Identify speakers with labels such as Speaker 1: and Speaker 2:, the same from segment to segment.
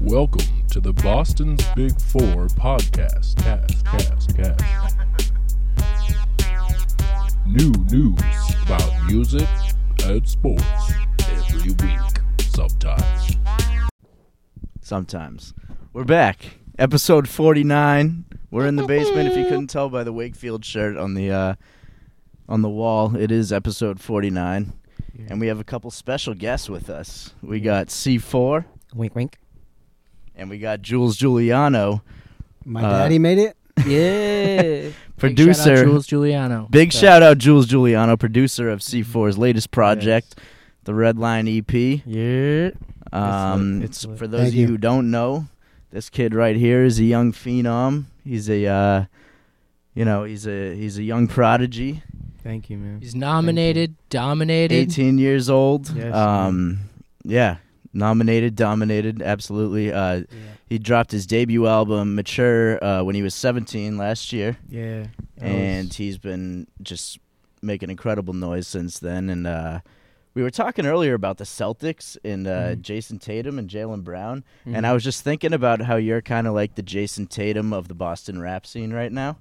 Speaker 1: Welcome to the Boston's Big Four podcast. Cast, cast, cast. New news about music and sports every week, sometimes.
Speaker 2: Sometimes. We're back. Episode 49. We're in the basement if you couldn't tell by the Wakefield shirt on the uh on the wall. It is episode 49. And we have a couple special guests with us. We got C4
Speaker 3: Wink, wink.
Speaker 2: and we got Jules Giuliano,
Speaker 4: My
Speaker 2: Uh,
Speaker 4: daddy made it.
Speaker 3: Yeah.
Speaker 2: producer.
Speaker 3: Jules Giuliano.
Speaker 2: Big shout out Jules Giuliano, producer of C4's latest project, the E Red Line EP.
Speaker 3: Yeah.
Speaker 2: Um,
Speaker 3: lit.
Speaker 2: it's
Speaker 3: It's lit.
Speaker 2: for those
Speaker 4: Thank
Speaker 2: of you
Speaker 4: you.
Speaker 2: who don't know, this kid right here is a young phenom. He's a, uh, you know, he's a he's a young prodigy,
Speaker 5: Thank you, man.
Speaker 3: He's nominated, dominated.
Speaker 2: 18 years old.
Speaker 5: Yes.
Speaker 2: Um, yeah, nominated, dominated, absolutely. Uh,
Speaker 5: Yeah.
Speaker 2: he dropped his debut album, Mature, uh, when he was 17 last year,
Speaker 5: Yeah. That
Speaker 2: and
Speaker 5: was-
Speaker 2: he's been just making incredible noise since then. And uh, we were talking earlier about the Celtics and uh,
Speaker 5: Mhm.
Speaker 2: Jason Tatum and Jalen Brown. And
Speaker 5: Mm-hmm.
Speaker 2: I was just thinking about how you're kind of like the Jason Tatum of the Boston rap scene right now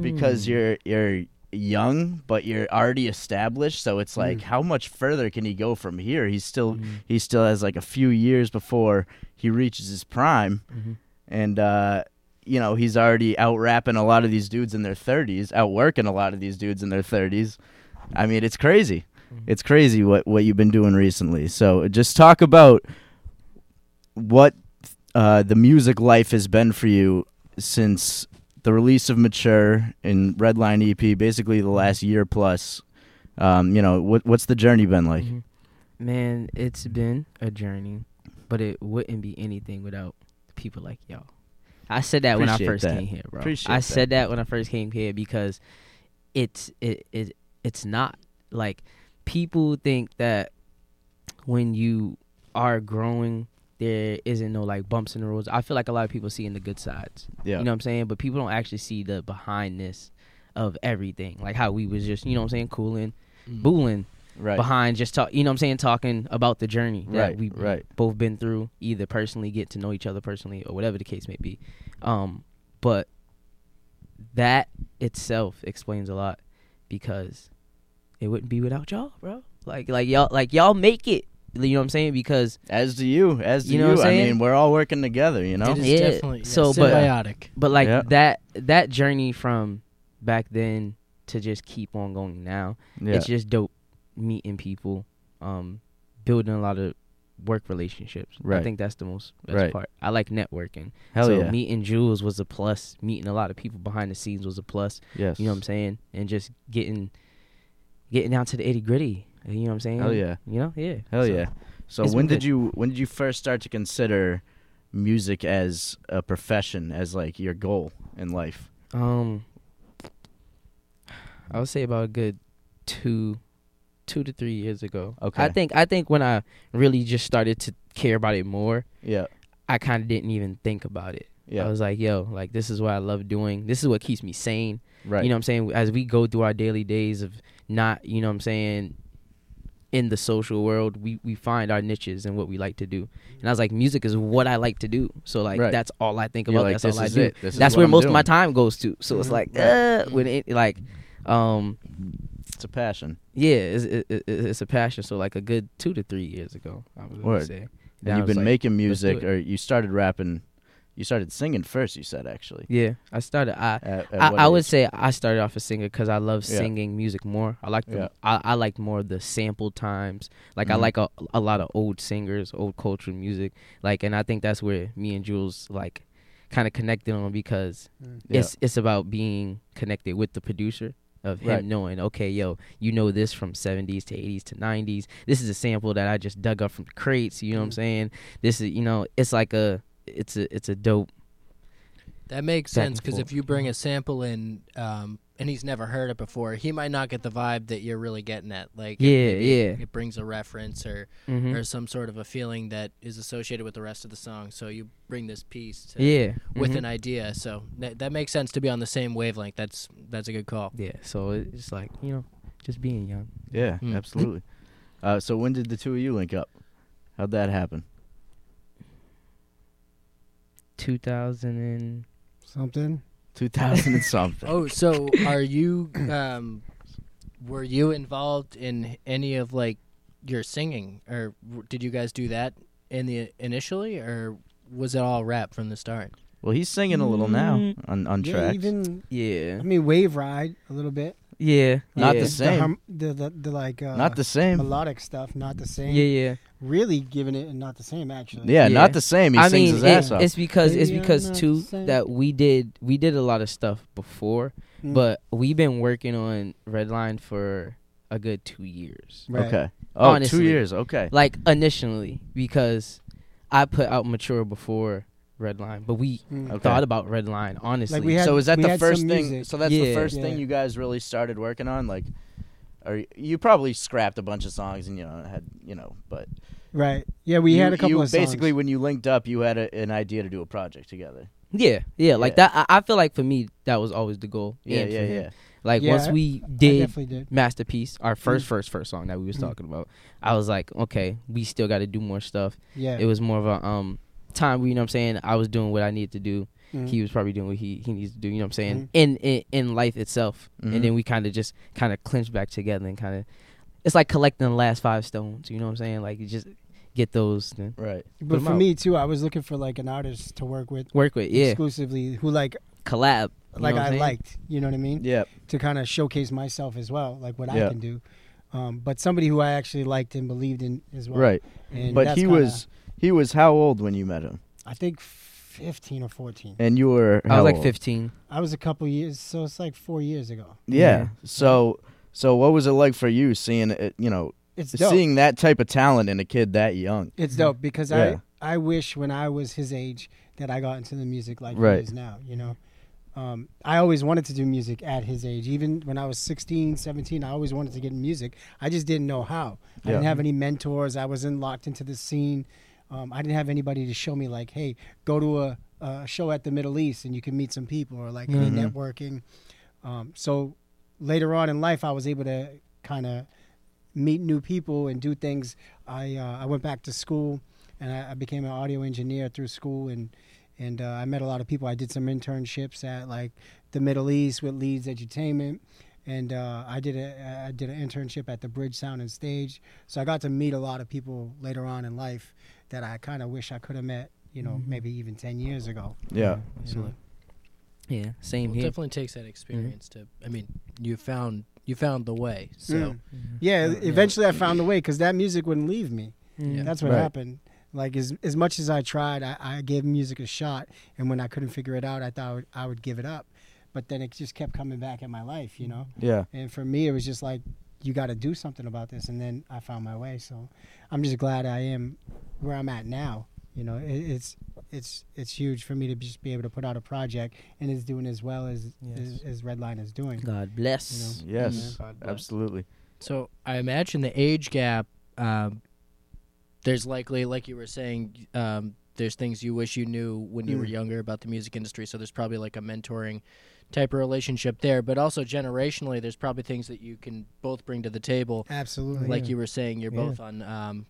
Speaker 2: because
Speaker 5: Mm.
Speaker 2: you're you're young but you're already established so it's like
Speaker 5: Mm.
Speaker 2: how much further can he go from here he's still
Speaker 5: Mhm.
Speaker 2: he still has like a few years before he reaches his prime
Speaker 5: Mhm.
Speaker 2: and uh you know he's already out rapping a lot of these dudes in their 30s out working a lot of these dudes in their 30s i mean it's crazy
Speaker 5: Mhm.
Speaker 2: it's crazy what what you've been doing recently so just talk about what uh the music life has been for you since the release of mature and redline ep basically the last year plus um you know what what's the journey been like
Speaker 5: Mhm. Man, it's been a journey, but it wouldn't be anything without people like y'all. I said that when I
Speaker 2: Appreciate
Speaker 5: first
Speaker 2: that.
Speaker 5: came here, bro.
Speaker 2: Appreciate
Speaker 5: I
Speaker 2: that.
Speaker 5: said that when I first came here because it's it, it it's not like people think that when you are growing there isn't no like bumps in the roads. I feel like a lot of people see in the good sides.
Speaker 2: yeah
Speaker 5: You know what I'm saying? But people don't actually see the behindness of everything. Like how we was just, you know what I'm saying, cooling,
Speaker 2: Mm.
Speaker 5: booling
Speaker 2: right
Speaker 5: behind just talk, you know what I'm saying, talking about the journey that
Speaker 2: right
Speaker 5: we
Speaker 2: right
Speaker 5: both been through, either personally get to know each other personally or whatever the case may be. Um but that itself explains a lot because it wouldn't be without y'all, bro. Like like y'all like y'all make it. You know what I'm saying? Because
Speaker 2: as do you as do you,
Speaker 5: You know what I'm
Speaker 2: i
Speaker 5: saying?
Speaker 2: mean we're all working together you know
Speaker 3: It is
Speaker 5: Yeah,
Speaker 3: definitely yeah,
Speaker 5: so, but-
Speaker 3: symbiotic.
Speaker 5: But like
Speaker 2: Yeah.
Speaker 5: that that journey from back then to just keep on going now,
Speaker 2: yeah
Speaker 5: it's just dope meeting people, um, building a lot of work relationships.
Speaker 2: Right.
Speaker 5: I think that's the most best
Speaker 2: Right.
Speaker 5: part. I like networking.
Speaker 2: hell
Speaker 5: so
Speaker 2: yeah
Speaker 5: meeting Jules was a plus. Meeting a lot of people behind the scenes was a plus.
Speaker 2: yes
Speaker 5: You know what I'm saying? And just getting getting down to the itty gritty. You know what I'm saying?
Speaker 2: Hell yeah.
Speaker 5: You know? Yeah.
Speaker 2: Hell
Speaker 5: So,
Speaker 2: yeah! So
Speaker 5: it's
Speaker 2: when
Speaker 5: been
Speaker 2: did
Speaker 5: good.
Speaker 2: you when did you first start to consider music as a profession, as like your goal in life?
Speaker 5: Um I would say about a good two two to three years ago.
Speaker 2: Okay.
Speaker 5: I think I think when I really just started to care about it more,
Speaker 2: Yeah,
Speaker 5: I kinda didn't even think about it. I
Speaker 2: yeah,
Speaker 5: was like, yo, like this is what I love doing. This is what keeps me sane.
Speaker 2: right.
Speaker 5: You know what I'm saying? As we go through our daily days of not, you know what I'm saying, in the social world, we, we find our niches and what we like to do. And I was like, music is what I like to do. So like
Speaker 2: Right.
Speaker 5: that's all I think
Speaker 2: You're
Speaker 5: about.
Speaker 2: like,
Speaker 5: that's
Speaker 2: this
Speaker 5: all I
Speaker 2: is
Speaker 5: do.
Speaker 2: it. This is
Speaker 5: that's
Speaker 2: what
Speaker 5: where
Speaker 2: I'm
Speaker 5: most of
Speaker 2: doing. Mm-hmm.
Speaker 5: my time goes to. So it's like, uh, when it like, um,
Speaker 2: It's a passion.
Speaker 5: yeah, it's, it, it, it's a passion. So like a good two to three years ago, I was
Speaker 2: Word.
Speaker 5: gonna say.
Speaker 2: And
Speaker 5: Now
Speaker 2: you've been
Speaker 5: it's like-
Speaker 2: making
Speaker 5: let's do
Speaker 2: music,
Speaker 5: it.
Speaker 2: or you started rapping, you started singing first. You said actually.
Speaker 5: Yeah, I started. I
Speaker 2: At, at
Speaker 5: I,
Speaker 2: what
Speaker 5: I would
Speaker 2: age?
Speaker 5: say I started off a singer because I love
Speaker 2: Yeah.
Speaker 5: singing music more. I like the
Speaker 2: Yeah.
Speaker 5: I, I like more of the sample times. Like I
Speaker 2: Mhm.
Speaker 5: like a, a lot of old singers, old cultural music. Like, and I think that's where me and Jules like kind of connected on because
Speaker 2: Mm. Yeah.
Speaker 5: it's it's about being connected with the producer of him
Speaker 2: Right.
Speaker 5: knowing okay yo you know this from 70s to 80s to 90s this is a sample that i just dug up from the crates you know what i'm
Speaker 4: Mm.
Speaker 5: saying this is you know it's like a it's a it's a dope
Speaker 3: That makes
Speaker 5: Back
Speaker 3: sense
Speaker 5: and
Speaker 3: because
Speaker 5: forth.
Speaker 3: if
Speaker 5: Mm-hmm.
Speaker 3: you bring a sample in, um, and he's never heard it before, he might not get the vibe that you're really getting at. Like, it-
Speaker 5: Yeah,
Speaker 3: maybe it-
Speaker 5: yeah.
Speaker 3: It brings a reference or
Speaker 5: Mhm.
Speaker 3: or some sort of a feeling that is associated with the rest of the song. So you bring this piece to,
Speaker 5: yeah
Speaker 3: with
Speaker 5: mhm.
Speaker 3: an idea. So that, that makes sense to be on the same wavelength. That's that's a good call.
Speaker 5: Yeah, so it's like you know, just being young.
Speaker 2: Yeah,
Speaker 5: Hmm.
Speaker 3: Mm.
Speaker 2: absolutely. Uh, so when did the two of you link up? How'd that happen?
Speaker 5: 2000 and
Speaker 4: Something.
Speaker 2: 2000 and something.
Speaker 3: Oh, so are you? Um, were you involved in any of like your singing, or w- did you guys do that in the initially, or was it all rap from the start?
Speaker 2: Well, he's singing a little now
Speaker 5: Mm.
Speaker 2: on on
Speaker 4: yeah,
Speaker 2: tracks.
Speaker 4: even I
Speaker 5: yeah,
Speaker 4: mean Wave Ride a little bit.
Speaker 5: yeah,
Speaker 2: Not
Speaker 5: yeah.
Speaker 2: the same.
Speaker 4: the, the, the like uh,
Speaker 2: not the same.
Speaker 4: melodic stuff. Not the same.
Speaker 5: Yeah, yeah.
Speaker 4: Really giving it and not the same actually.
Speaker 2: Yeah,
Speaker 5: Yeah.
Speaker 2: not the same. He
Speaker 5: I
Speaker 2: sings
Speaker 5: mean,
Speaker 2: his
Speaker 5: it-
Speaker 2: ass off.
Speaker 5: it's because it's
Speaker 4: Maybe I'm
Speaker 5: because
Speaker 4: not
Speaker 5: too
Speaker 4: saying-
Speaker 5: that we did we did a lot of stuff before,
Speaker 4: Mm.
Speaker 5: but we've been working on Redline for a good two years.
Speaker 4: Right.
Speaker 2: Okay. Oh, two
Speaker 5: Honestly.
Speaker 2: years. Okay.
Speaker 5: Like initially, because I put out Mature before Redline, but we
Speaker 4: Mm.
Speaker 2: Okay.
Speaker 5: thought about Redline honestly.
Speaker 4: we had-
Speaker 2: so is that
Speaker 4: we
Speaker 2: the
Speaker 4: had some
Speaker 2: first thing?
Speaker 4: music.
Speaker 2: So that's the
Speaker 5: Yeah.
Speaker 2: first
Speaker 4: Yeah.
Speaker 2: thing you guys really started working on. Like, or y- you probably scrapped a bunch of songs and you know had you know, but
Speaker 4: Right. Yeah, we
Speaker 2: you-
Speaker 4: had a couple
Speaker 2: you
Speaker 4: of songs.
Speaker 2: basically when you linked up, you had a, an idea to do a project together.
Speaker 5: yeah, yeah, like
Speaker 2: Yeah.
Speaker 5: that. I, I feel like for me that was always the goal.
Speaker 2: Yeah,
Speaker 5: and for
Speaker 2: yeah,
Speaker 5: him.
Speaker 2: yeah.
Speaker 5: Like
Speaker 4: Yeah,
Speaker 5: once we
Speaker 4: I
Speaker 5: did
Speaker 4: definitely did.
Speaker 5: masterpiece our first
Speaker 4: Mhm.
Speaker 5: first first song that we was
Speaker 4: Mhm.
Speaker 5: talking about i was like okay we still got to do more stuff
Speaker 4: Yeah.
Speaker 5: it was more of a um time where, you know what i'm saying i was doing what i needed to do
Speaker 4: Mhm.
Speaker 5: he was probably doing what he, he needs to do you know what i'm saying
Speaker 4: Mhm.
Speaker 5: in, in in life itself
Speaker 2: Mhm.
Speaker 4: Mm-hmm.
Speaker 5: and then we kind of just kind of clinch back together and kind of it's like collecting the last five stones you know what i'm saying like you just get those and
Speaker 2: Right.
Speaker 5: put
Speaker 4: but
Speaker 5: 'em
Speaker 4: for
Speaker 5: out.
Speaker 4: me too, I was looking for like an artist to work with
Speaker 5: work with yeah
Speaker 4: exclusively who like
Speaker 5: collab you
Speaker 4: like
Speaker 5: know what I'm
Speaker 4: I
Speaker 5: saying?
Speaker 4: liked. You know what I mean?
Speaker 2: Yeah.
Speaker 4: To kind of showcase myself as well, like what
Speaker 2: Yeah.
Speaker 4: I can do. Um, but somebody who I actually liked and believed in as well.
Speaker 2: Right.
Speaker 4: And
Speaker 2: But
Speaker 4: that's
Speaker 2: he
Speaker 4: kinda-
Speaker 2: was he was how old when you met him?
Speaker 4: I think, fifteen or fourteen.
Speaker 2: And you were
Speaker 5: i
Speaker 2: how
Speaker 5: was like
Speaker 2: old?
Speaker 5: 15
Speaker 4: I was a couple years, so it's like four years ago.
Speaker 2: Yeah.
Speaker 5: Yeah.
Speaker 2: So so what was it like for you seeing it, you know
Speaker 4: It's dope.
Speaker 2: seeing that type of talent in a kid that young?
Speaker 4: it's dope because
Speaker 2: Yeah.
Speaker 4: I I wish when I was his age that I got into the music like
Speaker 2: Right.
Speaker 4: he is now. You know, um, I always wanted to do music at his age. Even when I was 16, 17, I always wanted to get in music. I just didn't know how. I didn't
Speaker 2: Yeah.
Speaker 4: have any mentors. I wasn't locked into the scene. Um, I didn't have anybody to show me like, hey, go to a, a show at the Middle East and you can meet some people or like any
Speaker 2: Mhm.
Speaker 4: networking. Um, so later on in life, I was able to kind of meet new people and do things. I uh, I went back to school and I, I became an audio engineer through school and and uh, I met a lot of people. I did some internships at like the Middle East with Leeds Edutainment, and uh, I did a I did an internship at the Bridge Sound and Stage. So I got to meet a lot of people later on in life that I kind of wish I could have met. You know, maybe even ten years ago.
Speaker 2: Yeah.
Speaker 4: you know?
Speaker 5: yeah same
Speaker 3: Well, it
Speaker 5: here
Speaker 3: definitely takes that experience to. I mean, you found you found the way. So
Speaker 4: Mm. Yeah,
Speaker 3: Yeah.
Speaker 4: eventually I found a way because that music wouldn't leave me.
Speaker 5: Yeah.
Speaker 4: That's what
Speaker 2: Right.
Speaker 4: happened. Like as as much as I tried, I, I gave music a shot, and when I couldn't figure it out, I thought I would, I would give it up. But then it just kept coming back in my life, you
Speaker 5: Mm-hmm.
Speaker 4: know.
Speaker 2: Yeah.
Speaker 4: And for me, it was just like you got to do something about this. And then I found my way. So I'm just glad I am where I'm at now. You know, it, it's it's it's huge for me to just be able to put out a project and it's doing as well as as,
Speaker 5: Yes.
Speaker 4: as Redline is doing.
Speaker 5: god bless
Speaker 4: You know?
Speaker 2: Yes.
Speaker 4: God bless.
Speaker 2: Absolutely.
Speaker 3: So I imagine the age gap. Um, there's likely, like you were saying, um, there's things you wish you knew when you were
Speaker 4: Mm.
Speaker 3: younger about the music industry. So there's probably like a mentoring type of relationship there, but also generationally, there's probably things that you can both bring to the table.
Speaker 4: Absolutely.
Speaker 3: Like you were saying, you're
Speaker 5: Oh, Yeah.
Speaker 3: both on. Um,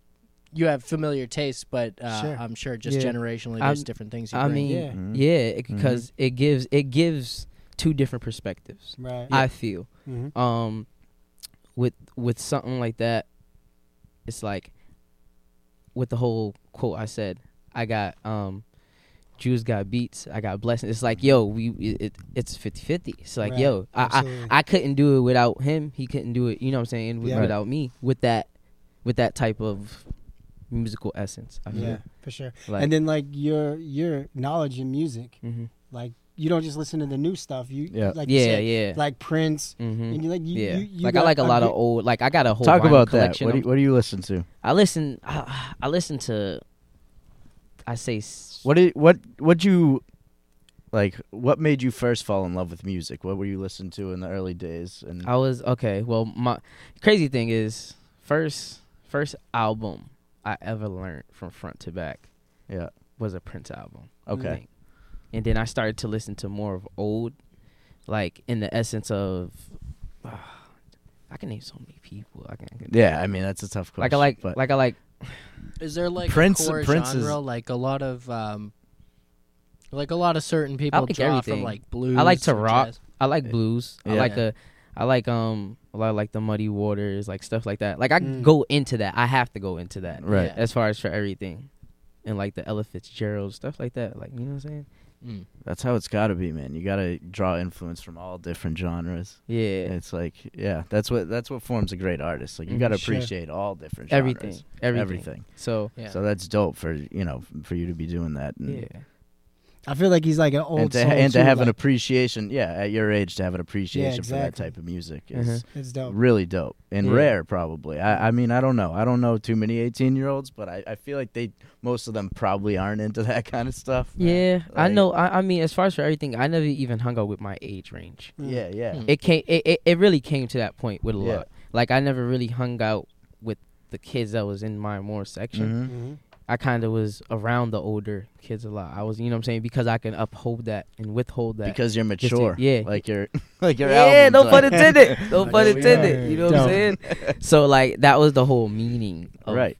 Speaker 3: you have familiar tastes, but uh,
Speaker 4: Sure.
Speaker 3: I'm sure just
Speaker 5: Yeah.
Speaker 3: generationally, there's
Speaker 5: I'm-
Speaker 3: different things you
Speaker 5: I
Speaker 3: bring.
Speaker 5: mean,
Speaker 4: Yeah.
Speaker 5: yeah,
Speaker 2: Mhm.
Speaker 5: it-
Speaker 4: Mm-hmm.
Speaker 5: because it gives it gives two different perspectives.
Speaker 4: right.
Speaker 5: I feel
Speaker 4: hmm
Speaker 5: um, with with something like that, it's like with the whole quote I said. I got um, Jews got beats. I got blessings. It's like yo, we it, it- it's 50-50. It's like
Speaker 4: Right.
Speaker 5: yo, I,
Speaker 4: Absolutely.
Speaker 5: I I couldn't do it without him. He couldn't do it. You know what I'm saying? With,
Speaker 4: Yeah.
Speaker 5: Without me, with that with that type of musical essence. I feel.
Speaker 4: yeah, for sure.
Speaker 5: Like,
Speaker 4: and then like your your knowledge in music
Speaker 5: hmm
Speaker 4: like you don't just listen to the new stuff you
Speaker 2: Yeah.
Speaker 4: like you
Speaker 5: yeah,
Speaker 4: said,
Speaker 5: yeah.
Speaker 4: like prince
Speaker 5: hmm
Speaker 4: and you like you,
Speaker 5: yeah,
Speaker 4: you, you
Speaker 5: like I
Speaker 4: got
Speaker 5: like a lot of
Speaker 4: good-
Speaker 5: old. Like I got a whole
Speaker 2: Talk
Speaker 5: vinyl
Speaker 2: about that.
Speaker 5: collection.
Speaker 2: What do you, what do you listen to?
Speaker 5: I listen. I, I listen to. I say. s-
Speaker 2: What did what what you like? What made you first fall in love with music? What were you listening to in the early days? And
Speaker 5: I was okay. Well, my crazy thing is first first album I ever learned from front to back
Speaker 2: yeah,
Speaker 5: was a Prince album.
Speaker 2: okay,
Speaker 5: Like, and then I started to listen to more of old, like in the essence of. I can name so many people. I can. I can-
Speaker 2: yeah. I mean, that's a tough question.
Speaker 5: Like I like
Speaker 2: but
Speaker 5: like I like
Speaker 3: Is there like
Speaker 2: Prince-
Speaker 3: a core
Speaker 2: Prince is-
Speaker 3: genre like a lot of um, Like a lot of certain people
Speaker 5: like
Speaker 3: draw
Speaker 5: everything.
Speaker 3: from like blues.
Speaker 5: I like to
Speaker 3: and
Speaker 5: rock.
Speaker 3: jazz.
Speaker 5: I like blues. I
Speaker 2: Yeah.
Speaker 5: like a, I like um a lot of like the muddy waters, like stuff like that. Like I
Speaker 4: Mm.
Speaker 5: go into that. I have to go into that
Speaker 2: Right.
Speaker 3: Yeah.
Speaker 5: as far as for everything, and like the Ella Fitzgerald stuff like that. Like you know what I'm saying?
Speaker 3: Mm.
Speaker 2: That's how it's got to be, man. You got to draw influence from all different genres.
Speaker 5: Yeah,
Speaker 2: It's like, yeah, that's what that's what forms a great artist. Like you
Speaker 5: Mhm.
Speaker 2: got to
Speaker 4: Sure.
Speaker 2: appreciate all different genres.
Speaker 5: everything, everything,
Speaker 2: everything.
Speaker 5: So
Speaker 3: Yeah.
Speaker 2: So that's dope for you know for you to be doing that. And,
Speaker 5: yeah,
Speaker 4: I feel like he's like an old
Speaker 2: and to,
Speaker 4: soul
Speaker 2: and to
Speaker 4: too,
Speaker 2: have an
Speaker 4: like,
Speaker 2: appreciation, yeah, at your age to have an appreciation for that
Speaker 4: exactly.
Speaker 2: type of music
Speaker 5: Mm-hmm.
Speaker 2: is
Speaker 4: it's dope.
Speaker 2: really dope and
Speaker 5: Yeah.
Speaker 2: rare, probably. I, I mean, I don't know. I don't know too many eighteen-year-olds, but I, I feel like they most of them probably aren't into that kind of stuff.
Speaker 5: yeah. I
Speaker 2: Like-
Speaker 5: know. I, I mean, as far as for everything, I never even hung out with my age range.
Speaker 4: Mm.
Speaker 2: Yeah, yeah,
Speaker 3: Mm.
Speaker 5: It came. It, it, it really came to that point with a
Speaker 2: Yeah.
Speaker 5: lot. Like I never really hung out with the kids that was in my more section.
Speaker 2: Mhm.
Speaker 4: Mhm.
Speaker 5: I kind of was around the older kids a lot. I was, you know what I'm saying, because I can uphold that and withhold that.
Speaker 2: because you're
Speaker 5: Just to-
Speaker 2: mature.
Speaker 5: yeah.
Speaker 2: like your like your
Speaker 5: yeah,
Speaker 2: album's
Speaker 5: no
Speaker 2: like-
Speaker 5: pun intended. No pun
Speaker 4: Yeah.
Speaker 5: intended. You know what I'm saying?
Speaker 4: Dope.
Speaker 5: So like that was the whole meaning of,
Speaker 2: right?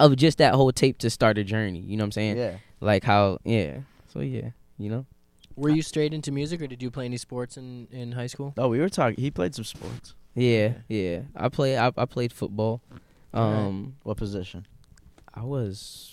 Speaker 5: of just that whole tape to start a journey. You know what I'm saying?
Speaker 2: Yeah.
Speaker 5: Like how yeah. So yeah, you know?
Speaker 3: Were you straight into music, or did you play any sports in in high school?
Speaker 2: Oh, we were talking. He played some sports.
Speaker 5: Yeah, yeah. I play I, I played football.
Speaker 3: Alright.
Speaker 5: Um
Speaker 2: What position?
Speaker 5: I was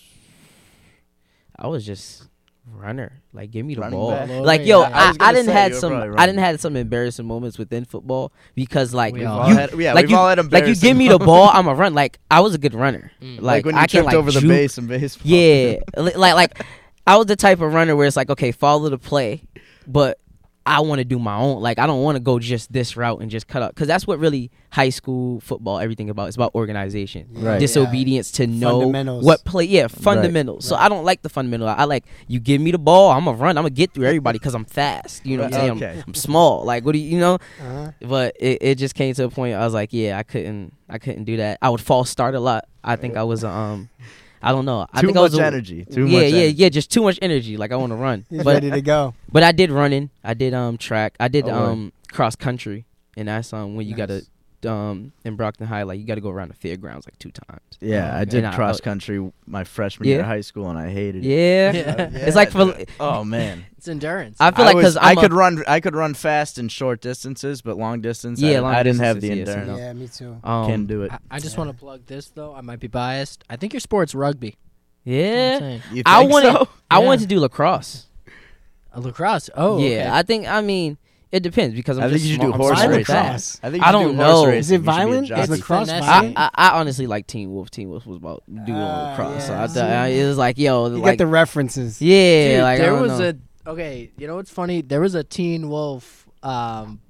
Speaker 5: I was just runner. Like give me the
Speaker 2: Running
Speaker 5: ball.
Speaker 2: back.
Speaker 3: Low
Speaker 5: Like
Speaker 3: rate,
Speaker 5: yo,
Speaker 3: right?
Speaker 2: Oh, I
Speaker 5: I,
Speaker 2: was
Speaker 5: I,
Speaker 2: gonna
Speaker 5: didn't
Speaker 2: say,
Speaker 5: had
Speaker 2: you were
Speaker 5: some
Speaker 2: probably
Speaker 5: I
Speaker 2: right.
Speaker 5: didn't had some embarrassing moments within football because like
Speaker 3: We
Speaker 5: you
Speaker 3: all
Speaker 5: you-
Speaker 3: had-
Speaker 2: yeah,
Speaker 5: like
Speaker 2: we've
Speaker 5: you-
Speaker 2: all had
Speaker 5: like you give me the ball, I'm a run. Like I was a good runner.
Speaker 2: Oh,
Speaker 3: Mm.
Speaker 5: Like,
Speaker 2: when you
Speaker 5: I can
Speaker 2: tripped
Speaker 5: like
Speaker 2: over the
Speaker 5: juke-
Speaker 2: base and baseball.
Speaker 5: Yeah, li- like like I was the type of runner where it's like okay, follow the play, but I want to do my own. Like I don't want to go just this route and just cut up because that's what really high school football everything about. It's about organization,
Speaker 2: Right.
Speaker 5: disobedience to know
Speaker 4: Fundamentals.
Speaker 5: what play. Yeah, fundamentals. So I don't like the fundamental. I like you give me the ball, I'm gonna run, I'm gonna get through everybody because I'm fast. You know what I'm saying? I'm-
Speaker 2: Okay.
Speaker 5: I'm Mm-hmm. small. Like what do you, you know?
Speaker 4: Uh-huh.
Speaker 5: but it, it just came to a point I was like, yeah, I couldn't I couldn't do that. I would false start a lot. I think I was um I don't know. I
Speaker 2: Too
Speaker 5: think
Speaker 2: much
Speaker 5: I was a-
Speaker 2: energy. Too
Speaker 5: yeah,
Speaker 2: much.
Speaker 5: yeah,
Speaker 2: energy.
Speaker 5: yeah, just too much energy. Like I want to run.
Speaker 4: He's
Speaker 5: but
Speaker 4: ready to go.
Speaker 5: but I did running. I did um track. I did
Speaker 2: Oh, word.
Speaker 5: um cross country and that's um when you
Speaker 4: Nice.
Speaker 5: got to um in Brockton High like you got to go around the fairgrounds like two times.
Speaker 2: Yeah, I
Speaker 5: And
Speaker 2: did
Speaker 5: I- I-
Speaker 2: cross country my freshman year
Speaker 5: Yeah.
Speaker 2: of high school, and I hated it.
Speaker 5: Yeah.
Speaker 3: Yeah.
Speaker 5: It's like for
Speaker 2: dude. oh man,
Speaker 3: It's endurance.
Speaker 5: I feel like
Speaker 2: was-
Speaker 5: cuz
Speaker 2: I could run, I could run fast in short distances, but long distance, I,
Speaker 5: Yeah,
Speaker 2: didn't-
Speaker 5: long
Speaker 2: I didn't have the
Speaker 5: distances, yes,
Speaker 2: endurance.
Speaker 5: no.
Speaker 4: Yeah, me too.
Speaker 5: um,
Speaker 2: Can do it.
Speaker 3: I, I just
Speaker 4: Yeah.
Speaker 3: want to plug this though. I might be biased. I think your sport's rugby.
Speaker 5: Yeah.
Speaker 3: That's what I'm saying.
Speaker 2: You
Speaker 5: I
Speaker 2: think
Speaker 5: wanted
Speaker 2: so?
Speaker 5: I
Speaker 3: Yeah.
Speaker 5: wanted to do lacrosse.
Speaker 3: Uh, lacrosse. Oh,
Speaker 5: yeah,
Speaker 3: okay.
Speaker 5: I think I mean it depends because I'm
Speaker 2: I think
Speaker 5: just
Speaker 2: you should
Speaker 5: small-
Speaker 2: do
Speaker 5: I'm
Speaker 2: horse
Speaker 5: small and
Speaker 2: racing.
Speaker 5: fast.
Speaker 2: I think
Speaker 5: I
Speaker 2: you should
Speaker 5: don't
Speaker 2: do horse
Speaker 5: know.
Speaker 2: racing.
Speaker 4: Is
Speaker 2: You
Speaker 4: it
Speaker 2: should be a
Speaker 4: violent?
Speaker 2: jockey.
Speaker 4: Is
Speaker 3: It's
Speaker 4: lacrosse
Speaker 3: finesse.
Speaker 5: I,
Speaker 4: violent?
Speaker 5: I, I honestly like Teen Wolf. Teen Wolf was about doing
Speaker 4: Ah,
Speaker 5: lacrosse.
Speaker 4: yeah.
Speaker 5: So I, thought- I- it was like yo,
Speaker 4: You
Speaker 5: like
Speaker 4: got the references.
Speaker 5: yeah,
Speaker 3: Dude,
Speaker 5: like I
Speaker 3: there
Speaker 5: don't
Speaker 3: was
Speaker 5: know.
Speaker 3: a okay. You know what's funny? There was a Teen Wolf. Um,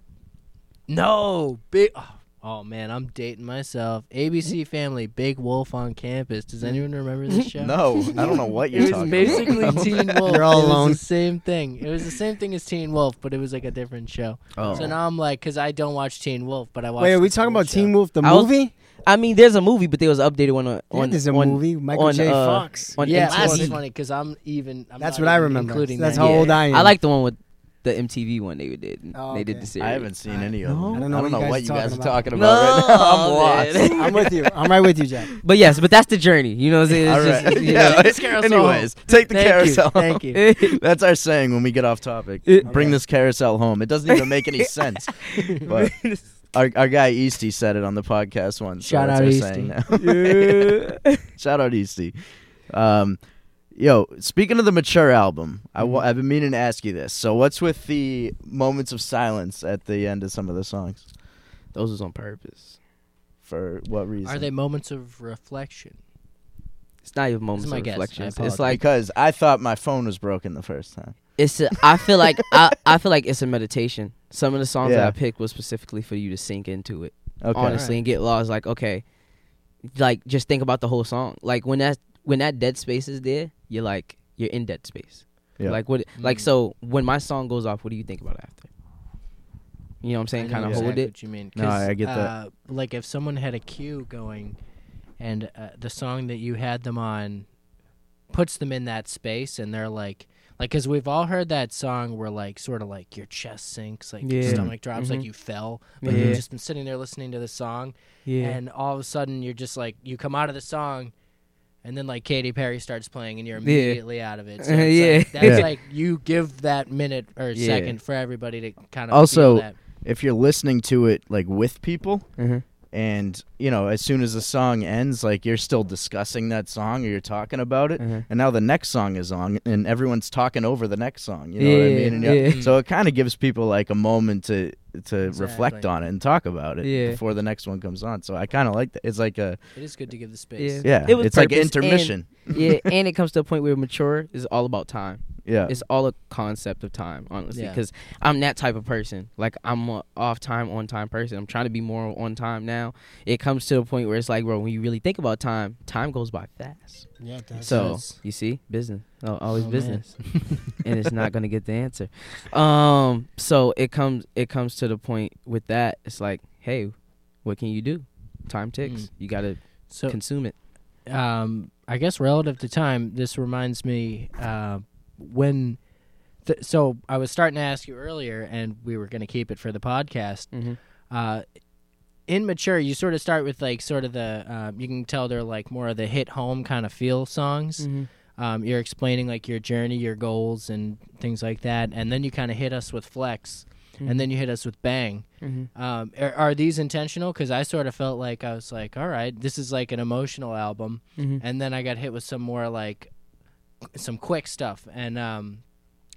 Speaker 3: no, big. Oh, oh, man, I'm dating myself. ABC Family, Big Wolf on campus. Does anyone remember this show?
Speaker 2: No, I don't know what
Speaker 3: It
Speaker 2: you're
Speaker 3: was
Speaker 2: talking
Speaker 3: basically
Speaker 2: about.
Speaker 3: Teen Wolf.
Speaker 4: You're all
Speaker 3: it
Speaker 4: alone.
Speaker 3: Was the same thing. It was the same thing as Teen Wolf, but it was like a different show.
Speaker 5: Oh.
Speaker 3: So now I'm like, because I don't watch Teen Wolf, but I watch.
Speaker 4: Wait, are
Speaker 3: the
Speaker 4: we talking about
Speaker 3: show.
Speaker 4: Teen Wolf the
Speaker 5: I was-
Speaker 4: movie?
Speaker 5: I mean, there's a movie, but there was updated one on.
Speaker 4: Yeah,
Speaker 5: on
Speaker 4: there's a
Speaker 5: on-
Speaker 4: movie. Michael
Speaker 5: on,
Speaker 4: J.
Speaker 5: uh,
Speaker 4: Fox.
Speaker 5: on
Speaker 3: Yeah,
Speaker 5: MTV.
Speaker 3: that's funny because I'm even. I'm
Speaker 4: That's
Speaker 3: not
Speaker 4: what I
Speaker 3: even
Speaker 4: remember.
Speaker 3: Including
Speaker 4: That's
Speaker 3: that.
Speaker 4: how
Speaker 5: Yeah.
Speaker 4: old I am.
Speaker 5: I like the one with the MTV one they did.
Speaker 4: Oh,
Speaker 5: They did
Speaker 4: okay.
Speaker 5: the series.
Speaker 2: I haven't seen any of
Speaker 5: No.
Speaker 2: them.
Speaker 4: I don't know what you guys
Speaker 2: what
Speaker 4: are
Speaker 2: you guys are
Speaker 4: talking
Speaker 2: talking
Speaker 5: about.
Speaker 2: about right
Speaker 5: No,
Speaker 2: now. I'm
Speaker 5: man.
Speaker 2: lost.
Speaker 4: Oh, I'm with you. I'm right with you, Jack.
Speaker 5: But yes, but that's the journey. You know what I'm saying?
Speaker 2: All
Speaker 5: It's
Speaker 2: right.
Speaker 5: just-
Speaker 2: Yeah.
Speaker 3: This carousel.
Speaker 2: Anyways, take the
Speaker 3: Thank
Speaker 2: carousel.
Speaker 3: you. Thank you.
Speaker 5: yeah.
Speaker 2: That's our saying when we get off topic.
Speaker 5: It-
Speaker 2: Bring
Speaker 4: Okay.
Speaker 2: this carousel home. It doesn't even make any sense. But our, our guy Easty said it on the podcast once. so
Speaker 3: Shout
Speaker 2: that's
Speaker 3: out
Speaker 2: our
Speaker 3: Easty.
Speaker 2: saying now. Shout out Easty. Um, yo, speaking of the mature album, I wa- I've been meaning to ask you this. So, what's with the moments of silence at the end of some of the songs?
Speaker 5: Those was on purpose.
Speaker 2: For what reason?
Speaker 3: Are they moments of reflection?
Speaker 5: It's not even moments
Speaker 3: my
Speaker 5: of
Speaker 3: guess. I
Speaker 5: reflection. It's
Speaker 3: apologize.
Speaker 5: like
Speaker 2: because I thought my phone was broken the first time.
Speaker 5: it's a, I feel like I, I feel like it's a meditation. Some of the songs that
Speaker 2: Yeah.
Speaker 5: I picked was specifically for you to sink into it,
Speaker 2: Okay.
Speaker 5: honestly, and get lost. Like okay, like just think about the whole song. Like when that when that dead space is there, you're like you're in dead space.
Speaker 2: Yeah.
Speaker 5: Like what? Like
Speaker 3: Mm.
Speaker 5: so when my song goes off, what do you think about after? You know what I'm saying?
Speaker 3: I
Speaker 5: Kind
Speaker 3: know
Speaker 5: of
Speaker 2: yeah.
Speaker 5: hold
Speaker 3: exactly
Speaker 5: it.
Speaker 3: What you mean?
Speaker 2: No,
Speaker 3: 'cause,
Speaker 2: I get that.
Speaker 3: Uh, like if someone had a cue going, and uh, the song that you had them on puts them in that space, and they're like, like because we've all heard that song where like sort of like your chest sinks, like your
Speaker 5: Yeah.
Speaker 3: stomach drops,
Speaker 5: Mhm.
Speaker 3: like you fell, but
Speaker 5: Yeah.
Speaker 3: you've just been sitting there listening to the song,
Speaker 5: Yeah.
Speaker 3: and all of a sudden you're just like you come out of the song and then like Katy Perry starts playing, and you're
Speaker 5: Yeah.
Speaker 3: immediately out of it. So
Speaker 5: Uh,
Speaker 3: it's like-
Speaker 5: yeah.
Speaker 3: that's
Speaker 2: Yeah.
Speaker 3: like you give that minute or
Speaker 5: Yeah.
Speaker 3: second for everybody to kind of
Speaker 2: Also,
Speaker 3: feel that.
Speaker 2: If you're listening to it like with people,
Speaker 5: Uh-huh.
Speaker 2: and you know as soon as the song ends like you're still discussing that song or you're talking about it
Speaker 5: Uh-huh.
Speaker 2: and now the next song is on and everyone's talking over the next song you know what i
Speaker 5: Yeah,
Speaker 2: mean and
Speaker 5: yeah.
Speaker 2: yeah, so it kind of gives people like a moment to to reflect
Speaker 3: Exactly.
Speaker 2: on it and talk about it
Speaker 5: Yeah.
Speaker 2: before the next one comes on so i kind of like that it's like a
Speaker 3: It is good to give the space.
Speaker 5: Yeah.
Speaker 2: yeah
Speaker 5: It was
Speaker 2: it's like
Speaker 5: purpose and-
Speaker 2: intermission
Speaker 5: yeah, and it comes to a point where mature is all about time.
Speaker 2: yeah
Speaker 5: It's all a concept of time, honestly.
Speaker 3: Uh, Yeah.
Speaker 5: Because I'm that type of person. Like I'm a off time, on time person. I'm trying to be more on time now. It comes to a point where it's like, bro, when you really think about time, time goes by fast.
Speaker 4: Yeah, it does.
Speaker 5: so
Speaker 3: nice.
Speaker 5: you see, business, oh, always
Speaker 3: Oh, man.
Speaker 5: business, and it's not gonna get the answer. Um, so it comes, it comes to the point with that. It's like, hey, what can you do? Time ticks.
Speaker 3: Mm.
Speaker 5: You gotta
Speaker 3: So
Speaker 5: consume it.
Speaker 3: um, I guess relative to time, this reminds me uh, when. Th- so I was starting to ask you earlier, and we were going to keep it for the podcast.
Speaker 5: Mm-hmm.
Speaker 3: Uh, in mature, you sort of start with like sort of the um, you can tell they're like more of the hit home kind of feel songs. Um, you're explaining like your journey, your goals, and things like that, and then you kind of hit us with flex,
Speaker 5: Mhm.
Speaker 3: and then you hit us with bang.
Speaker 5: Mm-hmm.
Speaker 3: Um, are, are these intentional? Because I sort of felt like I was like, all right, this is like an emotional album,
Speaker 5: Mm-hmm.
Speaker 3: and then I got hit with some more like some quick stuff, and um,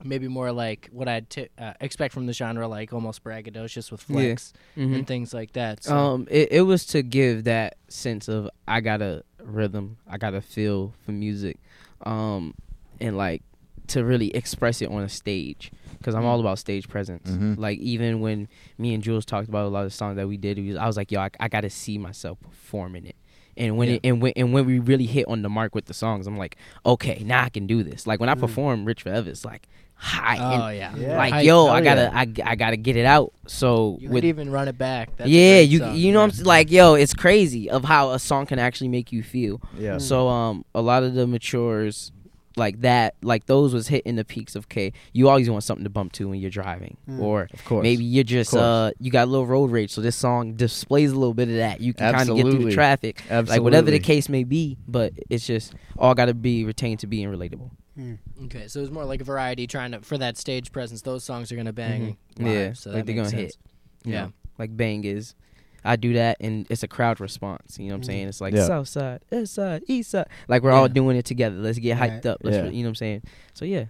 Speaker 3: maybe more like what I'd t- uh, expect from the genre, like almost braggadocious with
Speaker 5: Yeah.
Speaker 3: flex
Speaker 5: Mm-hmm.
Speaker 3: and things like that. So,
Speaker 5: Um, it, it was to give that sense of I got a rhythm, I got a feel for music, um, and like to really express it on a stage because
Speaker 3: Mm-hmm.
Speaker 5: I'm all about stage presence.
Speaker 2: Mhm.
Speaker 5: Like even when me and Jules talked about a lot of the songs that we did, we was, I was like, yo, I, I got to see myself performing it. And when
Speaker 3: Yeah.
Speaker 5: it, and when and when we really hit on the mark with the songs, I'm like, okay, now I can do this. Like when I
Speaker 4: Mm.
Speaker 5: perform Rich Forever, it's like high, and,
Speaker 3: oh yeah,
Speaker 4: Yeah.
Speaker 5: like
Speaker 3: I-
Speaker 5: yo,
Speaker 2: hell
Speaker 5: I
Speaker 2: yeah.
Speaker 5: gotta I, I gotta get it out. So
Speaker 3: you
Speaker 5: with
Speaker 3: could even run it back. That's a
Speaker 5: yeah,
Speaker 3: great
Speaker 5: you
Speaker 3: song,
Speaker 5: you know
Speaker 3: yeah.
Speaker 5: what I'm s- like yo, it's crazy of how a song can actually make you feel.
Speaker 2: yeah
Speaker 4: Mm.
Speaker 5: So um a lot of the matures like that like those was hitting the peaks of K. You always want something to bump to when you're driving
Speaker 4: Mm.
Speaker 5: or
Speaker 2: of course
Speaker 5: maybe you're just
Speaker 2: course.
Speaker 5: uh you got a little road rage so this song displays a little bit of that. You can kind of get through the
Speaker 2: Absolutely.
Speaker 5: traffic.
Speaker 2: Absolutely.
Speaker 5: Like whatever the case may be, but it's just all got to be retained to being relatable.
Speaker 4: Mm.
Speaker 3: Okay, so it's more like a variety trying to for that stage presence. Those songs are gonna bang.
Speaker 5: Mhm.
Speaker 3: live,
Speaker 5: Yeah,
Speaker 3: so
Speaker 5: like
Speaker 3: that
Speaker 5: they're
Speaker 3: makes
Speaker 5: gonna hit.
Speaker 3: sense.
Speaker 5: you
Speaker 3: Yeah.
Speaker 5: know, like bang is. I do that and it's a crowd response. You know what I'm
Speaker 4: Mhm.
Speaker 5: saying? It's like
Speaker 2: Yeah.
Speaker 5: south side, east side, east side. Like we're
Speaker 3: Yeah.
Speaker 5: all doing it together. Let's get hyped
Speaker 4: Right.
Speaker 5: up. Let's
Speaker 2: Yeah.
Speaker 5: re- you know what I'm saying? So yeah.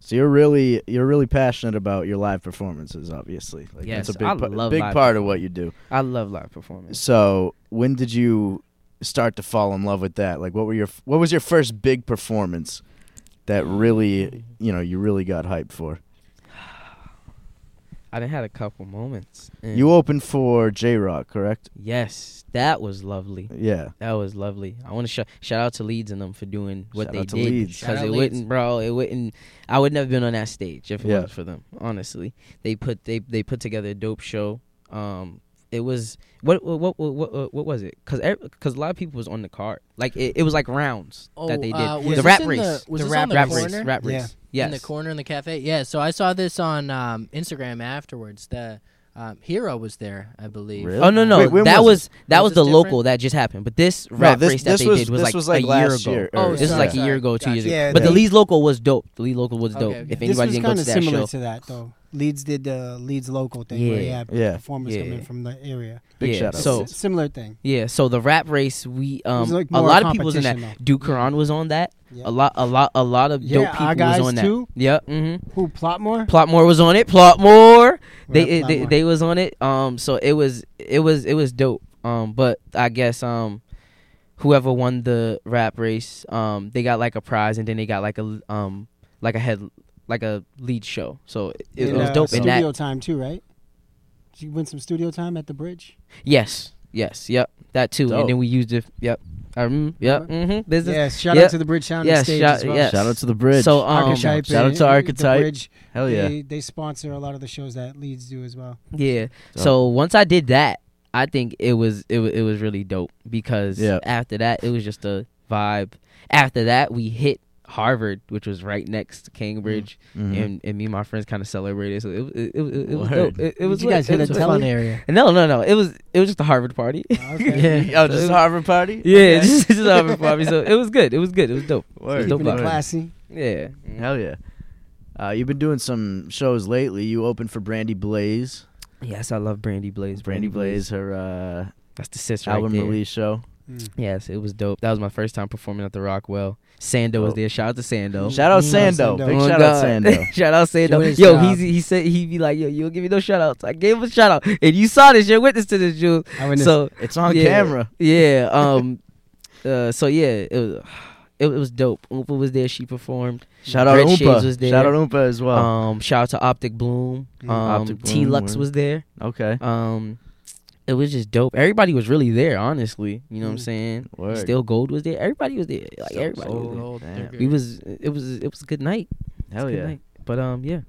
Speaker 2: So you're really you're really passionate about your live performances, obviously. Like
Speaker 5: Yes,
Speaker 2: that's a big,
Speaker 5: I
Speaker 2: pa-
Speaker 5: love
Speaker 2: big
Speaker 5: live
Speaker 2: part of what you do.
Speaker 5: I love live performance.
Speaker 2: So when did you start to fall in love with that? Like, what were your what was your first big performance that really you know you really got hyped for?
Speaker 5: I done had a couple moments. and-
Speaker 2: You opened for J Rock, correct?
Speaker 5: Yes, that was lovely.
Speaker 2: Yeah,
Speaker 5: That was lovely. I want to sh- shout out to Leeds and them for doing what
Speaker 2: Shout
Speaker 5: they
Speaker 2: out to
Speaker 5: did
Speaker 2: Leeds.
Speaker 3: Shout
Speaker 5: because
Speaker 3: out
Speaker 5: it
Speaker 3: Leeds.
Speaker 5: wouldn't, bro. It wouldn't. I would never been on that stage if it
Speaker 2: Yeah.
Speaker 5: wasn't for them. Honestly, they put they they put together a dope show. Um, it was what what what what what, what was it? Because because a lot of people was on the card. Like it, it was like rounds
Speaker 3: Oh,
Speaker 5: that they did.
Speaker 3: uh, was
Speaker 5: the
Speaker 3: this
Speaker 5: rap
Speaker 3: in
Speaker 5: race,
Speaker 3: the- was
Speaker 5: the
Speaker 3: this
Speaker 5: rap
Speaker 3: on the
Speaker 5: rap race,
Speaker 3: corner?
Speaker 5: rap race. Yes.
Speaker 3: In the corner in the cafe. Yeah, so I saw this on um, Instagram afterwards. The um, hero was there, I believe.
Speaker 2: Really?
Speaker 5: Oh no no!
Speaker 2: Wait, when
Speaker 5: that
Speaker 2: was
Speaker 5: was, that
Speaker 3: Was
Speaker 5: was,
Speaker 3: this
Speaker 5: the
Speaker 3: different?
Speaker 5: local that just happened. But this rap
Speaker 2: this-
Speaker 5: race that
Speaker 2: this
Speaker 5: they
Speaker 2: was-
Speaker 5: did was
Speaker 2: this
Speaker 5: like,
Speaker 2: was, like,
Speaker 5: a year
Speaker 2: last
Speaker 5: ago.
Speaker 2: year,
Speaker 3: or-
Speaker 5: this was like a
Speaker 3: Sorry.
Speaker 5: year ago, two
Speaker 3: Gotcha.
Speaker 5: years ago.
Speaker 4: Yeah,
Speaker 5: but the
Speaker 4: that-
Speaker 5: Leeds local was dope. The Leeds local was
Speaker 3: Okay,
Speaker 5: dope.
Speaker 3: okay.
Speaker 5: If
Speaker 3: This
Speaker 5: anybody
Speaker 4: this
Speaker 5: didn't
Speaker 4: was
Speaker 5: go
Speaker 4: kind
Speaker 5: to
Speaker 4: of
Speaker 5: that
Speaker 4: similar
Speaker 5: show,
Speaker 4: to that though. Leeds did the Leeds local thing where they
Speaker 5: Yeah.
Speaker 4: had
Speaker 2: Yeah.
Speaker 4: performers come
Speaker 5: Yeah.
Speaker 4: in from the area.
Speaker 2: big
Speaker 5: Yeah,
Speaker 2: shout out.
Speaker 5: so-
Speaker 4: S- similar thing.
Speaker 5: yeah. So the rap race, we
Speaker 4: It
Speaker 5: um
Speaker 4: was like
Speaker 5: a
Speaker 4: more
Speaker 5: lot of people was in that.
Speaker 4: competition,
Speaker 5: Duke Karan was on that.
Speaker 4: though. Yeah.
Speaker 5: A lot, a lot, a lot of
Speaker 4: Yeah,
Speaker 5: dope people
Speaker 4: our guys
Speaker 5: was on that.
Speaker 4: too.
Speaker 5: Yep. Mm-hmm.
Speaker 4: Who plot more?
Speaker 5: Plotmore was on it. Plotmore. They,
Speaker 4: Plot
Speaker 5: they
Speaker 4: more.
Speaker 5: they was on it. Um. So it was it was it was dope. Um. But I guess um, whoever won the rap race, um, they got like a prize and then they got like a um like a head like a lead show. So it, it
Speaker 4: And,
Speaker 5: was
Speaker 4: uh,
Speaker 5: dope. And
Speaker 4: Studio
Speaker 5: that
Speaker 4: time too, right? Did you win some studio time at the bridge?
Speaker 5: yes yes yep that too.
Speaker 2: Dope.
Speaker 5: And then we used it. Yep. I remember. Yep. Mm-hmm. Business.
Speaker 4: Yes, shout
Speaker 5: yeah.
Speaker 4: out to the bridge sound
Speaker 5: Yeah,
Speaker 4: stage
Speaker 5: shout-
Speaker 4: as well.
Speaker 5: yes.
Speaker 2: Shout out to the bridge.
Speaker 5: So um,
Speaker 4: Archetype
Speaker 2: shout out
Speaker 4: and-
Speaker 2: to
Speaker 4: and
Speaker 2: Archetype.
Speaker 4: The bridge,
Speaker 5: Oh,
Speaker 2: Hell yeah,
Speaker 4: They, they sponsor a lot of the shows that Leeds do as well.
Speaker 5: Yeah.
Speaker 2: So-
Speaker 5: So once I did that, I think it was it, wa- it was really dope because
Speaker 2: Yeah.
Speaker 5: after that it was just a vibe. After that we hit Harvard, which was right next to Cambridge,
Speaker 2: Mhm.
Speaker 5: and, and me and my friends kind of celebrated. So it it it, it, it was
Speaker 2: Word.
Speaker 5: dope. It, it was
Speaker 3: you guys
Speaker 5: lit.
Speaker 3: hit
Speaker 5: It
Speaker 3: a
Speaker 5: was
Speaker 3: telling
Speaker 5: fun.
Speaker 3: area.
Speaker 5: No, no, no. It was it was just a Harvard party.
Speaker 4: Okay.
Speaker 2: oh, just Harvard party.
Speaker 5: yeah, just, just a Harvard party. So it was good. It was good. It was dope.
Speaker 2: Word.
Speaker 5: Dope
Speaker 4: Keeping it
Speaker 5: vibe.
Speaker 4: classy.
Speaker 5: Yeah.
Speaker 2: Hell yeah. Uh, you've been doing some shows lately. You opened for Brandy Blaze.
Speaker 5: Yes, I love Brandy Blaze.
Speaker 2: Brandy Blaze, her
Speaker 5: Mm-hmm. That's the
Speaker 2: uh,
Speaker 5: sister. right
Speaker 2: album
Speaker 5: there.
Speaker 2: release show.
Speaker 4: Mm.
Speaker 5: Yes, it was dope. That was my first time performing at the Rockwell. Sando was
Speaker 2: Dope.
Speaker 5: there. Shout out to Sando.
Speaker 2: Shout out
Speaker 4: Mm,
Speaker 2: Sando.
Speaker 4: Sando.
Speaker 2: Big
Speaker 5: Oh,
Speaker 2: shout out
Speaker 5: God.
Speaker 2: Sando.
Speaker 5: shout out
Speaker 3: Doing
Speaker 5: Sando.
Speaker 3: his
Speaker 5: Yo,
Speaker 3: job.
Speaker 5: he's, he said he'd be like, yo, you don't give me no shout outs. I gave him a shout out. And you saw this, you're witness to this, Jules.
Speaker 4: I witnessed
Speaker 5: So
Speaker 2: It's on
Speaker 5: Yeah.
Speaker 2: camera.
Speaker 5: yeah, um uh so yeah, it was it, was dope. Oompa was there, she performed.
Speaker 2: Shout out
Speaker 5: Red Shades was
Speaker 2: Oompa.
Speaker 5: there.
Speaker 2: Shout out Oompa as well.
Speaker 5: Um shout out to Optic Bloom.
Speaker 4: Mm.
Speaker 5: Um
Speaker 2: Optic Bloom,
Speaker 5: T Lux
Speaker 2: word.
Speaker 5: was there.
Speaker 2: okay.
Speaker 5: Um it was just dope. Everybody was really there, honestly. You know what I'm
Speaker 4: Mm.
Speaker 5: saying?
Speaker 2: Word.
Speaker 5: Still Gold was there. Everybody was there. Like everybody
Speaker 2: Soul
Speaker 5: was there.
Speaker 3: Gold,
Speaker 2: Damn.
Speaker 3: they're
Speaker 5: We
Speaker 3: good.
Speaker 5: was it was it was a good night. It's
Speaker 2: Hell
Speaker 5: a good
Speaker 2: yeah.
Speaker 5: night. But um yeah.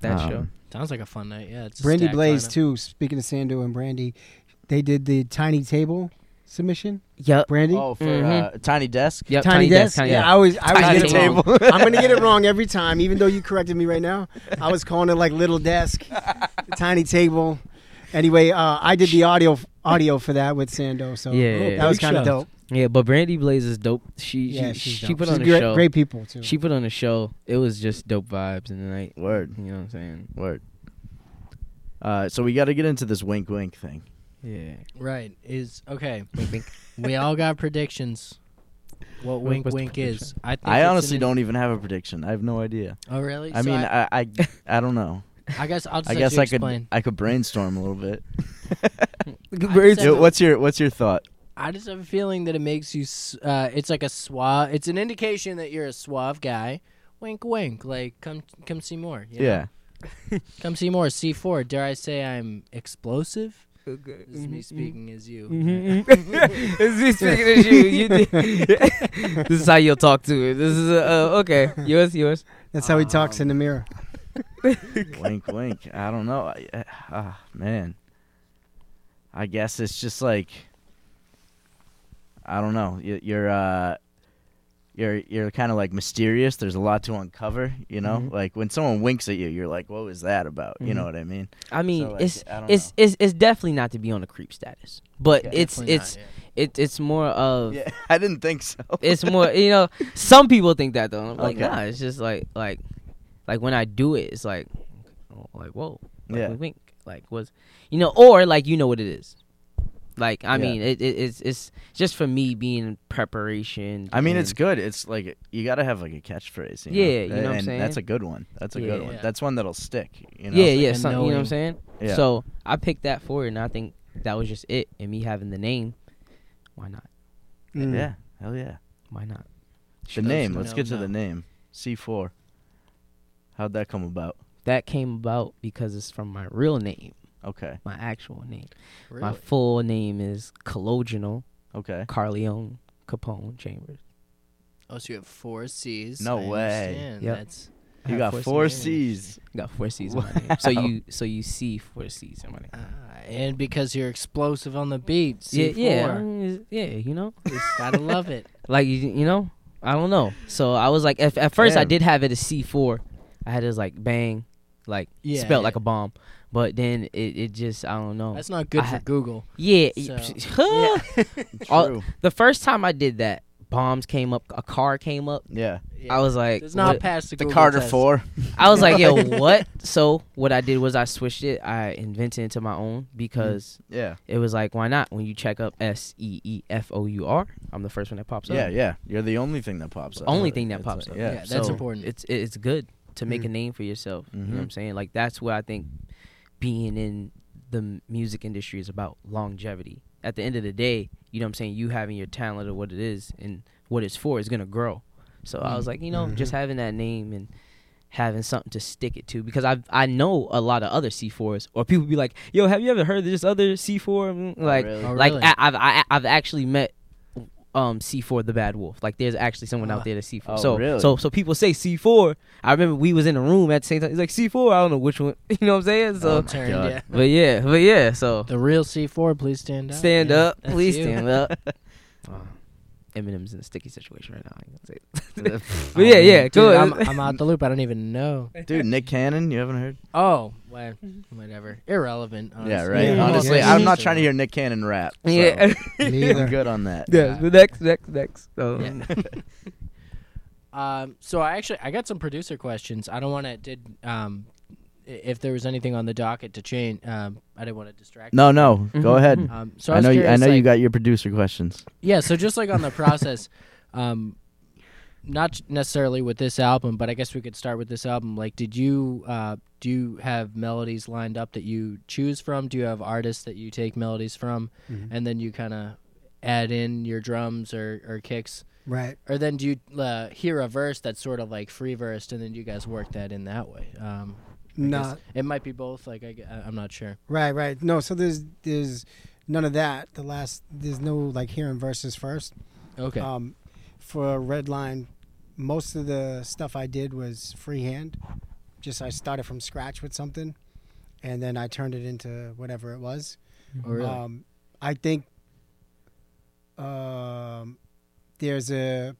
Speaker 5: That
Speaker 2: Um,
Speaker 5: show.
Speaker 3: Sounds like a fun night. Yeah, it's a
Speaker 4: Brandy
Speaker 3: stacked
Speaker 4: Blaze
Speaker 3: lineup.
Speaker 4: too. Speaking of Sando and Brandy, they did the tiny table submission.
Speaker 5: Yep.
Speaker 4: Brandy,
Speaker 2: Oh, for
Speaker 5: Mhm.
Speaker 2: uh, Tiny Desk.
Speaker 5: Yep.
Speaker 4: tiny, desk.
Speaker 5: Tiny
Speaker 4: yeah,
Speaker 5: Desk.
Speaker 4: I was. I was
Speaker 5: Tiny
Speaker 4: getting it
Speaker 5: table.
Speaker 4: wrong. I'm gonna get it wrong every time, even though you corrected me right now. I was calling it like little desk, tiny table. Anyway, uh, I did the audio audio for that with Sando, so
Speaker 5: Yeah, yeah,
Speaker 4: that was
Speaker 3: big
Speaker 4: kind of
Speaker 3: shout.
Speaker 4: dope.
Speaker 5: Yeah, but Brandy Blaze is dope. She
Speaker 4: Yeah,
Speaker 5: she,
Speaker 4: she's
Speaker 5: she
Speaker 4: dope.
Speaker 5: put
Speaker 4: She's
Speaker 5: on a
Speaker 4: great,
Speaker 5: show.
Speaker 4: great people too.
Speaker 5: She put on a show. It was just dope vibes in the night.
Speaker 2: Word.
Speaker 5: You know what I'm saying?
Speaker 2: Word. Uh, so we got to get into this wink wink thing.
Speaker 5: Yeah.
Speaker 3: Right is okay.
Speaker 5: Wink, wink.
Speaker 3: we all got predictions. What wink
Speaker 5: was the
Speaker 3: wink is? I think
Speaker 2: I
Speaker 3: it's
Speaker 2: honestly
Speaker 3: an-
Speaker 2: don't even have a prediction. I have no idea.
Speaker 3: Oh really?
Speaker 2: I
Speaker 3: So
Speaker 2: mean, I I, I don't know.
Speaker 3: I, guess I'll just
Speaker 2: I
Speaker 3: let
Speaker 2: guess
Speaker 3: you
Speaker 2: I could
Speaker 3: explain.
Speaker 2: I could brainstorm a little bit.
Speaker 3: Birds-
Speaker 2: Yo, what's your What's your thought?
Speaker 3: I just have a feeling that it makes you. s- Uh, it's like a suave. It's an indication that you're a suave guy. Wink, wink. Like come, come see more. you know?
Speaker 2: Yeah.
Speaker 3: Come see more. C four. Dare I say I'm explosive? This is me speaking as you.
Speaker 5: It's me speaking as you. you did- this is how you'll talk to it. This is uh, uh, okay. Yours, yours.
Speaker 4: That's how he talks in the mirror.
Speaker 2: wink wink. I don't know. I, uh, ah, man. I guess it's just like I don't know. You, you're uh you're you're kind of like mysterious. There's a lot to uncover, you know?
Speaker 5: Mhm.
Speaker 2: Like when someone winks at you, you're like, "What was that about?" You know
Speaker 5: Mhm.
Speaker 2: what I mean?
Speaker 5: I mean,
Speaker 2: So, like,
Speaker 5: it's
Speaker 2: I don't
Speaker 5: it's, it's it's definitely not to be on a creep status, but
Speaker 2: Yeah,
Speaker 5: it's
Speaker 3: Definitely
Speaker 5: it's
Speaker 3: not, yeah.
Speaker 5: it, it's more of
Speaker 2: Yeah, I didn't think so.
Speaker 5: it's more you know some people think that though. I'm like
Speaker 2: Okay.
Speaker 5: nah, it's just like like like when I do it, it's like oh, like whoa, like,
Speaker 2: Yeah.
Speaker 5: wink, wink, like was you know, or like you know what it is. Like I
Speaker 2: Yeah.
Speaker 5: mean, it, it it's it's just for me being in preparation.
Speaker 2: I mean, it's
Speaker 5: and-
Speaker 2: good. It's like you got to have like a catchphrase. You
Speaker 5: Yeah,
Speaker 2: know?
Speaker 5: you know what I'm
Speaker 2: and That's a
Speaker 5: saying?
Speaker 2: good one. That's a good
Speaker 5: Yeah.
Speaker 2: one. That's one that'll stick. You know?
Speaker 5: yeah,
Speaker 3: like
Speaker 5: yeah,
Speaker 3: a
Speaker 5: something, you know what
Speaker 3: knowing.
Speaker 5: I'm saying.
Speaker 2: Yeah.
Speaker 5: So I picked that for it, and I think that was just it, and me having the name. Why not?
Speaker 4: Mm.
Speaker 2: yeah, hell yeah.
Speaker 5: Why not?
Speaker 2: The
Speaker 5: Should I
Speaker 2: name.
Speaker 5: just-
Speaker 2: Let's
Speaker 3: no,
Speaker 2: get to the
Speaker 3: no.
Speaker 2: name. C4. How'd that come about?
Speaker 5: That came about because it's from my real name,
Speaker 2: Okay.
Speaker 5: my actual name. My
Speaker 3: Really?
Speaker 5: full name is Colloginal
Speaker 2: Okay.
Speaker 5: Carleone Capone Chambers.
Speaker 3: Oh, so you have four C's.
Speaker 2: No
Speaker 3: I
Speaker 2: way.
Speaker 3: understand.
Speaker 5: Yep.
Speaker 3: That's
Speaker 5: I
Speaker 2: You
Speaker 5: have
Speaker 2: got
Speaker 5: four
Speaker 2: four
Speaker 3: C's.
Speaker 2: C's.
Speaker 5: Got four C's in my name. So
Speaker 2: Wow.
Speaker 5: you so you see four C's in my name.
Speaker 3: uh, and because you're explosive on the beat.
Speaker 5: Yeah,
Speaker 3: C4.
Speaker 5: yeah, I mean, it's- yeah. You know,
Speaker 3: Gotta love it.
Speaker 5: like you, you know, I don't know. So I was like, at, at first I
Speaker 2: Damn.
Speaker 5: did have it as C four. I had it as like bang, like
Speaker 3: Yeah,
Speaker 5: spelled
Speaker 3: yeah.
Speaker 5: like a bomb. But then it, it just I don't know.
Speaker 3: That's not good
Speaker 5: Oh. I
Speaker 3: for
Speaker 5: ha-
Speaker 3: Google.
Speaker 5: yeah,
Speaker 3: So-
Speaker 5: All-
Speaker 2: True.
Speaker 5: The first time I did that, bombs came up. A car came up.
Speaker 2: Yeah.
Speaker 3: Yeah.
Speaker 5: I was like,
Speaker 3: Does not
Speaker 5: what-
Speaker 3: pass the,
Speaker 2: The
Speaker 3: Google
Speaker 2: Carter
Speaker 3: test.
Speaker 2: 4.
Speaker 5: I was like, yo, what? So what I did was I switched it. I invented it to my own because
Speaker 2: Yeah.
Speaker 5: it was like, why not? When you check up S E E F O U R, I'm the first one that pops up.
Speaker 2: Yeah, yeah. You're the only thing that pops up.
Speaker 5: Only thing that
Speaker 2: It's
Speaker 5: pops
Speaker 2: like-
Speaker 5: up.
Speaker 2: Yeah.
Speaker 3: Yeah, that's
Speaker 5: So
Speaker 3: important. Mm-hmm.
Speaker 5: It's it- it's good to make a name for yourself. You know
Speaker 2: Mhm.
Speaker 5: what I'm saying? Like that's what I think being in the m- music industry is about longevity. At the end of the day, you know what I'm saying, you having your talent or what it is and what it's for is gonna grow. So I
Speaker 3: Mm-hmm.
Speaker 5: was like, you know, just having that name and having something to stick it to because I I know a lot of other C4s or people be like, yo, have you ever heard of this other C4? Mm, Like
Speaker 2: really?
Speaker 3: Oh,
Speaker 5: like
Speaker 3: really?
Speaker 5: I, I've I, I've actually met um C4 the Bad Wolf. Like there's actually someone
Speaker 3: Ah.
Speaker 5: out there that's C4.
Speaker 2: Oh,
Speaker 5: so
Speaker 2: really?
Speaker 5: so so people say C4. I remember we was in a room at the same time. He's like C4. I don't know which one. You know what I'm saying? So
Speaker 3: Oh, turned,
Speaker 2: God.
Speaker 3: yeah.
Speaker 5: but yeah, but yeah. So
Speaker 3: The real C4, please stand up.
Speaker 5: stand
Speaker 3: Yeah,
Speaker 5: up,
Speaker 3: that's
Speaker 5: please
Speaker 3: you.
Speaker 5: stand up. Eminem's in a sticky situation right now. I ain't gonna say it.
Speaker 2: dude,
Speaker 5: But yeah, yeah,
Speaker 3: Oh, Dude,
Speaker 5: cool.
Speaker 3: I'm, I'm out the loop. I don't even know.
Speaker 2: Nick Cannon, you haven't heard?
Speaker 3: Oh, well, whatever. Irrelevant.
Speaker 5: Oh,
Speaker 3: Honestly.
Speaker 2: Yeah, right.
Speaker 4: Yeah.
Speaker 2: Honestly,
Speaker 4: Yeah.
Speaker 2: I'm not trying to hear Nick Cannon rap. so
Speaker 5: yeah.
Speaker 2: I'm
Speaker 4: Neither.
Speaker 2: good on that.
Speaker 5: yeah. The next, next, next. So,
Speaker 3: Yeah. Um, so I actually I got some producer questions. I don't want to did um, i- if there was anything on the docket to change. Um, I didn't want to distract.
Speaker 2: No, no, go
Speaker 5: Mhm.
Speaker 2: ahead.
Speaker 3: Um, so I,
Speaker 2: I
Speaker 3: was
Speaker 2: know, you, I
Speaker 3: curious,
Speaker 2: know you
Speaker 3: like-
Speaker 2: got your producer questions.
Speaker 3: Yeah, so just like on the process, um, not necessarily with this album, but I guess we could start with this album. Like, did you uh, do you have melodies lined up that you choose from? Do you have artists that you take melodies from, and then you kind of add in your drums or, or kicks,
Speaker 4: Right.
Speaker 3: or then do you uh, hear a verse that's sort of like free versed, and then you guys work that in that way? Um, I guess
Speaker 4: Not
Speaker 3: it might be both. Like I, am not sure.
Speaker 4: Right, right. No, so there's there's none of that. The last there's no like hearing verses first.
Speaker 3: Okay.
Speaker 4: Um, for Redline, most of the stuff I did was freehand. Just I started from scratch with something, and then I turned it into whatever it was.
Speaker 3: oh, really?
Speaker 4: Um, I think um, there's a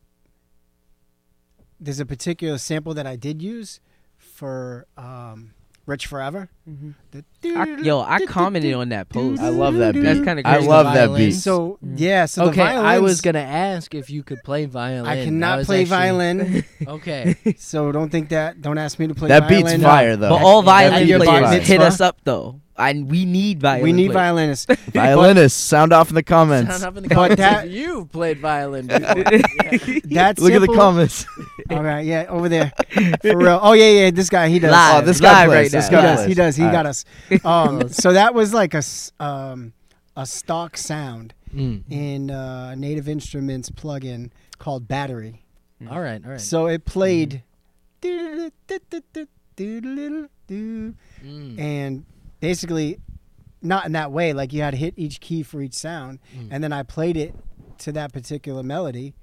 Speaker 4: there's a particular sample that I did use for um, Rich Forever. The-
Speaker 5: I, yo, I commented on that post.
Speaker 2: I love that beat.
Speaker 5: That's kinda
Speaker 2: I
Speaker 5: crazy.
Speaker 2: love that
Speaker 3: Violin.
Speaker 2: beat.
Speaker 4: So yeah, so
Speaker 3: okay,
Speaker 4: the violins,
Speaker 3: I was gonna ask if you could play violin.
Speaker 4: I
Speaker 3: That
Speaker 4: cannot
Speaker 3: was
Speaker 4: play
Speaker 3: actually-
Speaker 4: violin,
Speaker 3: Okay,
Speaker 4: so don't think that. Don't ask me to play.
Speaker 2: that
Speaker 4: violin.
Speaker 2: beat's fire though.
Speaker 5: But all
Speaker 3: That's-
Speaker 5: violin
Speaker 4: that's-
Speaker 5: players
Speaker 4: that's-
Speaker 5: hit us up though, and we need violin.
Speaker 4: We need
Speaker 5: players.
Speaker 4: violinists.
Speaker 2: Violinists, sound off in the comments.
Speaker 3: Sound up in the
Speaker 4: But
Speaker 3: comments
Speaker 4: that-
Speaker 3: if you've played violin. Before.
Speaker 4: That's
Speaker 2: Look at the
Speaker 4: simple-
Speaker 2: comments.
Speaker 4: All right, yeah, over there, for real. Oh yeah, yeah, this guy, he does.
Speaker 5: Live.
Speaker 2: oh, this guy
Speaker 5: live
Speaker 2: plays.
Speaker 5: right
Speaker 2: this
Speaker 5: now.
Speaker 2: guy
Speaker 4: he does.
Speaker 2: plays.
Speaker 4: He does. He
Speaker 2: Alright.
Speaker 4: got us. Um, so that was like a s- um, a stock sound
Speaker 3: Mm.
Speaker 4: in uh, Native Instruments plugin called Battery.
Speaker 3: All right, all right.
Speaker 4: So it played. doodle-doo-doo-doo-doo-doo-doo.
Speaker 3: Mm.
Speaker 4: and basically not in that way like you had to hit each key for each sound and then i played it to that particular melody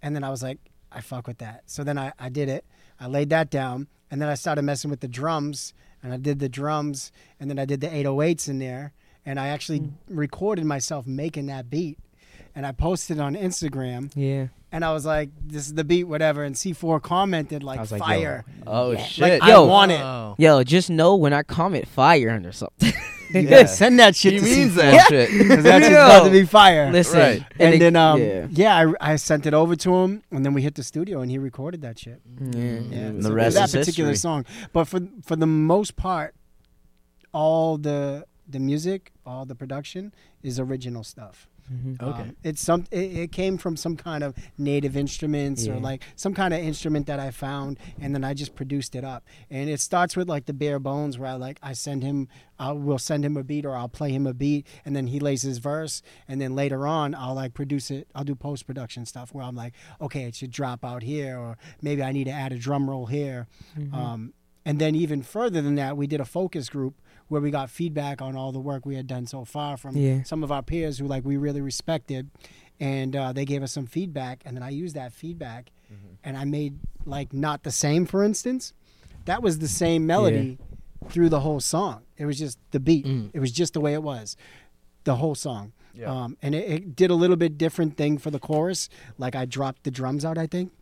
Speaker 4: and then i was like i fuck with that so then i, I did it i laid that down and then i started messing with the drums and i did the drums and then i did the 808s in there and i actually recorded myself making that beat and i posted on instagram
Speaker 5: Yeah.
Speaker 4: and i was like this is the beat whatever and c4 commented like,
Speaker 5: was like, yo,
Speaker 4: fire
Speaker 2: Oh shit!
Speaker 4: like
Speaker 5: Yo.
Speaker 4: i want it
Speaker 3: Oh.
Speaker 5: Yo, just know when I comment fire under something.
Speaker 4: you
Speaker 2: Yeah.
Speaker 4: gotta send that shit
Speaker 2: he
Speaker 4: to
Speaker 2: means
Speaker 4: C4.
Speaker 2: that shit.
Speaker 4: 'Cause that's just
Speaker 5: Yo.
Speaker 4: about to be fire
Speaker 5: Listen,
Speaker 2: Right.
Speaker 4: and,
Speaker 5: it-
Speaker 4: then um
Speaker 5: yeah.
Speaker 4: yeah, I, I sent it over to him and then we hit the studio and he recorded that shit
Speaker 5: Yeah.
Speaker 4: yeah
Speaker 2: And the rest
Speaker 4: that
Speaker 2: is
Speaker 4: particular
Speaker 2: history.
Speaker 4: song but for for the most part all the the music all the production is original stuff
Speaker 3: Okay.
Speaker 4: Um, it's some it, it came from some kind of native instruments or
Speaker 5: Yeah.
Speaker 4: like some kind of instrument that i found and then i just produced it up and it starts with like the bare bones where i like i send him i will send him a beat or i'll play him a beat and then he lays his verse and then later on i'll like produce it i'll do post-production stuff where i'm like okay it should drop out here or maybe i need to add a drum roll here
Speaker 5: Mm-hmm.
Speaker 4: um, and then even further than that we did a focus group where we got feedback on all the work we had done so far from
Speaker 5: Yeah.
Speaker 4: some of our peers who like we really respected and uh, they gave us some feedback and then i used that feedback and i made like not the same for instance that was the same melody through the whole song it was just the beat it was just the way it was the whole song um, and it, it did a little bit different thing for the chorus like i dropped the drums out i think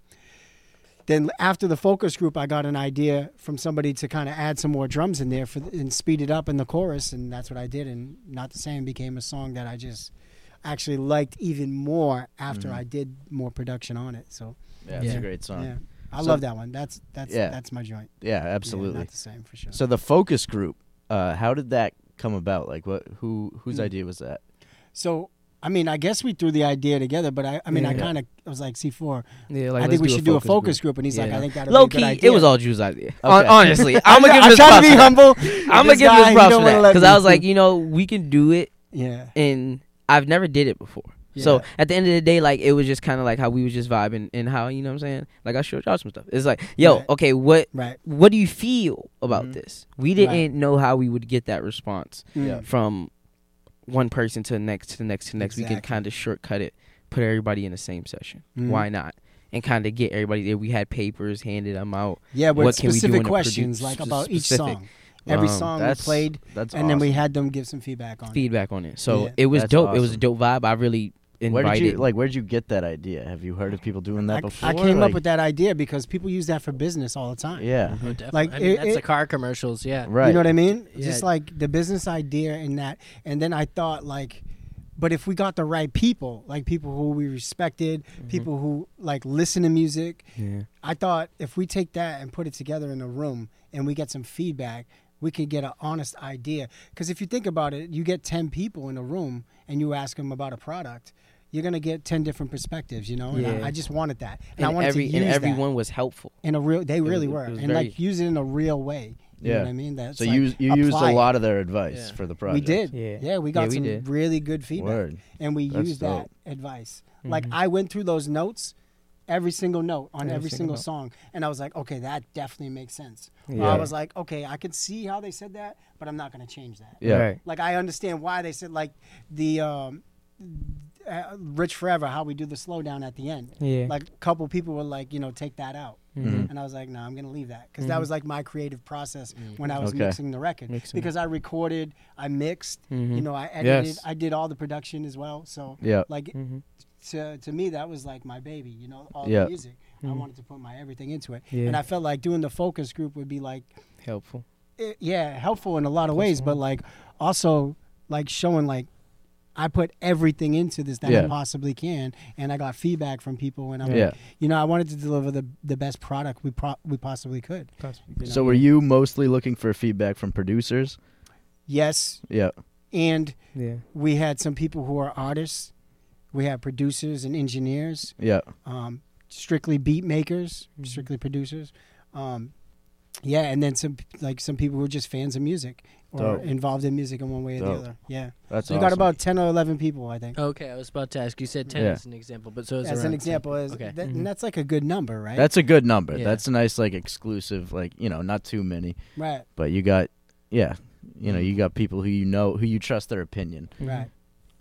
Speaker 4: then after the focus group, I got an idea from somebody to kind of add some more drums in there for and speed it up in the chorus, and that's what I did. And not the same became a song that I just actually liked even more after
Speaker 2: Mm-hmm.
Speaker 4: I did more production on it. So
Speaker 2: Yeah, it's a
Speaker 3: Yeah.
Speaker 2: great song.
Speaker 4: yeah,
Speaker 2: Yeah,
Speaker 4: I
Speaker 2: So-
Speaker 4: love that one. That's that's
Speaker 2: Yeah.
Speaker 4: that's my joint. Yeah,
Speaker 2: absolutely.
Speaker 4: not the same for sure.
Speaker 2: so the focus group, uh, how did that come about? Like, what? Who? Whose
Speaker 4: Hmm.
Speaker 2: idea was that?
Speaker 4: So I mean, I guess we threw the idea together, but I I mean, I
Speaker 2: Yeah.
Speaker 4: kind of I was like C four.
Speaker 5: Yeah, like,
Speaker 4: I
Speaker 5: let's
Speaker 4: think we should do a focus group. and he's like,
Speaker 5: Yeah.
Speaker 4: I think that
Speaker 5: Low
Speaker 4: be a
Speaker 5: key,
Speaker 4: good
Speaker 5: it
Speaker 4: idea.
Speaker 5: was all Drew's idea. Hon-
Speaker 2: Okay.
Speaker 5: honestly, I'm gonna give
Speaker 4: I'm
Speaker 5: this
Speaker 4: trying
Speaker 5: props.
Speaker 4: to be humble.
Speaker 5: I'm gonna
Speaker 4: This
Speaker 5: give
Speaker 4: guy,
Speaker 5: this
Speaker 4: he
Speaker 5: props
Speaker 4: don't
Speaker 5: for
Speaker 4: wanna
Speaker 5: that
Speaker 4: let
Speaker 5: because
Speaker 4: me
Speaker 5: I was
Speaker 4: do-
Speaker 5: like, you know, we can do it,
Speaker 4: yeah.
Speaker 5: and I've never did it before. So at the end of the day, like it was just kind of like how we was just vibing and how you know what I'm saying. Like I showed y'all some stuff. It's like, yo,
Speaker 4: Right.
Speaker 5: okay, what
Speaker 4: Right.
Speaker 5: what do you feel about
Speaker 4: Mhm.
Speaker 5: this? We
Speaker 4: Right.
Speaker 5: didn't know how we would get that response
Speaker 4: Mm.
Speaker 2: Yeah.
Speaker 5: from one person to the next to the next to the next. We can
Speaker 4: Exactly.
Speaker 5: kind of shortcut it, put everybody in the same session.
Speaker 4: Mhm.
Speaker 5: Why not? And kind of get everybody there. We had papers handed them out.
Speaker 4: Yeah, with
Speaker 5: What can we do
Speaker 4: specific
Speaker 5: in a
Speaker 4: questions
Speaker 5: produ-
Speaker 4: like
Speaker 5: s-
Speaker 4: about each
Speaker 5: specific.
Speaker 4: song. Every
Speaker 5: Um,
Speaker 4: song we
Speaker 2: That's
Speaker 4: played,
Speaker 2: That's
Speaker 4: and then we
Speaker 2: awesome.
Speaker 4: had them give some feedback on. it.
Speaker 5: feedback on it. So
Speaker 4: Yeah,
Speaker 5: it was
Speaker 2: that's
Speaker 5: dope. It was a
Speaker 2: awesome.
Speaker 5: dope vibe. I really invited.
Speaker 2: Where did you like? Where did you get that idea? Have you heard of people doing that
Speaker 4: I,
Speaker 2: before?
Speaker 4: I came
Speaker 2: Like,
Speaker 4: up with that idea because people use that for business all the time.
Speaker 2: Yeah,
Speaker 3: Oh, definitely.
Speaker 4: Like,
Speaker 3: I mean,
Speaker 4: it-
Speaker 3: that's
Speaker 4: it-
Speaker 3: the car commercials. Yeah.
Speaker 2: right.
Speaker 4: You know what I mean?
Speaker 3: Yeah.
Speaker 4: Just like the business idea in that. And then I thought like but if we got the right people, like people who we respected, people who like listen to music,
Speaker 5: Yeah.
Speaker 4: I thought if we take that and put it together in a room and we get some feedback, we could get an honest idea. Because if you think about it, you get 10 people in a room and you ask them about a product, you're going to get 10 different perspectives, you know? And
Speaker 5: Yeah.
Speaker 4: I, I just wanted that. And,
Speaker 5: And,
Speaker 4: I wanted
Speaker 5: every
Speaker 4: to use
Speaker 5: and
Speaker 4: that
Speaker 5: everyone was helpful.
Speaker 4: in a real, they
Speaker 5: was-
Speaker 4: really
Speaker 5: it
Speaker 4: were.
Speaker 5: was
Speaker 4: And
Speaker 5: very-
Speaker 4: like use it in a real way. You
Speaker 2: Yeah.
Speaker 4: know what I mean? That's
Speaker 2: So
Speaker 4: like,
Speaker 2: you you used
Speaker 4: apply
Speaker 2: a
Speaker 4: it.
Speaker 2: lot of their advice
Speaker 3: Yeah.
Speaker 2: for the
Speaker 4: We
Speaker 2: project.
Speaker 4: did.
Speaker 5: Yeah.
Speaker 4: Yeah, we
Speaker 5: Yeah,
Speaker 4: got
Speaker 5: we
Speaker 4: some
Speaker 5: did.
Speaker 4: really good feedback.
Speaker 2: Word.
Speaker 4: And we
Speaker 2: That's
Speaker 4: used
Speaker 2: dope.
Speaker 4: that advice.
Speaker 5: Mm-hmm.
Speaker 4: Like I went through those notes, every single note on
Speaker 5: Every
Speaker 4: every,
Speaker 5: single
Speaker 4: single,
Speaker 5: note.
Speaker 4: song. And I was like, okay, that definitely makes sense. Or
Speaker 5: Yeah.
Speaker 4: I was like, okay, I can see how they said that, but I'm not going to change that.
Speaker 2: Yeah.
Speaker 5: Right.
Speaker 4: Like I understand why they said like the um, uh, Rich Forever, how we do the slowdown at the end.
Speaker 5: Yeah.
Speaker 4: Like a couple people were like, you know, take that out.
Speaker 5: Mhm.
Speaker 4: And I was like, no, I'm going to leave that. Because that was like my creative process Mm. when I was
Speaker 2: Okay.
Speaker 4: mixing the record.
Speaker 5: Mm-hmm. Mixing.
Speaker 4: Because I recorded, I mixed,
Speaker 5: Mm-hmm.
Speaker 4: you know, I edited,
Speaker 5: Yes.
Speaker 4: I did all the production as well. So,
Speaker 2: Yeah.
Speaker 4: like,
Speaker 5: Mm-hmm.
Speaker 4: to, to me, that was like my baby, you know, all
Speaker 2: Yeah.
Speaker 4: the music. I wanted to put my everything into it.
Speaker 5: Yeah.
Speaker 4: And I felt like doing the focus group would be like,
Speaker 5: helpful.
Speaker 4: it, yeah, helpful in a lot of ways, but like also like showing like I put everything into this that
Speaker 2: Yeah.
Speaker 4: I possibly can, and I got feedback from people, and I'm
Speaker 2: Yeah.
Speaker 4: like, you know, I wanted to deliver the the best product we pro- we possibly could. you know?
Speaker 2: So were you mostly looking for feedback from producers?
Speaker 4: yes,
Speaker 2: Yeah.
Speaker 4: and
Speaker 5: Yeah.
Speaker 4: we had some people who are artists, we had producers and engineers,
Speaker 2: Yeah.
Speaker 4: um, strictly beat makers,
Speaker 2: Mm-hmm.
Speaker 4: strictly producers. Um, yeah, and then some like some people who are just fans of music or
Speaker 2: Dope.
Speaker 4: involved in music in one way or
Speaker 2: Dope.
Speaker 4: the other. Yeah.
Speaker 2: That's
Speaker 4: So you got
Speaker 2: awesome.
Speaker 4: about 10 or 11 people, I think.
Speaker 3: Okay, I was about to ask. You said ten
Speaker 2: Yeah.
Speaker 3: as an example, but so it's
Speaker 4: as
Speaker 3: around
Speaker 4: an
Speaker 3: 10.
Speaker 4: example, is
Speaker 3: Okay.
Speaker 4: that-
Speaker 2: Mm-hmm.
Speaker 5: Mhm.
Speaker 4: and that's like a good number, right?
Speaker 2: That's a good number.
Speaker 3: Yeah.
Speaker 2: That's a nice like exclusive like, you know, not too many,
Speaker 4: right,
Speaker 2: but you got yeah, you know, you got people who you know who you trust their opinion.
Speaker 5: Mm-hmm.
Speaker 4: right.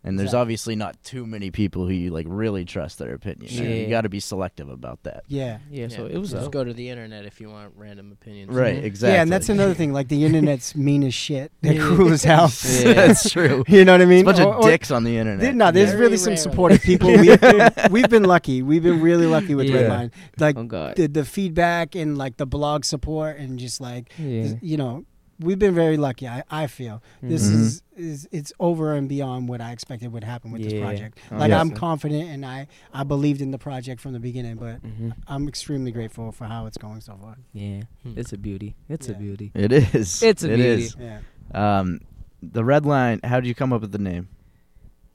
Speaker 2: And there's
Speaker 4: Exactly.
Speaker 2: obviously not too many people who you like really trust their opinion.
Speaker 5: Sure.
Speaker 2: So You
Speaker 5: Yeah.
Speaker 2: got to be selective about that.
Speaker 4: Yeah,
Speaker 5: Yeah. So
Speaker 3: Yeah,
Speaker 5: it was.
Speaker 3: Just
Speaker 5: dope.
Speaker 3: go to the internet if you want random opinions. Mm-hmm.
Speaker 2: Right,
Speaker 5: Mhm.
Speaker 2: exactly.
Speaker 4: yeah, and that's another thing. Like the internet's mean as shit. They're
Speaker 5: Yeah.
Speaker 4: cruel as hell.
Speaker 5: Yeah.
Speaker 2: that's true.
Speaker 4: You know what I mean?
Speaker 2: It's a bunch
Speaker 4: Or-
Speaker 2: of
Speaker 4: or-
Speaker 2: dicks on the internet.
Speaker 4: Th- no, there's
Speaker 3: Very
Speaker 4: really some
Speaker 3: rarely.
Speaker 4: supportive people. We've been, we've been lucky. We've been really lucky with
Speaker 5: Yeah.
Speaker 4: Redline. Like
Speaker 5: Oh God.
Speaker 4: the the feedback and like the blog support and just like
Speaker 5: yeah.
Speaker 4: th- you know we've been very lucky. I, I feel this
Speaker 2: Mhm.
Speaker 4: is, is it's over and beyond what I expected would happen with
Speaker 5: Yeah.
Speaker 4: this project.
Speaker 5: Oh,
Speaker 4: Like
Speaker 5: yeah.
Speaker 4: I'm confident and I I believed in the project from the beginning, but
Speaker 5: Mhm.
Speaker 4: I'm extremely grateful for how it's going so far.
Speaker 5: Yeah.
Speaker 3: Hmm.
Speaker 5: It's a beauty. It's a
Speaker 4: Yeah.
Speaker 5: beauty.
Speaker 2: It is.
Speaker 5: It's a
Speaker 2: It
Speaker 5: beauty.
Speaker 2: is.
Speaker 4: Yeah.
Speaker 2: Um, the red line. How did you come up with the name?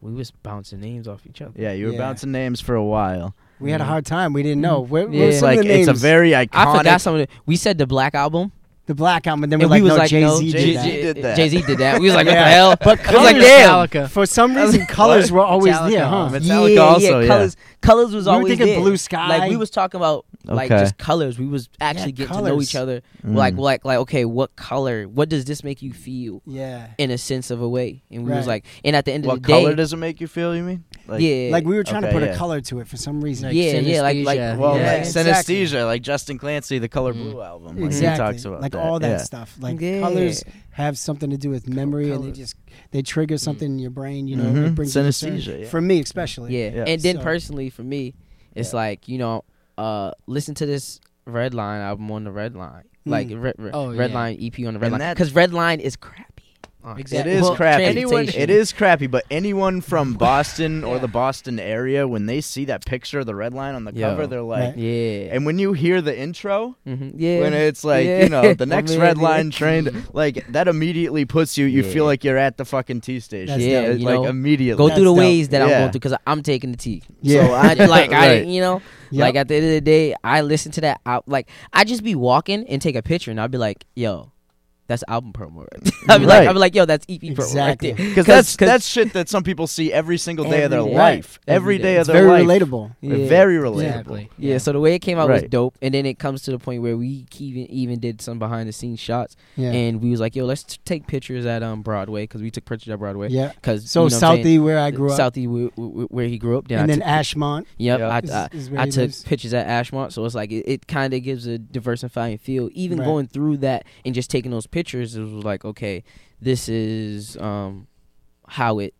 Speaker 5: We was bouncing names off each other.
Speaker 2: Yeah, you were
Speaker 4: Yeah.
Speaker 2: bouncing names for a while.
Speaker 4: We had a
Speaker 5: Mhm.
Speaker 4: hard time. We didn't know. What, what
Speaker 5: Yeah.
Speaker 4: were
Speaker 2: It's
Speaker 4: some of
Speaker 2: like
Speaker 4: the names?
Speaker 2: it's a very iconic.
Speaker 5: I forgot some of it. We said the Black Album.
Speaker 4: the black album, and then
Speaker 5: And
Speaker 4: we're
Speaker 5: we
Speaker 4: like,
Speaker 5: was
Speaker 4: no,
Speaker 5: like,
Speaker 4: Jay
Speaker 5: no,
Speaker 4: Z
Speaker 2: Jay-Z
Speaker 4: did that.
Speaker 2: did that.
Speaker 5: Jay Z did that. We was like, what the
Speaker 4: Yeah.
Speaker 5: hell? But it was like,
Speaker 4: Colours-
Speaker 5: damn.
Speaker 4: For some reason, colors were always
Speaker 5: Metallica.
Speaker 4: there, huh?
Speaker 2: Metallica also, yeah.
Speaker 5: colors, colors was
Speaker 4: We were
Speaker 5: always
Speaker 4: thinking
Speaker 5: there.
Speaker 4: Blue Sky.
Speaker 5: Like we was talking about, like
Speaker 2: Okay.
Speaker 5: just colors. We was actually getting to know each
Speaker 4: colours.
Speaker 5: other.
Speaker 2: Mm.
Speaker 5: Like, like, like, okay, what color? What does this make you feel?
Speaker 4: Yeah.
Speaker 5: In a sense of a way, and we was
Speaker 4: Right.
Speaker 5: like, and at the end of
Speaker 2: What
Speaker 5: the
Speaker 2: color
Speaker 5: day,
Speaker 2: does it make you feel? You mean? Like,
Speaker 5: yeah,
Speaker 4: Like we were trying
Speaker 2: Okay,
Speaker 4: to put
Speaker 2: yeah.
Speaker 4: a color to it for some reason.
Speaker 5: Like, Yeah, yeah, like- like-
Speaker 3: synesthesia.
Speaker 2: Well,
Speaker 5: Yeah,
Speaker 2: like
Speaker 4: exactly.
Speaker 2: synesthesia, like Justin Clancy, the Color
Speaker 3: Mm.
Speaker 5: Mm-hmm.
Speaker 2: Blue album. Like
Speaker 4: Exactly.
Speaker 2: He talks about
Speaker 4: like
Speaker 2: that.
Speaker 4: all that
Speaker 2: yeah.
Speaker 4: stuff. Like
Speaker 5: Yeah.
Speaker 4: colors have something to do with memory, and
Speaker 5: colours.
Speaker 4: they just they trigger something in your brain. You know,
Speaker 2: Mhm.
Speaker 4: it brings you to certain-
Speaker 2: Synesthesia, yeah.
Speaker 4: For me, especially.
Speaker 5: yeah.
Speaker 2: Yeah.
Speaker 5: And then
Speaker 4: So-
Speaker 5: personally for me, it's like you know, uh, listen to this Red Line album on the Red Line, like
Speaker 4: Mm.
Speaker 5: Red, Red,
Speaker 3: Oh,
Speaker 5: Red
Speaker 3: yeah.
Speaker 5: Line EP on the
Speaker 2: And
Speaker 5: Red Line,
Speaker 2: that-
Speaker 5: because Red Line is crappy. Uh,
Speaker 2: It
Speaker 3: Exactly.
Speaker 2: is
Speaker 5: well,
Speaker 2: crappy.
Speaker 5: Anyone,
Speaker 2: it is crappy, but anyone from Boston or
Speaker 3: Yeah.
Speaker 2: the Boston area, when they see that picture of the red line on the
Speaker 5: Yo.
Speaker 2: cover, they're like,
Speaker 4: Right.
Speaker 5: Yeah.
Speaker 2: and when you hear the intro,
Speaker 5: hmm Yeah.
Speaker 2: when it's like
Speaker 5: Yeah.
Speaker 2: you know the
Speaker 5: My
Speaker 2: next
Speaker 5: man,
Speaker 2: red
Speaker 5: yeah.
Speaker 2: line train like that immediately puts you you
Speaker 5: Yeah.
Speaker 2: feel like you're at the fucking t station
Speaker 4: That's
Speaker 5: Yeah, dope.
Speaker 2: like
Speaker 5: you know,
Speaker 2: immediately
Speaker 5: go
Speaker 4: That's
Speaker 5: through the
Speaker 4: dope.
Speaker 5: ways that I'm
Speaker 2: Yeah.
Speaker 5: going through because I'm taking the tea.
Speaker 4: Yeah.
Speaker 5: So I like I
Speaker 2: Right.
Speaker 5: you know
Speaker 4: Yep.
Speaker 5: like at the end of the day I listen to that out like I just be walking and take a picture and I'll be like yo that's album promo. Right I'll be like
Speaker 2: Right.
Speaker 5: I'll be like yo that's EP promo
Speaker 4: Exactly.
Speaker 5: right there
Speaker 2: because that's that's shit that some people see every single day of their
Speaker 5: Every day.
Speaker 2: life
Speaker 5: Every
Speaker 2: every
Speaker 5: day.
Speaker 2: day of
Speaker 4: It's
Speaker 2: their
Speaker 4: very
Speaker 2: life
Speaker 4: relatable.
Speaker 5: Yeah.
Speaker 2: very
Speaker 3: Hmm.
Speaker 2: relatable
Speaker 3: Exactly.
Speaker 5: yeah, so the way it came out was
Speaker 2: Right.
Speaker 5: dope and then it comes to the point where we ke- even even did some behind the scenes shots
Speaker 4: Yeah.
Speaker 5: and we was like yo let's t- take pictures at um Broadway because we took pictures at Broadway
Speaker 4: yeah.
Speaker 5: because
Speaker 4: So
Speaker 5: you know what I'm saying,
Speaker 4: Southie, where I grew up,
Speaker 5: Southie wh- wh- wh- where he grew up then
Speaker 4: and
Speaker 5: I
Speaker 4: then
Speaker 5: took-
Speaker 4: Ashmont.
Speaker 5: yep
Speaker 2: Yeah.
Speaker 5: I,
Speaker 4: is-
Speaker 5: I,
Speaker 4: is where
Speaker 5: I
Speaker 4: he
Speaker 5: took
Speaker 4: lives.
Speaker 5: pictures at Ashmont, so it's like it, it kind of gives a diversifying feel. Even
Speaker 4: Right.
Speaker 5: going through that and just taking those pictures, it was like, okay, this is um how it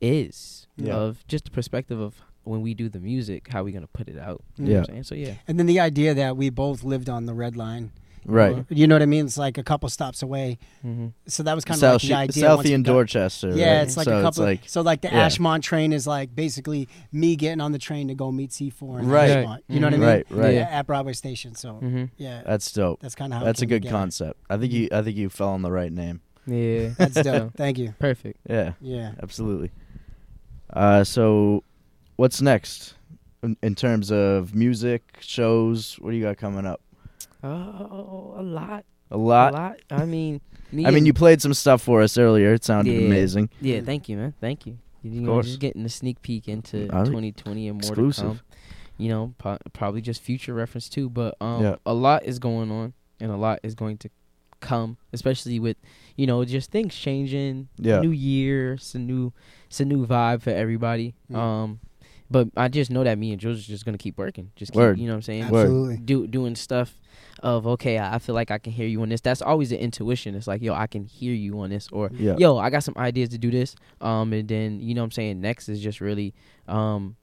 Speaker 5: is.
Speaker 4: Yeah.
Speaker 5: of just the perspective of when we do the music, how we gonna put it out. You
Speaker 2: Yeah.
Speaker 5: know what I'm saying? So yeah.
Speaker 4: And then the idea that we both lived on the red line.
Speaker 2: Right.
Speaker 4: You know what I mean? It's like a couple stops away.
Speaker 5: Mm-hmm.
Speaker 4: So that was kind
Speaker 2: South,
Speaker 4: of like the idea. once
Speaker 2: Southie
Speaker 4: we
Speaker 2: and
Speaker 4: got-
Speaker 2: Dorchester.
Speaker 4: Yeah,
Speaker 2: right?
Speaker 4: it's like
Speaker 2: so
Speaker 4: a couple.
Speaker 2: It's like,
Speaker 4: so like the
Speaker 2: yeah.
Speaker 4: Ashmont train is like basically me getting on the train to go meet C4 in
Speaker 2: Right.
Speaker 4: Ashmont. You know what I mean?
Speaker 2: Right, right.
Speaker 4: Yeah, at Broadway Station. So
Speaker 5: Mm-hmm.
Speaker 4: yeah,
Speaker 2: that's dope.
Speaker 4: that's kind of how. it
Speaker 2: That's a
Speaker 4: came
Speaker 2: good
Speaker 4: together.
Speaker 2: concept. I think you. I think you fell on the right name.
Speaker 5: Mm-hmm. Yeah.
Speaker 4: That's
Speaker 5: So,
Speaker 4: dope. Thank you.
Speaker 5: Perfect.
Speaker 2: Yeah,
Speaker 4: Yeah.
Speaker 2: absolutely. Uh, so, what's next in, in terms of music shows? What do you got coming up?
Speaker 5: Oh, a lot,
Speaker 2: A
Speaker 5: a
Speaker 2: lot.
Speaker 5: lot. I mean, me
Speaker 2: I mean,
Speaker 5: and-
Speaker 2: you played some stuff for us earlier. It sounded
Speaker 5: Yeah.
Speaker 2: amazing.
Speaker 5: Yeah, thank you, man. Thank you. You know,
Speaker 2: course.
Speaker 5: just getting a sneak peek into
Speaker 2: All right.
Speaker 5: 2020 and more
Speaker 2: Exclusive.
Speaker 5: to come. You know, po- probably just future reference too, but um,
Speaker 2: Yeah.
Speaker 5: a lot is going on and a lot is going to come, especially with you know just things changing.
Speaker 2: Yeah.
Speaker 5: New year, it's a new, it's a new vibe for everybody.
Speaker 4: Mm.
Speaker 5: Um, but I just know that me and Jules is just gonna keep working. Just keep,
Speaker 2: Word.
Speaker 5: you know what I'm saying?
Speaker 2: Word.
Speaker 4: Absolutely.
Speaker 5: do doing stuff of okay, I I feel like I can hear you on this. That's always the intuition. It's like yo, I can hear you on this, or
Speaker 2: Yeah.
Speaker 5: yo, I got some ideas to do this. Um, and then you know what I'm saying. Next is just really um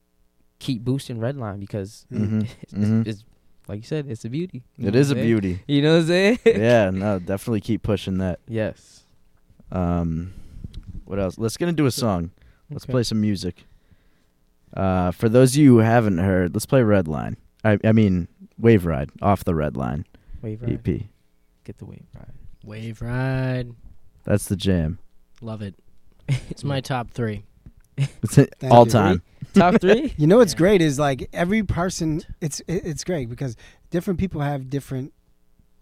Speaker 5: keep boosting Redline because
Speaker 2: Mm-hmm.
Speaker 5: it's,
Speaker 2: Mhm.
Speaker 5: it's like you said, it's a beauty. You
Speaker 2: It
Speaker 5: know
Speaker 2: is a
Speaker 5: what I'm saying?
Speaker 2: beauty.
Speaker 5: You know what I'm saying?
Speaker 2: yeah. No, definitely keep pushing that.
Speaker 5: yes.
Speaker 2: Um, what else? Let's get into a song. Let's
Speaker 5: Okay.
Speaker 2: play some music. Uh, for those of you who haven't heard, let's play Red Line. I, I mean, Wave Ride off the Red Line E
Speaker 5: Wave ride.
Speaker 2: EP.
Speaker 5: Get the wave ride.
Speaker 3: Wave ride,
Speaker 2: That's the jam.
Speaker 3: love it. It's my top three.
Speaker 2: It's it
Speaker 4: Thank
Speaker 2: all
Speaker 4: you.
Speaker 2: time.
Speaker 5: Top three.
Speaker 4: You know what's
Speaker 3: Yeah.
Speaker 4: great is like every person. It's it- it's great because different people have different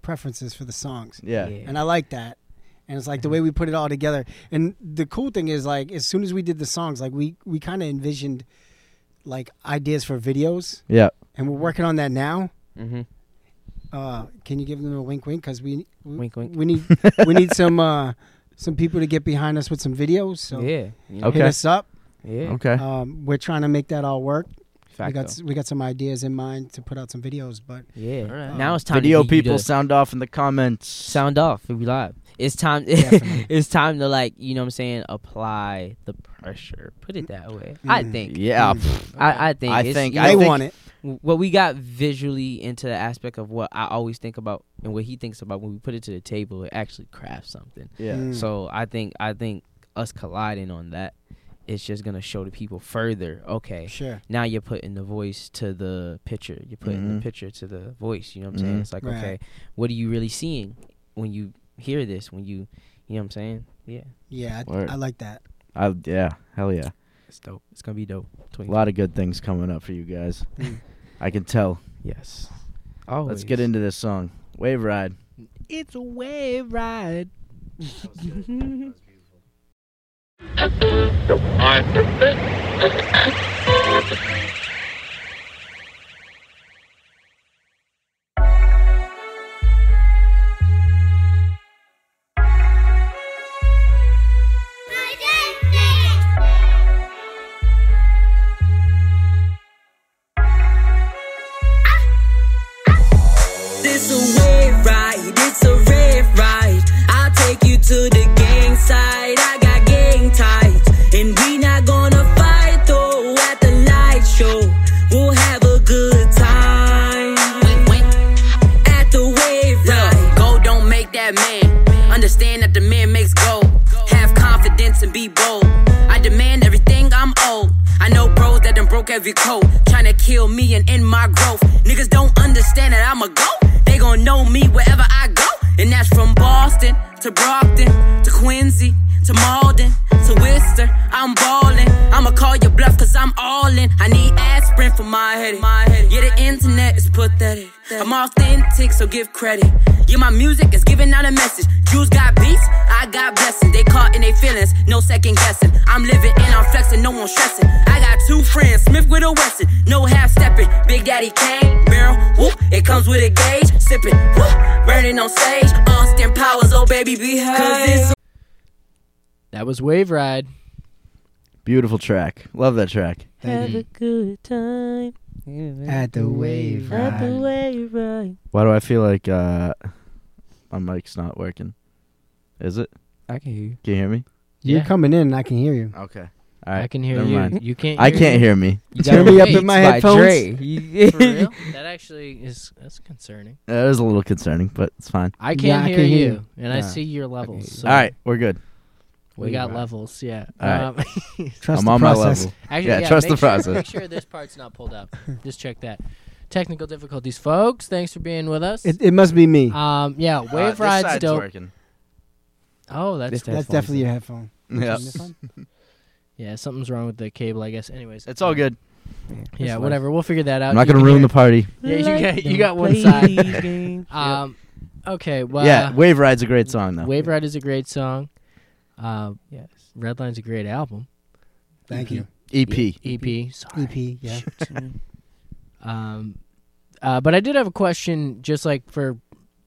Speaker 4: preferences for the songs,
Speaker 2: Yeah.
Speaker 4: and I like that. And it's like
Speaker 5: Mm-hmm.
Speaker 4: the way we put it all together. And the cool thing is like as soon as we did the songs, like we we kind of envisioned like ideas for videos,
Speaker 2: Yeah.
Speaker 4: and we're working on that now.
Speaker 5: Mm-hmm.
Speaker 4: Uh, can you give them a wink, wink? Because we we,
Speaker 5: Wink, wink.
Speaker 4: we need we need some uh, some people to get behind us with some videos. So
Speaker 5: yeah. You know,
Speaker 2: Okay.
Speaker 4: hit us up.
Speaker 5: Yeah.
Speaker 2: Okay.
Speaker 4: Um, we're trying to make that all work.
Speaker 5: Facto.
Speaker 4: We got s- we got some ideas in mind to put out some videos, but
Speaker 5: yeah.
Speaker 3: All right.
Speaker 5: Now it's time.
Speaker 2: Video
Speaker 5: to get you
Speaker 2: people
Speaker 5: to
Speaker 2: sound off in the comments.
Speaker 5: sound off. We live. It's time.
Speaker 4: Definitely.
Speaker 5: it's time to like you know what I'm saying. Apply the pressure. Put it that way. I
Speaker 4: Mm.
Speaker 5: think.
Speaker 2: Yeah.
Speaker 4: Mm.
Speaker 2: pff,
Speaker 5: I, I think
Speaker 2: I
Speaker 5: it's-
Speaker 2: think-
Speaker 5: you
Speaker 2: I
Speaker 4: they
Speaker 5: know,
Speaker 4: want it.
Speaker 5: Well, we got visually into the aspect of what I always think about and what he thinks about when we put it to the table. It actually crafts something.
Speaker 2: yeah.
Speaker 4: Mm.
Speaker 5: So I think I think us colliding on that, it's just gonna show the people further. Okay,
Speaker 4: Sure.
Speaker 5: now you're putting the voice to the picture. You're putting
Speaker 2: Mhm.
Speaker 4: Mm-hmm.
Speaker 5: the picture to the voice. You know what I'm
Speaker 2: Mhm.
Speaker 5: saying? It's like
Speaker 4: Right.
Speaker 5: okay, what are you really seeing when you hear this? When you, you know what I'm saying? Yeah,
Speaker 4: Yeah, I,
Speaker 2: Word.
Speaker 4: I like that.
Speaker 2: I, yeah. Hell yeah.
Speaker 5: it's dope. It's gonna be dope.
Speaker 2: A
Speaker 5: 20.
Speaker 2: lot of good things coming up for you guys.
Speaker 4: Mm.
Speaker 2: I can tell.
Speaker 5: Yes. Always.
Speaker 2: Let's get into this song. Wave Ride.
Speaker 3: It's a wave ride.
Speaker 6: This a wave ride, it's a rave ride. I'll take you to the gang side. I got gang tight, and we not gonna fight though. At the light show, we'll have a good time. At the wave ride,
Speaker 7: Gold don't make that man. Understand that the man makes gold. Have confidence and be bold. I demand everything, I'm old. I know bros that done broke every code. Tryna kill me and end my growth. Niggas don't understand that I'm a goat. They gon' know me wherever I go. And that's from Boston to Brockton to Quincy to Malden to Worcester. I'm ballin'. I'ma call your bluff cause I'm all in. I need aspirin for my headache. Yeah, the internet is pathetic. I'm authentic, so give credit. Yeah, my music is giving out a message. Jews got beats, I got blessings. They caught in their feelings, no second guessing. I'm living and I'm flexing, no one stressing. I got two friends, Smith with a Wesson, no half stepping. Big Daddy Kane, barrel, whoop, it comes with a gauge, sipping, whoop, burning on stage. Austin Powers, oh baby, behave. Cause it's
Speaker 3: That was wave ride.
Speaker 2: Beautiful track. Love that track.
Speaker 4: Thank you.
Speaker 5: good time.
Speaker 4: At the wave ride.
Speaker 5: wave ride.
Speaker 2: Why do I feel like uh, my mic's not working? Is it?
Speaker 5: I can hear you.
Speaker 2: Can you hear me?
Speaker 4: You're
Speaker 3: Yeah.
Speaker 4: coming in, and I can hear you.
Speaker 2: Okay. All right.
Speaker 3: I can hear
Speaker 2: never
Speaker 3: you.
Speaker 2: mind.
Speaker 3: You can't.
Speaker 2: I can't hear me.
Speaker 5: You
Speaker 4: Turn
Speaker 5: got
Speaker 4: me up in
Speaker 5: beats
Speaker 4: my
Speaker 5: by
Speaker 4: headphones.
Speaker 5: Dre. You-
Speaker 3: For real? That actually is that's concerning.
Speaker 2: That Uh, was a little concerning, but it's fine.
Speaker 3: I can't
Speaker 4: Yeah, I
Speaker 3: hear
Speaker 4: can
Speaker 3: you,
Speaker 4: hear you.
Speaker 3: and I
Speaker 5: Nah,
Speaker 3: see your levels.
Speaker 5: you.
Speaker 3: so
Speaker 2: All right, we're good.
Speaker 3: we
Speaker 5: Wait,
Speaker 3: got
Speaker 5: bro.
Speaker 3: levels. Yeah.
Speaker 2: All right.
Speaker 3: Um,
Speaker 4: Trust
Speaker 2: I'm
Speaker 4: the
Speaker 2: on my
Speaker 4: process.
Speaker 2: level.
Speaker 3: Actually,
Speaker 2: Yeah,
Speaker 3: yeah,
Speaker 2: trust
Speaker 3: make
Speaker 2: the
Speaker 3: sure-
Speaker 2: process.
Speaker 3: Make sure this part's not pulled up. Just check that. Technical difficulties, folks. Thanks for being with us.
Speaker 4: It, it must be me.
Speaker 3: um,
Speaker 4: Uh,
Speaker 3: yeah, wave rides dope.
Speaker 2: Working.
Speaker 3: Oh, that's
Speaker 5: This
Speaker 3: dope.
Speaker 4: That's
Speaker 5: Headphones,
Speaker 4: definitely your headphone.
Speaker 2: Yeah.
Speaker 4: This one?
Speaker 3: yeah. Something's wrong with the cable, I guess. Anyways,
Speaker 2: It's all good.
Speaker 3: Yeah, whatever. We'll figure that out.
Speaker 2: I'm not
Speaker 3: You
Speaker 2: gonna
Speaker 3: can
Speaker 2: ruin
Speaker 3: hear-
Speaker 2: the party.
Speaker 3: Yeah, you got you got one side. Um, okay. Well, uh,
Speaker 2: yeah, Wave Ride's a great song though.
Speaker 3: Wave Ride is a great song. Uh,
Speaker 5: Yes.
Speaker 3: Redline's a great album.
Speaker 4: Thank
Speaker 2: E
Speaker 4: you.
Speaker 2: EP. E
Speaker 3: EP. Sorry.
Speaker 4: EP. Yeah.
Speaker 3: Um, uh, but I did have a question, just like for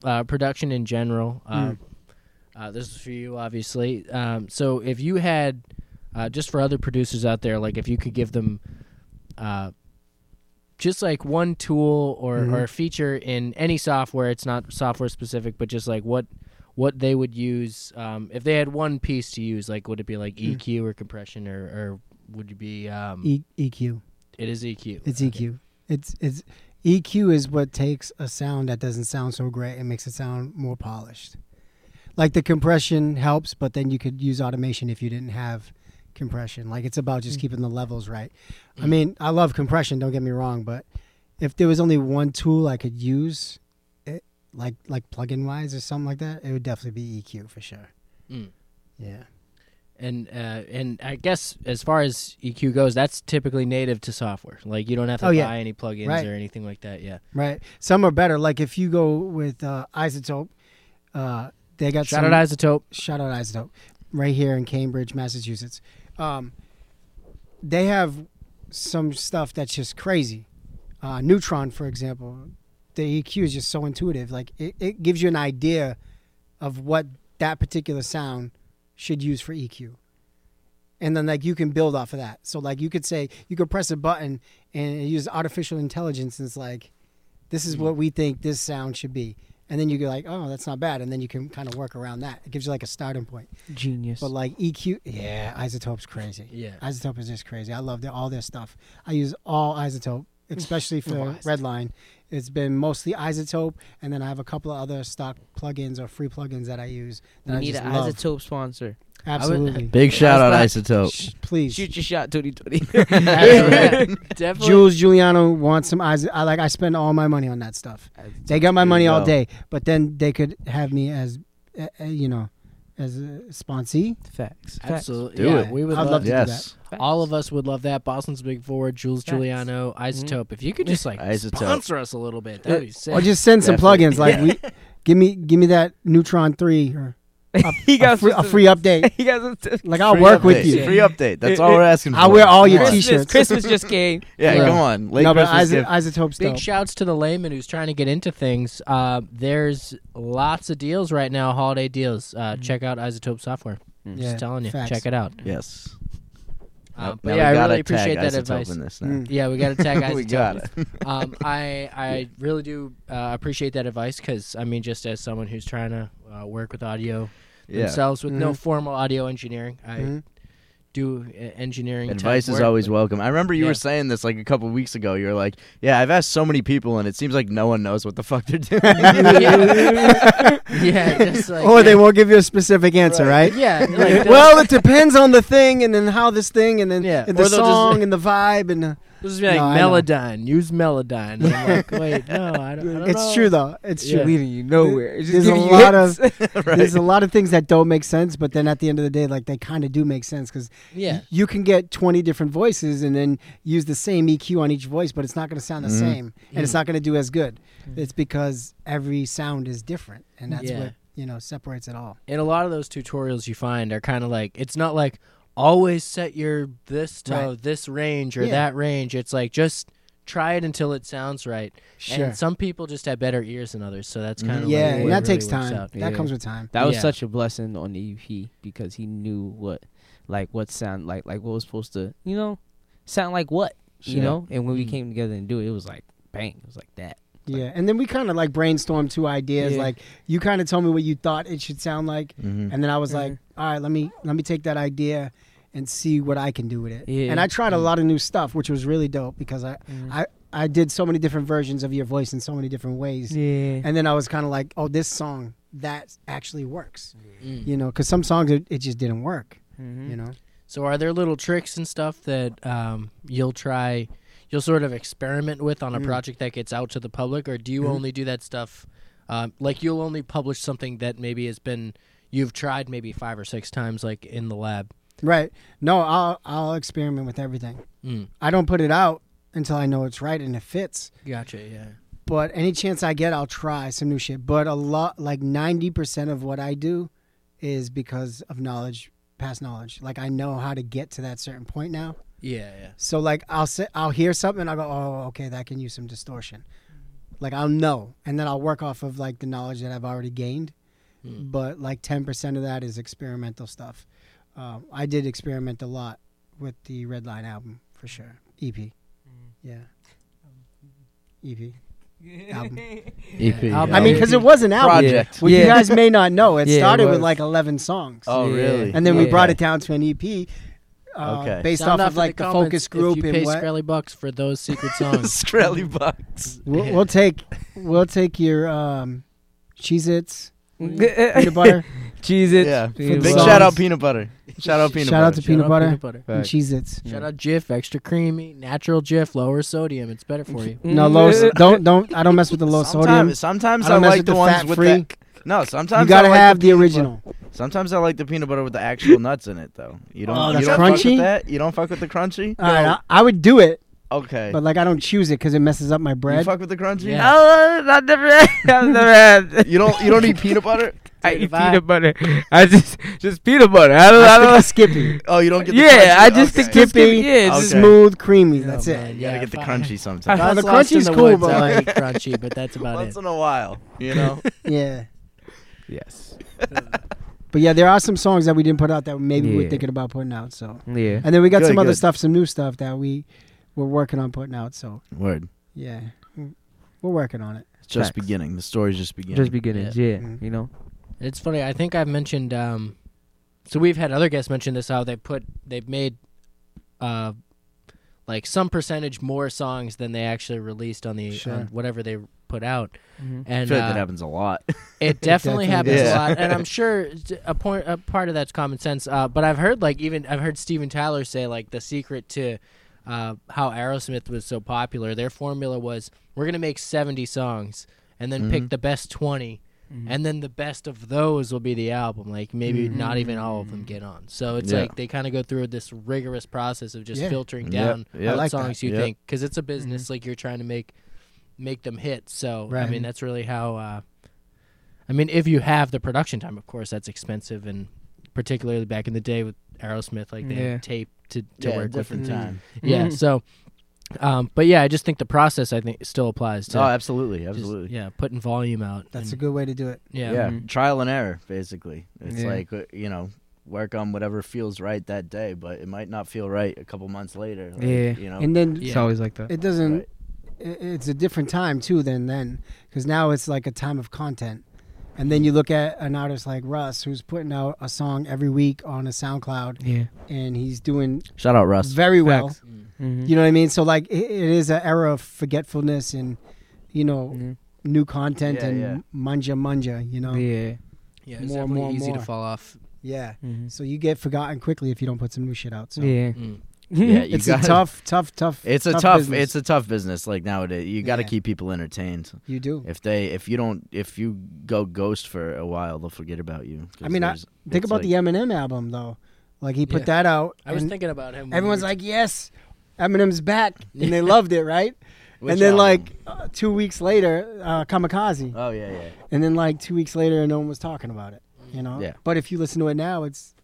Speaker 3: uh, production in general.
Speaker 4: Mm.
Speaker 3: Uh, uh, this is for you, obviously. Um, so if you had, uh, just for other producers out there, like if you could give them, uh, just like one tool or,
Speaker 4: Mm-hmm.
Speaker 3: or feature in any software, it's not software specific, but just like what what they would use um, if they had one piece to use, like would it be like EQ or compression or, or would it be um,
Speaker 4: Mm. E- EQ.
Speaker 3: it is E EQ?
Speaker 4: It's E EQ. It's it's EQ is what takes a sound that doesn't sound so great and makes it sound more polished. Like the compression helps, but then you could use automation if you didn't have compression. Like it's about
Speaker 3: Mm.
Speaker 4: just keeping the levels right. I mean, I love compression. Don't get me wrong, but if there was only one tool I could use, it, like like plugin wise or something like that, it would definitely be EQ for sure.
Speaker 3: Mm.
Speaker 4: Yeah.
Speaker 3: And uh, and I guess as far as EQ goes, that's typically native to software. Like you don't have to
Speaker 4: Oh,
Speaker 3: buy
Speaker 4: yeah.
Speaker 3: any plugins
Speaker 4: Right.
Speaker 3: or anything like that. Yeah.
Speaker 4: Right. Some are better. Like if you go with uh, Isotope, uh, they got
Speaker 3: Shout
Speaker 4: some,
Speaker 3: out Isotope.
Speaker 4: shout out Isotope, right here in Cambridge, Massachusetts. Um, they have some stuff that's just crazy. Uh, Neutron, for example, the EQ is just so intuitive. Like it, it gives you an idea of what that particular sound should use for EQ. And then like you can build off of that. So like you could say you could press a button and it uses artificial intelligence and it's like, this
Speaker 5: Hmm.
Speaker 4: is what we think this sound should be. And then you go like, oh, that's not bad. And then you can kind of work around that. It gives you like a starting point.
Speaker 5: Genius.
Speaker 4: But like EQ, yeah, Isotope's crazy.
Speaker 3: Yeah.
Speaker 4: Isotope is just crazy. I love their, all their stuff. I use all Isotope, especially for
Speaker 5: Isotope.
Speaker 4: Redline. It's been mostly Isotope, and then I have a couple of other stock plugins or free plugins that I use. That
Speaker 5: we
Speaker 4: I
Speaker 5: need
Speaker 4: just
Speaker 5: an
Speaker 4: love.
Speaker 5: isotope sponsor.
Speaker 4: Absolutely.
Speaker 2: Big shout out
Speaker 5: That's
Speaker 2: Isotope.
Speaker 4: Sh- Please.
Speaker 5: Shoot your shot, Tootie Tootie.
Speaker 3: Yeah, definitely.
Speaker 4: Jules Giuliano wants some Iso- I like. I spend all my money on that stuff. They got my money all
Speaker 2: go.
Speaker 4: day, but then they could have me as, uh, uh, you know, as a sponsee.
Speaker 5: Facts. Facts.
Speaker 3: Absolutely.
Speaker 2: Do
Speaker 3: yeah,
Speaker 2: it.
Speaker 3: We would
Speaker 4: I'd
Speaker 3: love,
Speaker 4: love to do
Speaker 2: Yes.
Speaker 5: Facts.
Speaker 3: All of us would love that. Boston's Big Four, Jules
Speaker 5: Facts.
Speaker 3: Giuliano, Isotope. If you could just like
Speaker 2: Mm-hmm. Isotope.
Speaker 3: sponsor us a little bit, that'd be sick.
Speaker 4: Or just send some
Speaker 2: Definitely.
Speaker 4: plugins. Like, we, give me, give me that Neutron Three or a,
Speaker 5: He
Speaker 4: a,
Speaker 5: got
Speaker 4: free, a
Speaker 5: some-
Speaker 4: free update.
Speaker 5: He got some-
Speaker 4: Like, I'll
Speaker 2: Free
Speaker 4: work with
Speaker 2: update.
Speaker 4: you.
Speaker 2: Free update. That's
Speaker 5: It-
Speaker 2: all we're
Speaker 5: it-
Speaker 2: asking for.
Speaker 4: I'll wear all your
Speaker 2: Right.
Speaker 5: Christmas.
Speaker 4: T-shirts.
Speaker 5: Christmas just came.
Speaker 2: Yeah,
Speaker 4: Yeah.
Speaker 2: come on. Late
Speaker 4: no, but
Speaker 2: Christmas
Speaker 4: Iso-
Speaker 2: gift.
Speaker 4: Isotope's
Speaker 3: Big
Speaker 4: dope.
Speaker 3: shouts to the layman who's trying to get into things. Uh, there's lots of deals right now, holiday deals. Uh, Check out Isotope Software.
Speaker 4: Mm-hmm.
Speaker 2: Mm-hmm.
Speaker 4: Yeah,
Speaker 3: Just telling you,
Speaker 4: facts.
Speaker 3: check it out.
Speaker 2: yes.
Speaker 3: Uh,
Speaker 2: Yep.
Speaker 3: but
Speaker 2: Now
Speaker 3: yeah,
Speaker 2: we
Speaker 3: I
Speaker 2: gotta
Speaker 3: really appreciate
Speaker 2: tag
Speaker 3: that
Speaker 2: Isotope
Speaker 3: advice.
Speaker 2: in this now.
Speaker 4: Mm.
Speaker 3: Yeah, we got to tag Isotope.
Speaker 2: we got it.
Speaker 3: um, I I really do uh, appreciate that advice because I mean, just as someone who's trying to uh, work with audio
Speaker 2: Yeah.
Speaker 3: themselves with no
Speaker 4: Mhm.
Speaker 3: formal audio engineering, I
Speaker 4: Mhm.
Speaker 3: do uh, engineering. type
Speaker 2: Advice is
Speaker 3: work,
Speaker 2: always
Speaker 3: but-
Speaker 2: welcome. I remember you
Speaker 3: Yeah.
Speaker 2: were saying this like a couple weeks ago. You were like, "Yeah, I've asked so many people, and it seems like no one knows what the fuck they're doing."
Speaker 3: yeah, just like
Speaker 4: Or they won't give you a specific answer, right?
Speaker 3: yeah, like,
Speaker 4: well, it depends on the thing, and then how this thing, and then
Speaker 3: Yeah.
Speaker 4: and
Speaker 3: Or
Speaker 4: the
Speaker 3: they'll just-
Speaker 4: song, and the vibe, and. The,
Speaker 3: This is like
Speaker 4: No, I know.
Speaker 3: Melodyne. Use Melodyne. And I'm like, wait, no, I don't. I don't
Speaker 4: It's
Speaker 3: know.
Speaker 4: true though. It's
Speaker 3: Yeah.
Speaker 4: true.
Speaker 5: Leading you nowhere. It's
Speaker 4: There's
Speaker 5: just
Speaker 4: a
Speaker 5: giving you
Speaker 4: lot
Speaker 5: hits.
Speaker 4: of
Speaker 2: right?
Speaker 4: there's a lot of things that don't make sense, but then at the end of the day, like they kind of do make sense because
Speaker 3: Yeah,
Speaker 4: you can get 20 different voices and then use the same EQ on each voice, but it's not going to sound
Speaker 3: Mm-hmm.
Speaker 4: the
Speaker 2: Mhm.
Speaker 4: same and it's not going to do as good. It's because every sound is different, and that's
Speaker 3: Yeah.
Speaker 4: what you know separates it all.
Speaker 3: and a lot of those tutorials you find are kind of like it's not like always set your this to
Speaker 4: Right.
Speaker 3: this range or
Speaker 4: Yeah.
Speaker 3: that range. It's like just try it until it sounds right.
Speaker 4: Sure. Mm,
Speaker 3: And some people just have better ears than others, so that's kind of
Speaker 4: yeah,
Speaker 3: Like the way
Speaker 4: and
Speaker 3: it
Speaker 4: that takes
Speaker 3: really works
Speaker 4: time.
Speaker 3: out.
Speaker 4: That
Speaker 5: Yeah.
Speaker 4: comes with time.
Speaker 5: That was
Speaker 3: Yeah.
Speaker 5: such a blessing on the EP because he knew what, like, what sound like, like what was supposed to, you know, sound like what, you
Speaker 2: Sure.
Speaker 5: know. And when we
Speaker 3: Mm.
Speaker 5: came together and do it, it was like bang, it was like that.
Speaker 4: Yeah, and then we kind of like brainstormed two ideas.
Speaker 5: Yeah.
Speaker 4: Like you kind of told me what you thought it should sound like,
Speaker 2: Mhm.
Speaker 5: Mm-hmm.
Speaker 4: and then I was like, all right, let me let me take that idea and see what I can do with it.
Speaker 5: Yeah. Mm.
Speaker 4: And I tried a lot of new stuff, which was really dope because I, I, I did so many different versions of your voice in so many different ways.
Speaker 5: Yeah.
Speaker 4: And then I was kind of like, oh, this song that actually works,
Speaker 5: Mm.
Speaker 4: you know, because some songs it, it just didn't work,
Speaker 5: Mm-hmm.
Speaker 4: you know.
Speaker 3: So are there little tricks and stuff that um, you'll try, you'll sort of experiment with
Speaker 4: Mm.
Speaker 3: on a project that gets out to the public, or do
Speaker 4: Mm-hmm.
Speaker 3: you only do that stuff? Um, like you'll only publish something that maybe has been you've tried maybe five or six times, like in the lab.
Speaker 4: Right. No, I'll I'll experiment with everything.
Speaker 3: Mm.
Speaker 4: I don't put it out until I know it's right and it fits.
Speaker 3: Gotcha. Yeah.
Speaker 4: But any chance I get, I'll try some new shit. But a lot, like ninety percent of what I do, is because of knowledge, past knowledge. Like I know how to get to that certain point now.
Speaker 3: Yeah. Yeah.
Speaker 4: So like I'll sit, I'll hear something, and I'll go, oh, okay, that can use some distortion. Like I'll know, and then I'll work off of like the knowledge that I've already gained. But like ten percent of that is experimental stuff. Um, I did experiment a lot with the Red Line album for sure. EP, yeah, EP album. E
Speaker 2: EP.
Speaker 3: Album.
Speaker 4: I mean, because it was an album.
Speaker 2: Project.
Speaker 4: What you
Speaker 5: Yeah.
Speaker 4: guys may not know, it
Speaker 5: Yeah, it
Speaker 4: started with
Speaker 5: was.
Speaker 4: like eleven songs.
Speaker 2: Oh,
Speaker 5: Yeah.
Speaker 2: really?
Speaker 4: And then we
Speaker 5: Yeah.
Speaker 4: brought it down to an EP, uh,
Speaker 2: Okay.
Speaker 4: based
Speaker 3: Sound
Speaker 4: off
Speaker 3: off
Speaker 4: of
Speaker 3: in
Speaker 4: like the,
Speaker 3: comments
Speaker 4: focus
Speaker 3: if
Speaker 4: group
Speaker 3: you
Speaker 4: and
Speaker 3: pay
Speaker 4: what.
Speaker 3: Skrelly bucks for those secret songs.
Speaker 2: Skrelly Bucks.
Speaker 4: We'll, we'll take we'll take your um, Cheez-Its, peanut
Speaker 5: Peanut
Speaker 4: butter,
Speaker 5: Cheez It.
Speaker 2: Yeah.
Speaker 4: Peanut
Speaker 2: Big
Speaker 4: butter.
Speaker 2: shout out peanut butter. Shout out peanut
Speaker 4: Shout out
Speaker 2: butter.
Speaker 4: to peanut butter.
Speaker 3: Peanut butter.
Speaker 4: and Cheez-Its.
Speaker 3: Shout out Jif, extra creamy, natural Jif, lower sodium. It's better for you.
Speaker 4: No low, s- don't don't I don't mess with the low sodium.
Speaker 2: Sometimes, sometimes
Speaker 4: I
Speaker 2: I,
Speaker 4: don't mess
Speaker 2: like
Speaker 4: with
Speaker 2: the
Speaker 4: the
Speaker 2: ones with
Speaker 4: fat-free.
Speaker 2: the. No, sometimes
Speaker 4: You gotta
Speaker 2: I like
Speaker 4: have the,
Speaker 2: peanut butter-
Speaker 4: original.
Speaker 2: Sometimes I like the peanut butter with the actual nuts in it, though. You don't.
Speaker 4: Oh,
Speaker 2: you
Speaker 4: that's
Speaker 2: don't Fuck
Speaker 4: crunchy?
Speaker 2: with that? You don't fuck with the crunchy.
Speaker 4: All right, I, I would do it,
Speaker 2: Okay.
Speaker 4: but like I don't choose it because it messes up my
Speaker 2: you
Speaker 4: bread.
Speaker 2: fuck with the crunchy.
Speaker 3: Yeah.
Speaker 5: Oh, I've never had. I've never had.
Speaker 2: You don't. You don't eat peanut butter.
Speaker 5: I
Speaker 3: Dude,
Speaker 5: eat
Speaker 3: if I-
Speaker 5: peanut butter. I just just peanut butter. I don't. I,
Speaker 4: I
Speaker 5: don't.
Speaker 4: skip the Skippy,
Speaker 2: Oh, you don't get. The
Speaker 5: yeah,
Speaker 2: crunchy?
Speaker 5: I just
Speaker 2: okay.
Speaker 5: think just give me-
Speaker 4: Skippy,
Speaker 5: Yeah, it's
Speaker 2: Okay.
Speaker 5: just
Speaker 4: smooth, creamy. That's
Speaker 3: Oh,
Speaker 4: it.
Speaker 3: man,
Speaker 2: You gotta
Speaker 3: yeah,
Speaker 2: get the
Speaker 3: fine.
Speaker 2: crunchy's sometimes.
Speaker 5: Uh,
Speaker 3: Gus
Speaker 4: the
Speaker 3: Lost in
Speaker 4: crunchy's
Speaker 3: the
Speaker 4: cool,
Speaker 3: Woods,
Speaker 4: but
Speaker 3: I
Speaker 4: like-
Speaker 3: like crunchy, but that's about it.
Speaker 2: Once in a while, you know.
Speaker 4: Yeah,
Speaker 5: yes.
Speaker 4: but yeah, there are some songs that we didn't put out that maybe we
Speaker 5: Yeah.
Speaker 4: were thinking about putting out. So,
Speaker 5: Yeah.
Speaker 4: and then we got
Speaker 2: Good,
Speaker 4: some other
Speaker 2: good.
Speaker 4: stuff, some new stuff that we were working on putting out. So,
Speaker 2: Word.
Speaker 4: yeah, Mm. we're working on it.
Speaker 2: It's just
Speaker 5: Facts.
Speaker 2: beginning. The story's just beginning.
Speaker 5: Just beginnings. Yeah.
Speaker 4: Mhm.
Speaker 5: You know.
Speaker 3: It's funny. I think I've mentioned. Um, so we've had other guests mention this how they put they've made, uh, like some percentage more songs than they actually released on the
Speaker 4: Sure. Mm-hmm.
Speaker 3: on whatever they put out,
Speaker 2: I
Speaker 3: and
Speaker 2: feel like
Speaker 3: uh,
Speaker 2: that happens a lot.
Speaker 3: it definitely
Speaker 4: definitely
Speaker 3: happens
Speaker 2: does.
Speaker 3: a lot. And I'm sure it's a point a part of that's common sense. Uh, but I've heard like even I've heard Steven Tyler say like the secret to. Uh, how Aerosmith was so popular. Their formula was we're gonna make seventy songs and then
Speaker 2: Mm-hmm.
Speaker 3: pick the best 20
Speaker 4: Mm-hmm.
Speaker 3: and then the best of those will be the album like maybe not even all of them get on so it's
Speaker 2: Yeah.
Speaker 3: like they kind of go through this rigorous process of just
Speaker 4: Yeah.
Speaker 2: Yep,
Speaker 3: filtering down
Speaker 2: yep. I
Speaker 3: what
Speaker 4: like that. Mm-hmm.
Speaker 3: songs you
Speaker 2: Yep.
Speaker 3: think because it's a business like you're trying to make make them hit so i
Speaker 4: Right.
Speaker 3: mean that's really how uh, i mean if you have the production time of course that's expensive and particularly back in the day with aerosmith like they
Speaker 5: Yeah.
Speaker 3: had tape to, to work with and
Speaker 2: different
Speaker 3: to-
Speaker 2: time.
Speaker 3: yeah so um, but yeah i just think the process i think still applies to
Speaker 2: Oh, absolutely,
Speaker 3: just,
Speaker 2: absolutely.
Speaker 3: yeah putting volume out
Speaker 4: That's
Speaker 3: and-
Speaker 4: a good way to do it.
Speaker 3: yeah.
Speaker 2: yeah,
Speaker 5: Mhm.
Speaker 2: trial and error basically it's
Speaker 5: Yeah.
Speaker 2: like uh, you know work on whatever feels right that day but it might not feel right a couple months later like,
Speaker 5: Yeah.
Speaker 2: you know
Speaker 4: And then
Speaker 3: Yeah.
Speaker 5: It's always like that.
Speaker 4: it doesn't.
Speaker 2: Oh, Right.
Speaker 4: i- It's a different time too than then, because now it's like a time of content. And then you look at an artist like Russ, who's putting out a song every week on a SoundCloud,
Speaker 5: yeah.
Speaker 4: and he's doing
Speaker 2: shout out russ
Speaker 4: very well.
Speaker 5: Facts. Mm-hmm.
Speaker 4: You know what I mean? So like, it, it is an era of forgetfulness and, you know,
Speaker 5: Mhm.
Speaker 4: new content
Speaker 2: Mm-hmm. Yeah,
Speaker 4: and
Speaker 2: yeah.
Speaker 4: manja manja. You know, yeah.
Speaker 5: Yeah.
Speaker 3: Yeah, it's
Speaker 4: More,
Speaker 3: definitely
Speaker 4: more,
Speaker 3: easy to
Speaker 4: more.
Speaker 3: fall off.
Speaker 2: Mm-hmm.
Speaker 5: Mhm.
Speaker 4: So you get forgotten quickly if you don't put some new shit out. So
Speaker 5: Yeah.
Speaker 3: Mm.
Speaker 2: yeah you
Speaker 4: it's a
Speaker 2: gotta-
Speaker 4: tough, tough, tough.
Speaker 2: it's a tough
Speaker 4: business.
Speaker 2: it's a tough business like nowadays you got to
Speaker 4: Yeah.
Speaker 2: keep people entertained
Speaker 4: you do.
Speaker 2: if they if you don't if you go ghost for a while they'll forget about you 'Cause
Speaker 4: I mean, I-
Speaker 2: there's-
Speaker 4: Think
Speaker 2: it's
Speaker 4: about
Speaker 2: like-
Speaker 4: the Eminem album though. Like he put
Speaker 3: Yeah.
Speaker 4: that out.
Speaker 3: I was
Speaker 4: and-
Speaker 3: thinking about him. when
Speaker 4: Everyone's
Speaker 3: we were-
Speaker 4: like, "Yes, Eminem's back," and they loved it, right?
Speaker 2: Which
Speaker 4: and then
Speaker 2: album?
Speaker 4: like uh, two weeks later, uh, Kamikaze,
Speaker 2: oh yeah yeah
Speaker 4: and then like two weeks later, no one was talking about it, you know.
Speaker 2: Yeah.
Speaker 4: But if you listen to it now, it's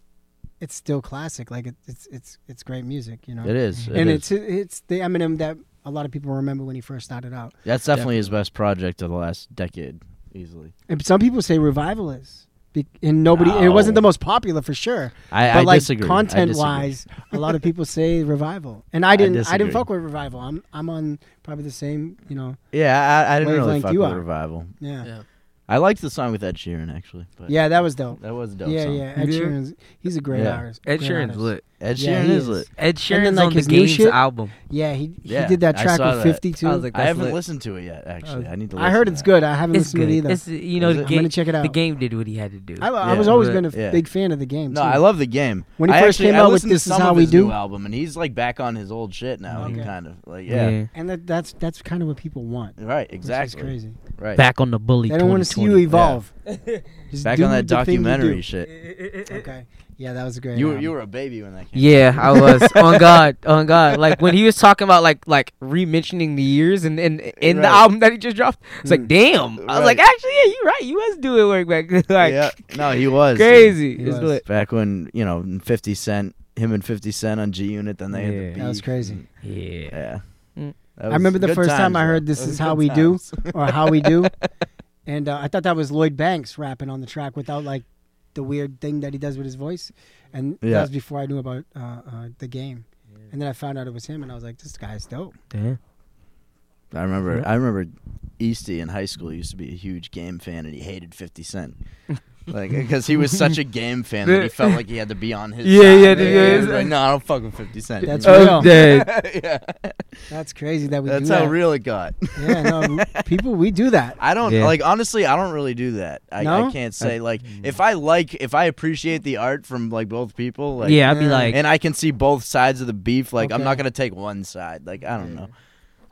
Speaker 4: it's still classic. Like it, it's it's it's great music, you know.
Speaker 2: it is it
Speaker 4: and
Speaker 2: is.
Speaker 4: it's it's the Eminem that a lot of people remember when he first started out.
Speaker 2: that's definitely his best project of the last decade easily
Speaker 4: And some people say revivalist, be- and nobody. It wasn't
Speaker 2: No.
Speaker 4: the most popular for sure.
Speaker 2: i,
Speaker 4: but
Speaker 2: I
Speaker 4: like
Speaker 2: disagree I
Speaker 4: content
Speaker 2: disagree.
Speaker 4: wise, a lot of people say revival, and I didn't. I, didn't
Speaker 2: disagree.
Speaker 4: fuck with revival. I'm I'm on probably the same. You know,
Speaker 2: yeah i, I didn't really
Speaker 4: Wavelength
Speaker 2: fuck
Speaker 4: you
Speaker 2: with
Speaker 4: are.
Speaker 2: revival
Speaker 4: yeah.
Speaker 3: Yeah.
Speaker 2: I liked the song with Ed Sheeran actually. But
Speaker 4: Yeah, that was dope.
Speaker 2: that was a dope.
Speaker 4: yeah,
Speaker 2: song.
Speaker 4: yeah. Ed
Speaker 5: Yeah.
Speaker 4: Sheeran's he's a great
Speaker 2: Yeah.
Speaker 4: artist.
Speaker 5: Ed
Speaker 4: great
Speaker 5: Sheeran's
Speaker 4: artist.
Speaker 5: lit.
Speaker 2: Ed
Speaker 4: Yeah,
Speaker 2: Sheeran's
Speaker 4: he
Speaker 2: is
Speaker 4: is.
Speaker 2: lit.
Speaker 5: Ed
Speaker 4: And
Speaker 5: Sheeran's
Speaker 4: then, like,
Speaker 5: on the
Speaker 4: his new
Speaker 5: Games
Speaker 4: shit-
Speaker 5: album.
Speaker 4: Yeah, he, he
Speaker 2: Yeah,
Speaker 4: did that
Speaker 2: I
Speaker 4: track
Speaker 2: saw
Speaker 4: with
Speaker 2: that.
Speaker 4: Fifty Two.
Speaker 5: I
Speaker 4: I,
Speaker 5: was like,
Speaker 2: I
Speaker 5: that's
Speaker 2: haven't
Speaker 5: lit.
Speaker 2: listened to it yet. Actually,
Speaker 4: Uh,
Speaker 2: I need to. listen
Speaker 4: heard
Speaker 2: to
Speaker 4: it's
Speaker 2: that.
Speaker 4: good. I haven't
Speaker 5: It's
Speaker 4: listened
Speaker 5: good.
Speaker 4: to it either.
Speaker 5: It's you know
Speaker 2: Is
Speaker 5: the
Speaker 2: it?
Speaker 4: I'm gonna
Speaker 5: game.
Speaker 4: check it out.
Speaker 5: The game did what he had to do.
Speaker 4: I, I
Speaker 2: Yeah,
Speaker 4: was always
Speaker 5: but-
Speaker 4: been a f-
Speaker 2: yeah.
Speaker 4: big fan of the game.
Speaker 2: No,
Speaker 4: too.
Speaker 2: I love the game.
Speaker 4: When he
Speaker 2: I
Speaker 4: first
Speaker 2: actually-
Speaker 4: came
Speaker 2: I
Speaker 4: out with
Speaker 2: listened to
Speaker 4: This Is
Speaker 2: some
Speaker 4: How
Speaker 2: of
Speaker 4: We
Speaker 2: his
Speaker 4: Do. Oh,
Speaker 2: new album, and he's like back on his old shit now. He
Speaker 4: Okay.
Speaker 2: kind of like yeah,
Speaker 4: and that, that's that's kind of what people want.
Speaker 2: right,
Speaker 4: which is
Speaker 2: exactly,
Speaker 4: crazy.
Speaker 2: right.
Speaker 5: Back on the bully.
Speaker 4: They don't want to see you
Speaker 5: 2020.
Speaker 4: evolve. Just
Speaker 2: Back
Speaker 4: do
Speaker 2: on that
Speaker 4: the thing you
Speaker 2: documentary
Speaker 4: do.
Speaker 2: shit.
Speaker 4: Okay. Yeah, that was a great.
Speaker 2: You were,
Speaker 4: album.
Speaker 2: you were a baby when that came.
Speaker 5: Yeah, I was on God, on God. Like when he was talking about like like re-mentioning the years and in, in the
Speaker 2: Right.
Speaker 5: album that he just dropped, it's like
Speaker 4: Mm.
Speaker 5: damn. I was like,
Speaker 2: Right.
Speaker 5: actually, yeah, you're right. You was doing work back then. like
Speaker 2: yeah. No, he was
Speaker 5: crazy.
Speaker 4: He
Speaker 5: It's
Speaker 4: was.
Speaker 5: lit.
Speaker 2: Back when you know Fifty Cent, him and Fifty Cent on G Unit, then they had the
Speaker 5: Yeah.
Speaker 2: beef.
Speaker 4: That was crazy.
Speaker 5: Yeah,
Speaker 2: Yeah.
Speaker 5: Mm.
Speaker 2: That was
Speaker 4: remember the
Speaker 2: good
Speaker 4: first time
Speaker 2: times,
Speaker 4: I
Speaker 2: though.
Speaker 4: heard This
Speaker 2: Those
Speaker 4: Is
Speaker 2: were
Speaker 4: How
Speaker 2: good
Speaker 4: We Do.
Speaker 2: times.
Speaker 4: or How We Do, and uh, I thought that was Lloyd Banks rapping on the track without like the weird thing that he does with his voice, and
Speaker 2: Yeah.
Speaker 4: that was before I knew about uh, uh, the game. And then I found out it was him, and I was like, "This guy's dope."
Speaker 5: damn.
Speaker 2: I remember.
Speaker 5: Yeah.
Speaker 2: I remember. Easty in high school used to be a huge game fan, and he hated Fifty Cent, like because he was such a game fan that he felt like he had to be on his.
Speaker 5: Yeah,
Speaker 2: side.
Speaker 5: yeah,
Speaker 2: Like,
Speaker 5: yeah.
Speaker 2: he was like, no, I don't fuck with Fifty Cent.
Speaker 4: That's
Speaker 2: yeah,
Speaker 4: real.
Speaker 5: I'm dead.
Speaker 4: That's crazy that we
Speaker 2: that's
Speaker 4: do
Speaker 2: how
Speaker 4: that.
Speaker 2: real it got.
Speaker 4: yeah, no, people, we do that.
Speaker 2: I don't
Speaker 5: Yeah.
Speaker 2: like honestly. I don't really do that. I, I
Speaker 4: No?
Speaker 2: can't say like if I like if I appreciate the art from like both people. Like,
Speaker 5: yeah, I'd be
Speaker 4: uh,
Speaker 5: like,
Speaker 2: and I can see both sides of the beef. Like I'm
Speaker 4: Okay.
Speaker 2: not gonna take one side. Like I don't know.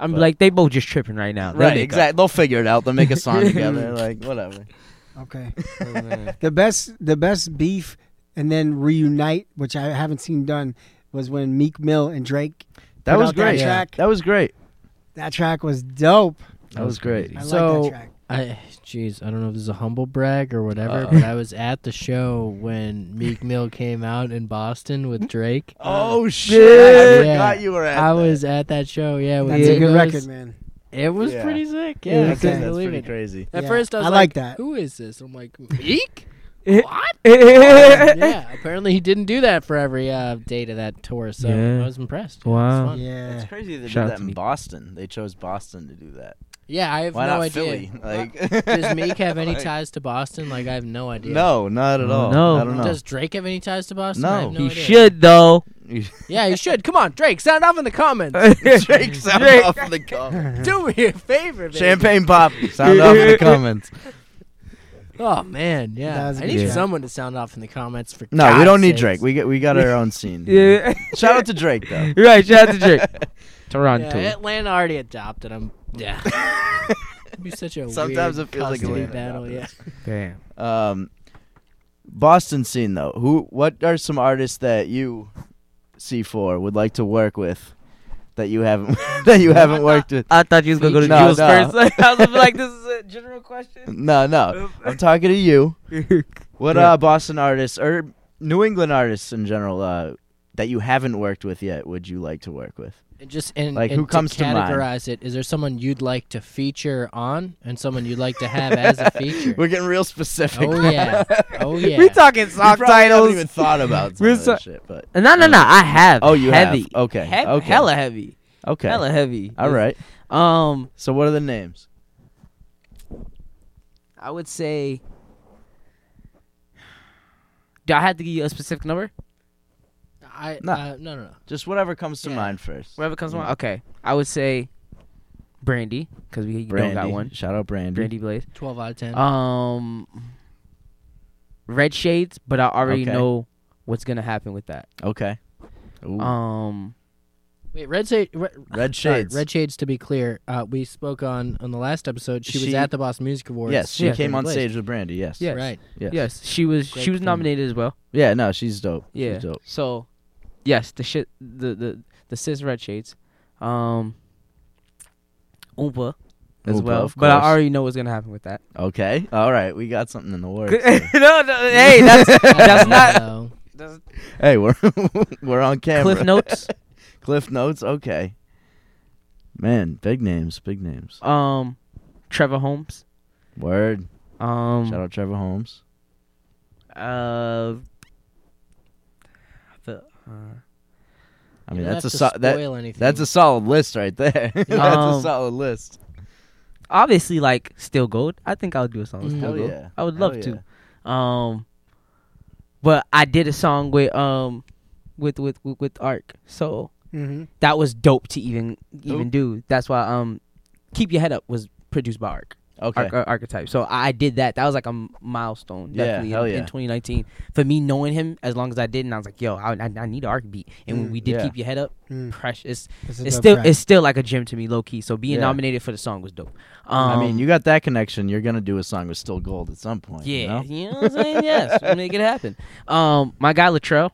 Speaker 5: I'm like, they both just tripping right now. They'll
Speaker 2: Right,
Speaker 5: make up.
Speaker 2: exactly. They'll figure it out. They'll make a song together. Like whatever.
Speaker 4: Okay.
Speaker 2: Oh,
Speaker 4: the best, the best beef, and then reunite, which I haven't seen done, was when Meek Mill and Drake.
Speaker 2: That
Speaker 4: put
Speaker 2: was
Speaker 4: out That
Speaker 2: great.
Speaker 4: track,
Speaker 2: That was great.
Speaker 4: that track was dope.
Speaker 2: That was great.
Speaker 4: I
Speaker 3: So-
Speaker 4: like that track.
Speaker 3: I jeez, I don't know if this is a humble brag or whatever, but I was at the show when Meek Mill came out in Boston with Drake.
Speaker 2: Oh shit! I
Speaker 3: Yeah.
Speaker 2: forgot you were at.
Speaker 3: I
Speaker 2: that.
Speaker 3: was at that show, yeah. with
Speaker 4: That's a good
Speaker 3: Migos.
Speaker 4: record, man.
Speaker 3: It was
Speaker 2: Yeah.
Speaker 3: pretty sick.
Speaker 4: Yeah,
Speaker 3: Yeah, I
Speaker 4: that's-
Speaker 3: couldn't
Speaker 4: that's
Speaker 3: believe it.
Speaker 2: crazy.
Speaker 3: At
Speaker 4: Yeah,
Speaker 3: first, I was
Speaker 4: I
Speaker 3: like,
Speaker 4: like that.
Speaker 3: "Who is this?" I'm like,
Speaker 5: Eek?
Speaker 3: "What?"
Speaker 5: yeah.
Speaker 3: yeah. Apparently, he didn't do that for every uh, date of that tour, so
Speaker 5: Yeah.
Speaker 3: I was impressed.
Speaker 5: Wow.
Speaker 3: Yeah, it was fun.
Speaker 4: Yeah.
Speaker 2: It's crazy they
Speaker 5: Shout out
Speaker 2: did that
Speaker 5: to
Speaker 2: in
Speaker 5: me.
Speaker 2: Boston. They chose Boston to do that.
Speaker 3: yeah, I have
Speaker 2: Why
Speaker 3: no
Speaker 2: not
Speaker 3: idea.
Speaker 2: Philly? Like,
Speaker 3: Does Meek have any
Speaker 2: Like,
Speaker 3: ties to Boston? Like, I have no idea.
Speaker 2: No, not at
Speaker 5: Oh,
Speaker 2: all.
Speaker 5: no.
Speaker 2: I don't know.
Speaker 3: Does Drake have any ties to Boston? I have
Speaker 2: No.
Speaker 3: no
Speaker 5: He
Speaker 3: idea.
Speaker 5: should though.
Speaker 3: Yeah, he should. Come on, Drake, sound off in the comments.
Speaker 2: Drake sound
Speaker 5: Drake.
Speaker 2: off in the comments.
Speaker 3: Do me a favor, baby.
Speaker 2: Champagne pop sound off in the comments.
Speaker 3: Oh man,
Speaker 4: That
Speaker 3: yeah.
Speaker 4: was a
Speaker 3: I
Speaker 4: good
Speaker 3: need
Speaker 4: track.
Speaker 3: someone to sound off in the comments for.
Speaker 2: No, we don't
Speaker 3: God's
Speaker 2: need
Speaker 3: sakes.
Speaker 2: Drake. We got we got our own scene.
Speaker 5: Yeah.
Speaker 2: Shout out to Drake though.
Speaker 5: right. Shout out to Drake.
Speaker 3: yeah,
Speaker 5: Toronto.
Speaker 3: Atlanta already adopted him. Yeah. It'd be such a
Speaker 2: Sometimes
Speaker 3: weird
Speaker 2: it feels like
Speaker 3: custody
Speaker 2: Atlanta
Speaker 3: battle. Yeah.
Speaker 5: Damn.
Speaker 2: Um, Boston scene though. Who? What are some artists that you C four would like to work with that you haven't that you haven't worked with?
Speaker 5: I thought you was gonna go to
Speaker 2: No,
Speaker 5: Jules
Speaker 2: no.
Speaker 5: first. I was like, this is a general question.
Speaker 2: No, no. I'm talking to you. What
Speaker 5: Yeah.
Speaker 2: uh, Boston artists or New England artists in general uh, that you haven't worked with yet would you like to work with?
Speaker 3: And just and,
Speaker 2: Like,
Speaker 3: and
Speaker 2: who comes to mind?
Speaker 3: categorize it? Is there someone you'd like to feature on, and someone you'd like to have as a feature?
Speaker 2: We're getting real specific.
Speaker 3: oh yeah. Oh yeah.
Speaker 5: We talking
Speaker 2: You
Speaker 5: song
Speaker 2: probably
Speaker 5: titles.
Speaker 2: haven't even thought about some
Speaker 5: We're
Speaker 2: of this
Speaker 5: so-
Speaker 2: shit, but
Speaker 5: no, no, no. I have.
Speaker 2: Oh, you have.
Speaker 5: heavy.
Speaker 2: Okay,
Speaker 5: Hev-
Speaker 2: okay.
Speaker 5: Hella heavy.
Speaker 2: okay.
Speaker 5: Hella heavy.
Speaker 2: All right.
Speaker 5: Um,
Speaker 2: So what are the names?
Speaker 5: I would say. Do I have to give you a specific number?
Speaker 3: I,
Speaker 2: No.
Speaker 3: uh, no, no, no.
Speaker 2: Just whatever comes to
Speaker 3: Yeah.
Speaker 2: mind first.
Speaker 5: Whatever comes to
Speaker 2: Yeah.
Speaker 5: mind. Okay. I would say, Brandy, because we
Speaker 2: Brandy.
Speaker 5: don't got one.
Speaker 2: Shout out Brandy.
Speaker 5: Brandy Blaze.
Speaker 3: Twelve out of ten.
Speaker 2: Uh,
Speaker 5: Um, Red Shades, but I already
Speaker 2: Okay.
Speaker 5: know what's gonna happen with that.
Speaker 2: Okay. Ooh.
Speaker 5: Um,
Speaker 3: Wait, Red Shade. Red,
Speaker 2: Red
Speaker 3: sorry,
Speaker 2: Shades.
Speaker 3: Red Shades. To be clear, uh, we spoke on on the last episode. She, was
Speaker 2: She-
Speaker 3: at the Boston Music Awards.
Speaker 2: yes, she
Speaker 5: Yeah.
Speaker 2: came on
Speaker 3: Blaze.
Speaker 2: stage with Brandy. Yes.
Speaker 5: Yes.
Speaker 3: Right.
Speaker 2: Yes.
Speaker 5: yes, she was.
Speaker 3: Great
Speaker 5: she was
Speaker 3: performance.
Speaker 5: nominated as well.
Speaker 2: Yeah, no, she's dope.
Speaker 5: Yeah.
Speaker 2: She's dope.
Speaker 5: So, yes, the shit, the the the cis red shades, um, Oompa as
Speaker 2: Oompa,
Speaker 5: well.
Speaker 2: of
Speaker 5: But I
Speaker 2: course.
Speaker 5: already know what's gonna happen with that.
Speaker 2: Okay. All right, we got something in the works.
Speaker 5: no,
Speaker 2: here.
Speaker 5: no, hey, that's
Speaker 3: Oh,
Speaker 5: that's not
Speaker 3: Hello.
Speaker 5: that's
Speaker 2: hey, we're we're on camera.
Speaker 5: Cliff Notes.
Speaker 2: Cliff Notes. Okay. Man, big names, big names.
Speaker 5: Um, Trevor Holmes.
Speaker 2: Word. Shout
Speaker 5: Um,
Speaker 2: out Trevor Holmes.
Speaker 5: uh, the. Uh,
Speaker 2: I mean,
Speaker 3: You don't
Speaker 2: that's a
Speaker 3: have
Speaker 2: so-
Speaker 3: to
Speaker 2: that
Speaker 3: spoil anything.
Speaker 2: that's a solid list right there. that's a
Speaker 5: Um,
Speaker 2: solid list.
Speaker 5: obviously like still gold. I think I'll do a song with
Speaker 3: Mm.
Speaker 5: still
Speaker 2: Hell
Speaker 5: gold.
Speaker 2: yeah.
Speaker 5: I would
Speaker 2: Hell
Speaker 5: love
Speaker 2: yeah.
Speaker 5: to. Um, but I did a song with um with with with, with Arc, so
Speaker 4: Mm-hmm.
Speaker 5: that was dope to even even
Speaker 2: Dope.
Speaker 5: do. That's why um, keep your head up was produced by Arc.
Speaker 2: Okay.
Speaker 5: Arch- archetype. So I did that. That was like a m- milestone,
Speaker 2: Yeah,
Speaker 5: definitely
Speaker 2: hell
Speaker 5: in,
Speaker 2: yeah.
Speaker 5: in 2019 for me knowing him. As long as I did, and I was like, yo, I, I, I need an arc beat. And when
Speaker 4: Mm,
Speaker 5: we did
Speaker 2: yeah.
Speaker 5: keep your head up,
Speaker 4: Mm.
Speaker 5: precious.
Speaker 4: It's, a
Speaker 5: It's
Speaker 4: dope
Speaker 5: still
Speaker 4: track.
Speaker 5: it's still like a gem to me, low key. So being
Speaker 2: Yeah.
Speaker 5: nominated for the song was dope.
Speaker 2: I
Speaker 5: Um,
Speaker 2: mean, you got that connection. You're gonna do a song with still gold at some point.
Speaker 5: yeah,
Speaker 2: You know?
Speaker 5: you know what I'm saying? yes, make it happen. Um, my guy Latrell,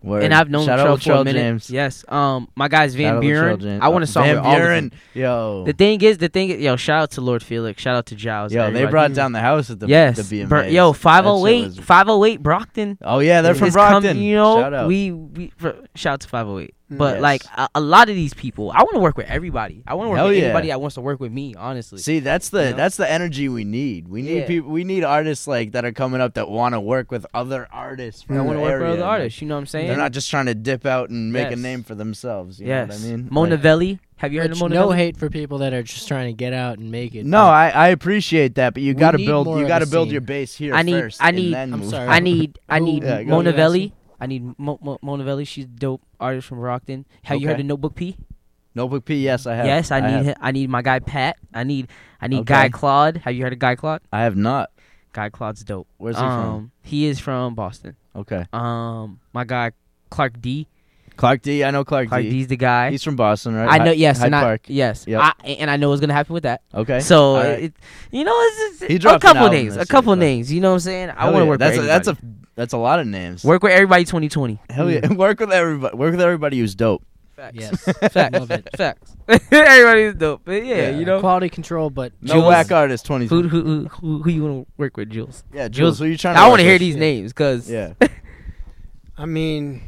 Speaker 2: Word.
Speaker 5: and I've known
Speaker 2: Shout
Speaker 5: Latrell
Speaker 2: out
Speaker 5: for a
Speaker 2: Latrell
Speaker 5: minute.
Speaker 2: James.
Speaker 5: Yes, um, my guy's
Speaker 2: Shout
Speaker 5: Van
Speaker 2: out Latrell
Speaker 5: Buren.
Speaker 2: James.
Speaker 5: I want a song
Speaker 2: Van
Speaker 5: with all of them.
Speaker 2: Buren. Yo.
Speaker 5: The thing is, the thing is, yo, shout out to Lord Felix. Shout out to Giles.
Speaker 2: Yo, they
Speaker 5: everybody.
Speaker 2: brought down the house at the
Speaker 5: yes,
Speaker 2: the BMAs.
Speaker 5: Bur- yo,
Speaker 2: That shit
Speaker 5: 508,
Speaker 2: was-
Speaker 5: 508 Brockton.
Speaker 2: Oh yeah, they're from
Speaker 5: It's come-
Speaker 2: Brockton.
Speaker 5: you know,
Speaker 2: Shout out.
Speaker 5: we we for, shout out to 508.
Speaker 4: Mm.
Speaker 5: But
Speaker 2: Yes.
Speaker 5: like a, a lot of these people, I want to work with everybody. I want to work
Speaker 2: Hell
Speaker 5: with
Speaker 2: yeah.
Speaker 5: anybody that wants to work with me. Honestly,
Speaker 2: See, that's the
Speaker 5: you know?
Speaker 2: that's the energy we need. We need
Speaker 5: Yeah.
Speaker 2: people. We need artists like that are coming up that want to work with other artists. From
Speaker 5: I
Speaker 2: want to
Speaker 5: work with other artists. You know what I'm saying?
Speaker 2: They're not just trying to dip out and make
Speaker 5: Yes.
Speaker 2: a name for themselves. You
Speaker 5: yes.
Speaker 2: know what I mean?
Speaker 5: Mona
Speaker 2: Like-
Speaker 5: Velli. Have you heard of
Speaker 3: Which,
Speaker 5: Mona
Speaker 3: no
Speaker 5: Velli?
Speaker 3: hate for people that are just trying to get out and make it.
Speaker 2: No,
Speaker 3: but
Speaker 2: I, I appreciate that, but you
Speaker 3: We
Speaker 2: got to
Speaker 3: need
Speaker 2: build
Speaker 3: more
Speaker 2: you
Speaker 3: of
Speaker 2: got to
Speaker 3: a
Speaker 2: build
Speaker 3: scene.
Speaker 2: your base here.
Speaker 5: I need-
Speaker 2: First
Speaker 5: I
Speaker 2: and
Speaker 5: need-
Speaker 2: then
Speaker 3: I'm
Speaker 2: move
Speaker 3: sorry.
Speaker 2: on.
Speaker 5: I need I
Speaker 3: Who-
Speaker 5: need
Speaker 2: Yeah, go
Speaker 5: Mona
Speaker 3: ahead.
Speaker 5: Velli. I need Mo- Mo- Mona Velli. She's a dope artist from Rockton. Have you heard
Speaker 2: Okay.
Speaker 5: of Notebook P?
Speaker 2: Notebook P. Yes, I have.
Speaker 5: yes, I
Speaker 2: have.
Speaker 5: need hi- I need my guy Pat. I need I need
Speaker 2: Okay.
Speaker 5: Guy Claude. Have you heard of Guy Claude?
Speaker 2: I have not.
Speaker 5: Guy Claude's dope.
Speaker 2: Where's he from?
Speaker 5: Um, He is from Boston.
Speaker 2: Okay,
Speaker 5: Um, my guy Clark D.
Speaker 2: Clark D. I know Clark,
Speaker 5: Clark
Speaker 2: D.
Speaker 5: D's the guy.
Speaker 2: He's from Boston, right?
Speaker 5: I know.
Speaker 2: Hy-
Speaker 5: Yes,
Speaker 2: Hyde
Speaker 5: and I,
Speaker 2: Park.
Speaker 5: yes.
Speaker 2: Yep.
Speaker 5: I, and I know what's gonna happen with that.
Speaker 2: Okay. All
Speaker 5: So,
Speaker 2: right.
Speaker 5: it, you know, it's, it's
Speaker 2: He
Speaker 5: a
Speaker 2: dropped an
Speaker 5: couple
Speaker 2: album
Speaker 5: names.
Speaker 2: this
Speaker 5: A couple
Speaker 2: year, but-
Speaker 5: names. You know what I'm saying? I
Speaker 2: Hell
Speaker 5: want to
Speaker 2: yeah.
Speaker 5: work.
Speaker 2: That's
Speaker 5: with
Speaker 2: a, that's a
Speaker 5: everybody.
Speaker 2: that's a lot of names.
Speaker 5: work with everybody. 2020.
Speaker 2: Hell yeah, work with everybody. Work with everybody who's dope.
Speaker 5: Facts.
Speaker 3: Yes.
Speaker 5: Facts.
Speaker 3: Love it.
Speaker 5: Facts. Everybody's dope. But
Speaker 2: Yeah.
Speaker 5: yeah, you know.
Speaker 3: quality control, but
Speaker 2: No
Speaker 5: Jules.
Speaker 2: whack artist twenty.
Speaker 5: Who, who who who who you wanna work with, Jules?
Speaker 2: yeah, Jules. Who you trying? to
Speaker 5: I
Speaker 2: want to
Speaker 5: hear these names because
Speaker 2: Yeah.
Speaker 4: I mean,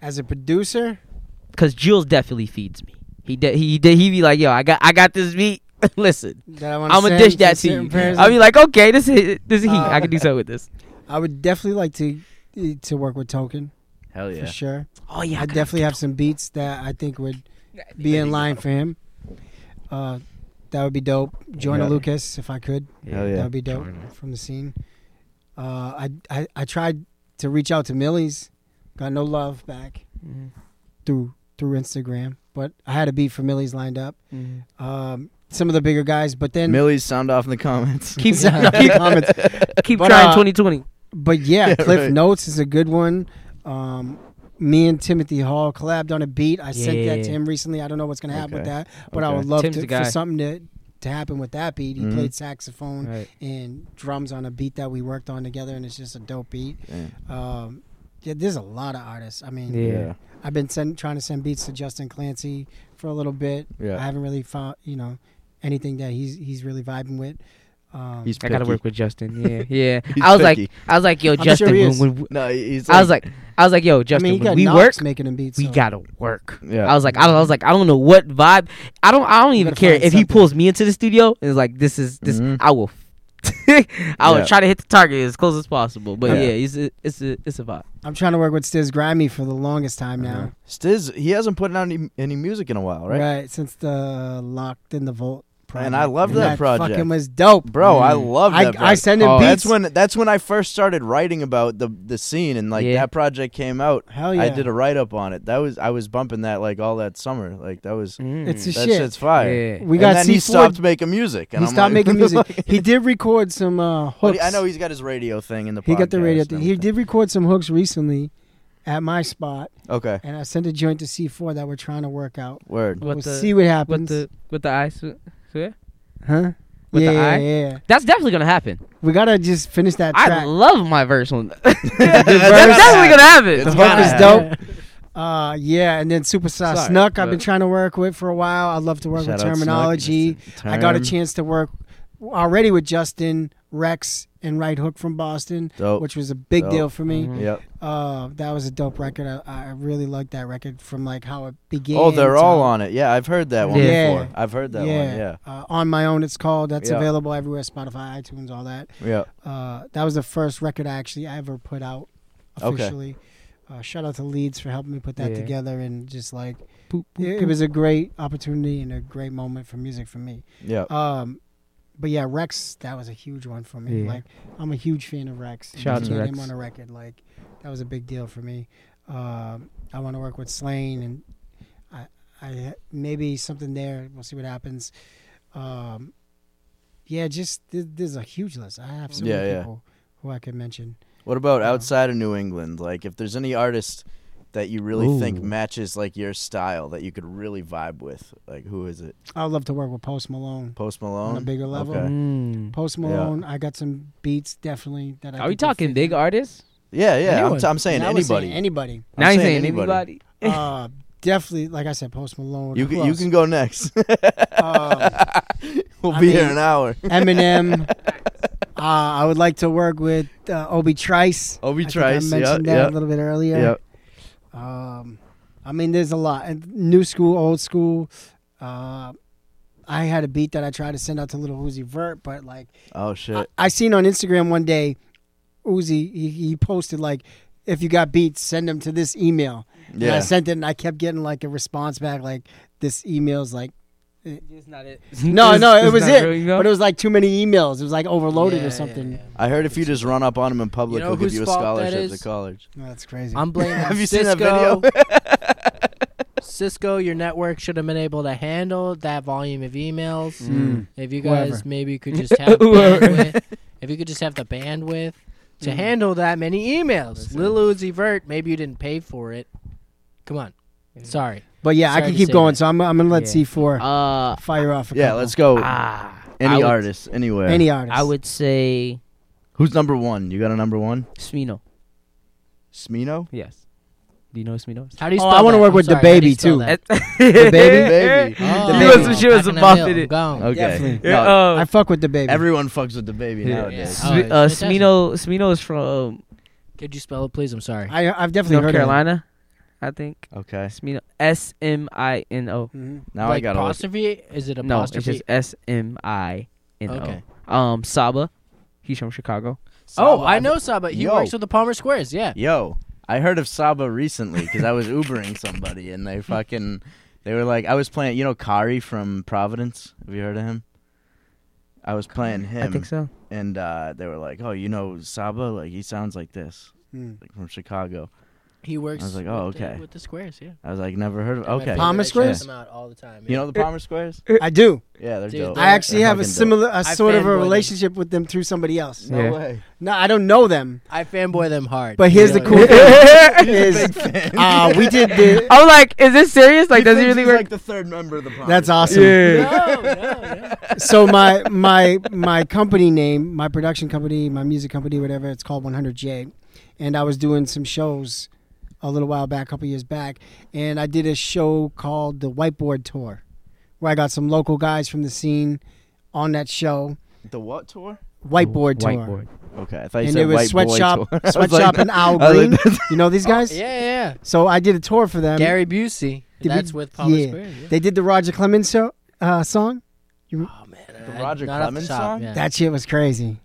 Speaker 4: as a producer,
Speaker 5: because Jules definitely feeds me. He de- he de- he be like, yo, I got I got this beat. Listen,
Speaker 4: that I want
Speaker 5: I'm gonna dish that to you. I'll be like, okay, this is this is heat. I
Speaker 4: Um,
Speaker 5: can do something with this.
Speaker 4: I would definitely like to to work with Token
Speaker 2: Hell yeah.
Speaker 4: for sure.
Speaker 5: Oh yeah,
Speaker 4: I definitely have some beats that I think would be in line for him. Uh, that would be dope. Joyner
Speaker 2: Yeah.
Speaker 4: Lucas, if I could,
Speaker 2: Hell yeah.
Speaker 4: that would be dope from the scene. Uh, I, I I tried to reach out to Millie's, got no love back through through Instagram, but I had a beat for Millie's lined up.
Speaker 5: Mm-hmm.
Speaker 4: Um, some of the bigger guys, but then
Speaker 2: Millie's sound off in the comments.
Speaker 5: Keep
Speaker 4: Yeah, in the comments.
Speaker 5: keep
Speaker 4: But,
Speaker 5: trying
Speaker 4: uh,
Speaker 5: 2020.
Speaker 4: But yeah,
Speaker 2: Yeah,
Speaker 4: Cliff
Speaker 2: right.
Speaker 4: Notes is a good one. Um, me and Timothy Hall collabed on a beat. I sent that to
Speaker 5: Yeah.
Speaker 4: him recently. I don't know what's gonna happen with
Speaker 2: Okay.
Speaker 4: that, but I
Speaker 2: Okay.
Speaker 4: would love
Speaker 5: Tim's
Speaker 4: to,
Speaker 5: the guy.
Speaker 4: for something to to happen with that beat. He
Speaker 2: Mhm.
Speaker 4: played saxophone
Speaker 5: Right.
Speaker 4: and drums on a beat that we worked on together, and it's just a dope beat.
Speaker 2: Yeah.
Speaker 4: Um, yeah, there's a lot of artists. I mean,
Speaker 5: Yeah.
Speaker 4: I've been send, trying to send beats to Justin Clancy for a little bit.
Speaker 2: Yeah.
Speaker 4: I haven't really found you know anything that he's he's really vibing with. Um,
Speaker 2: He's
Speaker 5: I gotta
Speaker 2: picky.
Speaker 5: work with Justin. Yeah, yeah.
Speaker 2: He's
Speaker 5: I was like,
Speaker 2: picky.
Speaker 5: I was like, yo,
Speaker 4: sure
Speaker 5: Justin.
Speaker 4: he
Speaker 5: when-
Speaker 4: is.
Speaker 5: when we-
Speaker 2: No, he's.
Speaker 5: I was like, I was like, yo, Justin.
Speaker 4: I mean, you
Speaker 5: when
Speaker 4: got
Speaker 5: we work,
Speaker 4: Knox making them beats.
Speaker 5: we
Speaker 4: so-
Speaker 5: gotta work.
Speaker 2: Yeah.
Speaker 5: I was like, I, was like, I don't know what vibe. I don't. I don't even
Speaker 4: gotta
Speaker 5: care if
Speaker 4: find
Speaker 5: he
Speaker 4: something.
Speaker 5: pulls me into the studio and is like, this is this.
Speaker 2: Mhm.
Speaker 5: I will. I will
Speaker 2: Yeah.
Speaker 5: try to hit the target as close as possible. But
Speaker 2: Yeah.
Speaker 5: yeah, it's a, it's a, it's a vibe.
Speaker 4: I'm trying to work with Stiz Grimy for the longest time now.
Speaker 2: Stiz, he hasn't put out any, any music in a while,
Speaker 4: Right.
Speaker 2: right?
Speaker 4: since the Locked in the Vault project.
Speaker 2: And I love
Speaker 4: And
Speaker 2: that project.
Speaker 4: Fucking was dope.
Speaker 2: Bro, I
Speaker 5: Mm.
Speaker 2: love
Speaker 4: I-
Speaker 2: that.
Speaker 4: I send him
Speaker 2: oh, That's
Speaker 4: beats.
Speaker 2: when that's when I first started writing about the the scene and like
Speaker 5: Yeah.
Speaker 2: that project came out.
Speaker 4: Hell Oh, yeah.
Speaker 2: I did a write up on it. That was I was bumping that like all that summer. Like that was
Speaker 4: It's
Speaker 2: that
Speaker 4: a Mm. shit.
Speaker 2: shit's fire.
Speaker 5: Yeah.
Speaker 4: We
Speaker 2: and
Speaker 4: got
Speaker 2: then
Speaker 4: C4.
Speaker 2: he stopped making music. And
Speaker 4: he
Speaker 2: I'm
Speaker 4: stopped
Speaker 2: like-
Speaker 4: making music. he did record some uh,
Speaker 2: But
Speaker 4: hooks.
Speaker 2: he- I know he's got his radio thing in the.
Speaker 4: he got the
Speaker 2: podcast
Speaker 4: radio.
Speaker 2: and
Speaker 4: Thing. He
Speaker 2: everything.
Speaker 4: did record some hooks recently at my spot,
Speaker 2: Okay,
Speaker 4: and I sent a joint to C4 that we're trying to work out.
Speaker 2: word.
Speaker 5: What
Speaker 4: we'll
Speaker 5: the-
Speaker 4: see what
Speaker 5: with
Speaker 4: happens.
Speaker 5: the with the ice. Swear?
Speaker 4: huh?
Speaker 5: with
Speaker 4: yeah,
Speaker 5: the eye?
Speaker 4: yeah, yeah.
Speaker 5: That's definitely gonna happen.
Speaker 4: We gotta just finish that
Speaker 5: I
Speaker 4: track.
Speaker 5: love my verse on. that. That's
Speaker 2: gonna
Speaker 5: definitely gonna happen.
Speaker 2: It's
Speaker 4: the
Speaker 2: gotta
Speaker 4: hook is
Speaker 2: happen.
Speaker 4: dope. Uh, yeah, and then Superstar
Speaker 5: Sorry,
Speaker 4: Snuck, I've been
Speaker 5: but-
Speaker 4: trying to work with for a while. I love to work
Speaker 2: Shout
Speaker 4: with
Speaker 2: out Snuck.
Speaker 4: terminology.
Speaker 2: Term.
Speaker 4: I got a chance to work already with Justin Rex and Right Hook from Boston,
Speaker 2: Dope.
Speaker 4: which was a big
Speaker 2: Dope.
Speaker 4: deal for me.
Speaker 5: Mhm.
Speaker 2: Yep.
Speaker 4: Uh, that was a dope record. I, I really liked that record from like how it began.
Speaker 2: Oh, they're
Speaker 4: to-
Speaker 2: all on it. Yeah, I've heard that one
Speaker 4: Yeah.
Speaker 2: before. I've heard that
Speaker 4: yeah,
Speaker 2: one. Yeah.
Speaker 4: Uh, on my own, it's called. That's
Speaker 2: Yeah.
Speaker 4: available everywhere: Spotify, iTunes, all that.
Speaker 2: Yeah.
Speaker 4: Uh, that was the first record I actually ever put out
Speaker 2: Okay.
Speaker 4: officially. Uh, shout out to Leeds for helping me put that
Speaker 5: Yeah.
Speaker 4: together and just like
Speaker 5: Boop, boop,
Speaker 4: it, it was a great opportunity and a great moment for music for me.
Speaker 2: Yeah.
Speaker 4: Um, but yeah, Rex, that was a huge one for me.
Speaker 5: Yeah.
Speaker 4: Like I'm a huge fan of Rex. and
Speaker 5: Shout out
Speaker 4: to
Speaker 5: to
Speaker 4: get
Speaker 5: Rex.
Speaker 4: him on a record, like that was a big deal for me. Um, I want to work with Slane, and I, I maybe something there. We'll see what happens. Um, yeah, just th- there's a huge list. I have so
Speaker 2: Yeah,
Speaker 4: many
Speaker 2: yeah.
Speaker 4: people who I could mention.
Speaker 2: What about
Speaker 4: Yeah.
Speaker 2: outside of New England? Like, if there's any artist that you really think
Speaker 5: Ooh.
Speaker 2: matches like your style that you could really vibe with, like who is it?
Speaker 4: I'd love to work with Post Malone.
Speaker 2: Post Malone.
Speaker 4: On a bigger level.
Speaker 2: Okay.
Speaker 5: Mm.
Speaker 4: Post Malone, I got some beats definitely that. I
Speaker 5: Are we
Speaker 4: think will
Speaker 5: talking
Speaker 4: fit.
Speaker 5: big artists?
Speaker 2: Yeah, yeah. I'm,
Speaker 3: Anyone.
Speaker 2: t- I'm saying
Speaker 4: Now we're saying
Speaker 2: anybody.
Speaker 4: Anybody.
Speaker 2: I'm
Speaker 5: now you're
Speaker 2: saying
Speaker 5: saying
Speaker 2: anybody.
Speaker 5: anybody.
Speaker 4: uh, definitely, like I said, Post Malone.
Speaker 2: you
Speaker 4: Who
Speaker 2: can, you
Speaker 4: else?
Speaker 2: can go next.
Speaker 4: Um,
Speaker 2: we'll
Speaker 4: I
Speaker 2: be here
Speaker 4: mean-
Speaker 2: an hour.
Speaker 4: Eminem. Uh, I would like to work with uh, Obi Trice.
Speaker 2: Obi
Speaker 4: I think
Speaker 2: Trice.
Speaker 4: I
Speaker 2: Yeah,
Speaker 4: mentioned that
Speaker 2: yeah,
Speaker 4: a little bit earlier.
Speaker 2: yeah.
Speaker 4: Um, I mean, there's a lot. And new school, old school. Uh, I had a beat that I tried to send out to Little Uzi Vert, but like
Speaker 2: Oh shit.
Speaker 4: I, I seen on Instagram one day, Uzi he, he posted like, if you got beats, send them to this email. And I
Speaker 2: yeah.
Speaker 4: sent it, and I kept getting like a response back like, this email's like
Speaker 5: It's-
Speaker 4: No, no, it
Speaker 5: it's
Speaker 4: was
Speaker 5: not
Speaker 4: it.
Speaker 5: real, you know?
Speaker 4: But it was like too many emails. It was like overloaded
Speaker 3: Yeah,
Speaker 4: or
Speaker 3: yeah,
Speaker 4: something.
Speaker 3: yeah.
Speaker 2: I heard if you just run up on him in public,
Speaker 3: You know
Speaker 2: he'll give
Speaker 3: whose
Speaker 2: you a
Speaker 3: fault that
Speaker 2: scholarship to
Speaker 3: is?
Speaker 2: college.
Speaker 4: No, that's crazy.
Speaker 3: I'm blaming
Speaker 2: Have you seen that
Speaker 3: Cisco.
Speaker 2: video?
Speaker 3: Cisco, your network should have been able to handle that volume of emails. If you guys
Speaker 4: Whoever.
Speaker 3: maybe could just have
Speaker 5: Whoever.
Speaker 3: bandwidth, if you could just have the bandwidth to handle that many emails, Lil Uzi Vert, maybe you didn't pay for it. Come on, sorry.
Speaker 4: but yeah,
Speaker 3: Sorry
Speaker 4: I can
Speaker 3: to
Speaker 4: keep
Speaker 3: say
Speaker 4: going.
Speaker 3: that.
Speaker 4: So I'm, I'm gonna let
Speaker 5: Yeah.
Speaker 4: C4
Speaker 5: Uh,
Speaker 4: fire off. A
Speaker 2: yeah,
Speaker 4: couple.
Speaker 2: let's go.
Speaker 5: ah, I
Speaker 2: Any
Speaker 5: would-
Speaker 2: artist, anywhere.
Speaker 4: Uh, Any artist.
Speaker 5: I would say
Speaker 2: Who's number one? You got a number one?
Speaker 5: Smino.
Speaker 2: Smino?
Speaker 5: Yes. Do you know Smino?
Speaker 3: How do you?
Speaker 4: Oh,
Speaker 3: Spell
Speaker 4: I wanna
Speaker 3: that?
Speaker 4: work
Speaker 3: I'm
Speaker 4: with
Speaker 3: sorry,
Speaker 4: DaBaby,
Speaker 3: how do you spell
Speaker 4: too.
Speaker 3: that?
Speaker 5: the
Speaker 2: baby. Ah.
Speaker 3: Oh,
Speaker 5: You want some
Speaker 3: I'm
Speaker 5: shit with
Speaker 3: packing
Speaker 5: some
Speaker 3: a
Speaker 5: muffin
Speaker 3: milk,
Speaker 5: in-
Speaker 3: I'm gone.
Speaker 2: Okay.
Speaker 4: Definitely.
Speaker 2: No,
Speaker 4: I fuck with the baby.
Speaker 2: Everyone fucks with the baby
Speaker 5: uh, Oh. Yeah.
Speaker 2: nowadays.
Speaker 3: Yeah. Oh, it's
Speaker 5: uh,
Speaker 3: fantastic.
Speaker 5: Smino, Smino is from
Speaker 3: Could you spell it, please? I'm sorry.
Speaker 4: I, I've definitely
Speaker 5: North
Speaker 4: heard
Speaker 5: Carolina, I think.
Speaker 2: Okay.
Speaker 5: Smino, S M I N O.
Speaker 4: Of it. Mhm.
Speaker 2: Now I
Speaker 3: like
Speaker 2: got to look.
Speaker 3: apostrophe? Is it
Speaker 5: No, it's
Speaker 3: apostrophe?
Speaker 5: just S M I N O.
Speaker 3: Okay.
Speaker 5: Um, Saba, he's from Chicago.
Speaker 3: oh, I know Saba. He
Speaker 2: Yo.
Speaker 3: works with the Palmer Squares. Yeah.
Speaker 2: Yo, I heard of Saba recently because I was Ubering somebody and they fucking, they were like, I was playing, you know, Kari from Providence. Have you heard of him? I was playing him,
Speaker 5: I think so.
Speaker 2: and uh, they were like, "Oh, you know Saba? Like he sounds like this,
Speaker 4: Mm.
Speaker 2: like from Chicago."
Speaker 3: He works.
Speaker 2: I was like, oh,
Speaker 3: with the-
Speaker 2: okay.
Speaker 3: with the squares, yeah.
Speaker 2: I was like, "Never heard of."
Speaker 3: And my
Speaker 2: Okay,
Speaker 3: favorite,
Speaker 4: Palmer
Speaker 3: I check
Speaker 4: Squares?
Speaker 3: them out all the time.
Speaker 2: you know the Palmer Squares?
Speaker 4: I do.
Speaker 2: Yeah, they're
Speaker 3: Dude,
Speaker 2: dope.
Speaker 3: they're-
Speaker 4: I actually
Speaker 2: They're
Speaker 4: have a
Speaker 2: fucking dope.
Speaker 4: similar, a
Speaker 3: I
Speaker 4: sort of
Speaker 3: fanboy
Speaker 4: a
Speaker 3: them.
Speaker 4: relationship with them through somebody else.
Speaker 2: No
Speaker 5: Yeah.
Speaker 2: way.
Speaker 4: No, I don't know them.
Speaker 3: I fanboy them hard.
Speaker 4: But here's the
Speaker 3: You know,
Speaker 4: cool
Speaker 3: yeah.
Speaker 4: thing is, uh, we did the.
Speaker 5: I'm like, is this serious? Like,
Speaker 2: He
Speaker 5: does it
Speaker 2: thinks
Speaker 5: really
Speaker 2: he's
Speaker 5: work?
Speaker 2: Like the third member of the Palmer
Speaker 4: That's
Speaker 2: Squares.
Speaker 4: awesome.
Speaker 3: No, no, no.
Speaker 4: so my my my company name, my production company, my music company, whatever it's called, 100J, and I was doing some shows a little while back, a couple years back, and I did a show called the Whiteboard Tour, where I got some local guys from the scene on that show,
Speaker 2: The what tour?
Speaker 4: Whiteboard Tour,
Speaker 2: Okay, I thought you
Speaker 4: and
Speaker 2: said
Speaker 4: it was
Speaker 2: white boy tour.
Speaker 4: sweatshop
Speaker 2: I was like,
Speaker 4: sweatshop and Owl
Speaker 2: I was like, Oh,
Speaker 4: Green. you know these guys?
Speaker 3: Yeah,
Speaker 4: So I did a tour for them.
Speaker 3: yeah. Gary Busey.
Speaker 4: Did we-
Speaker 3: That's with Palmer
Speaker 4: yeah.
Speaker 3: Squares. Yeah.
Speaker 4: They did the Roger Clemens show, uh, song.
Speaker 3: Oh man,
Speaker 2: The
Speaker 3: I-
Speaker 2: Roger
Speaker 3: not off the
Speaker 2: Clemens
Speaker 3: top,
Speaker 2: song?
Speaker 3: yeah.
Speaker 4: That shit was crazy.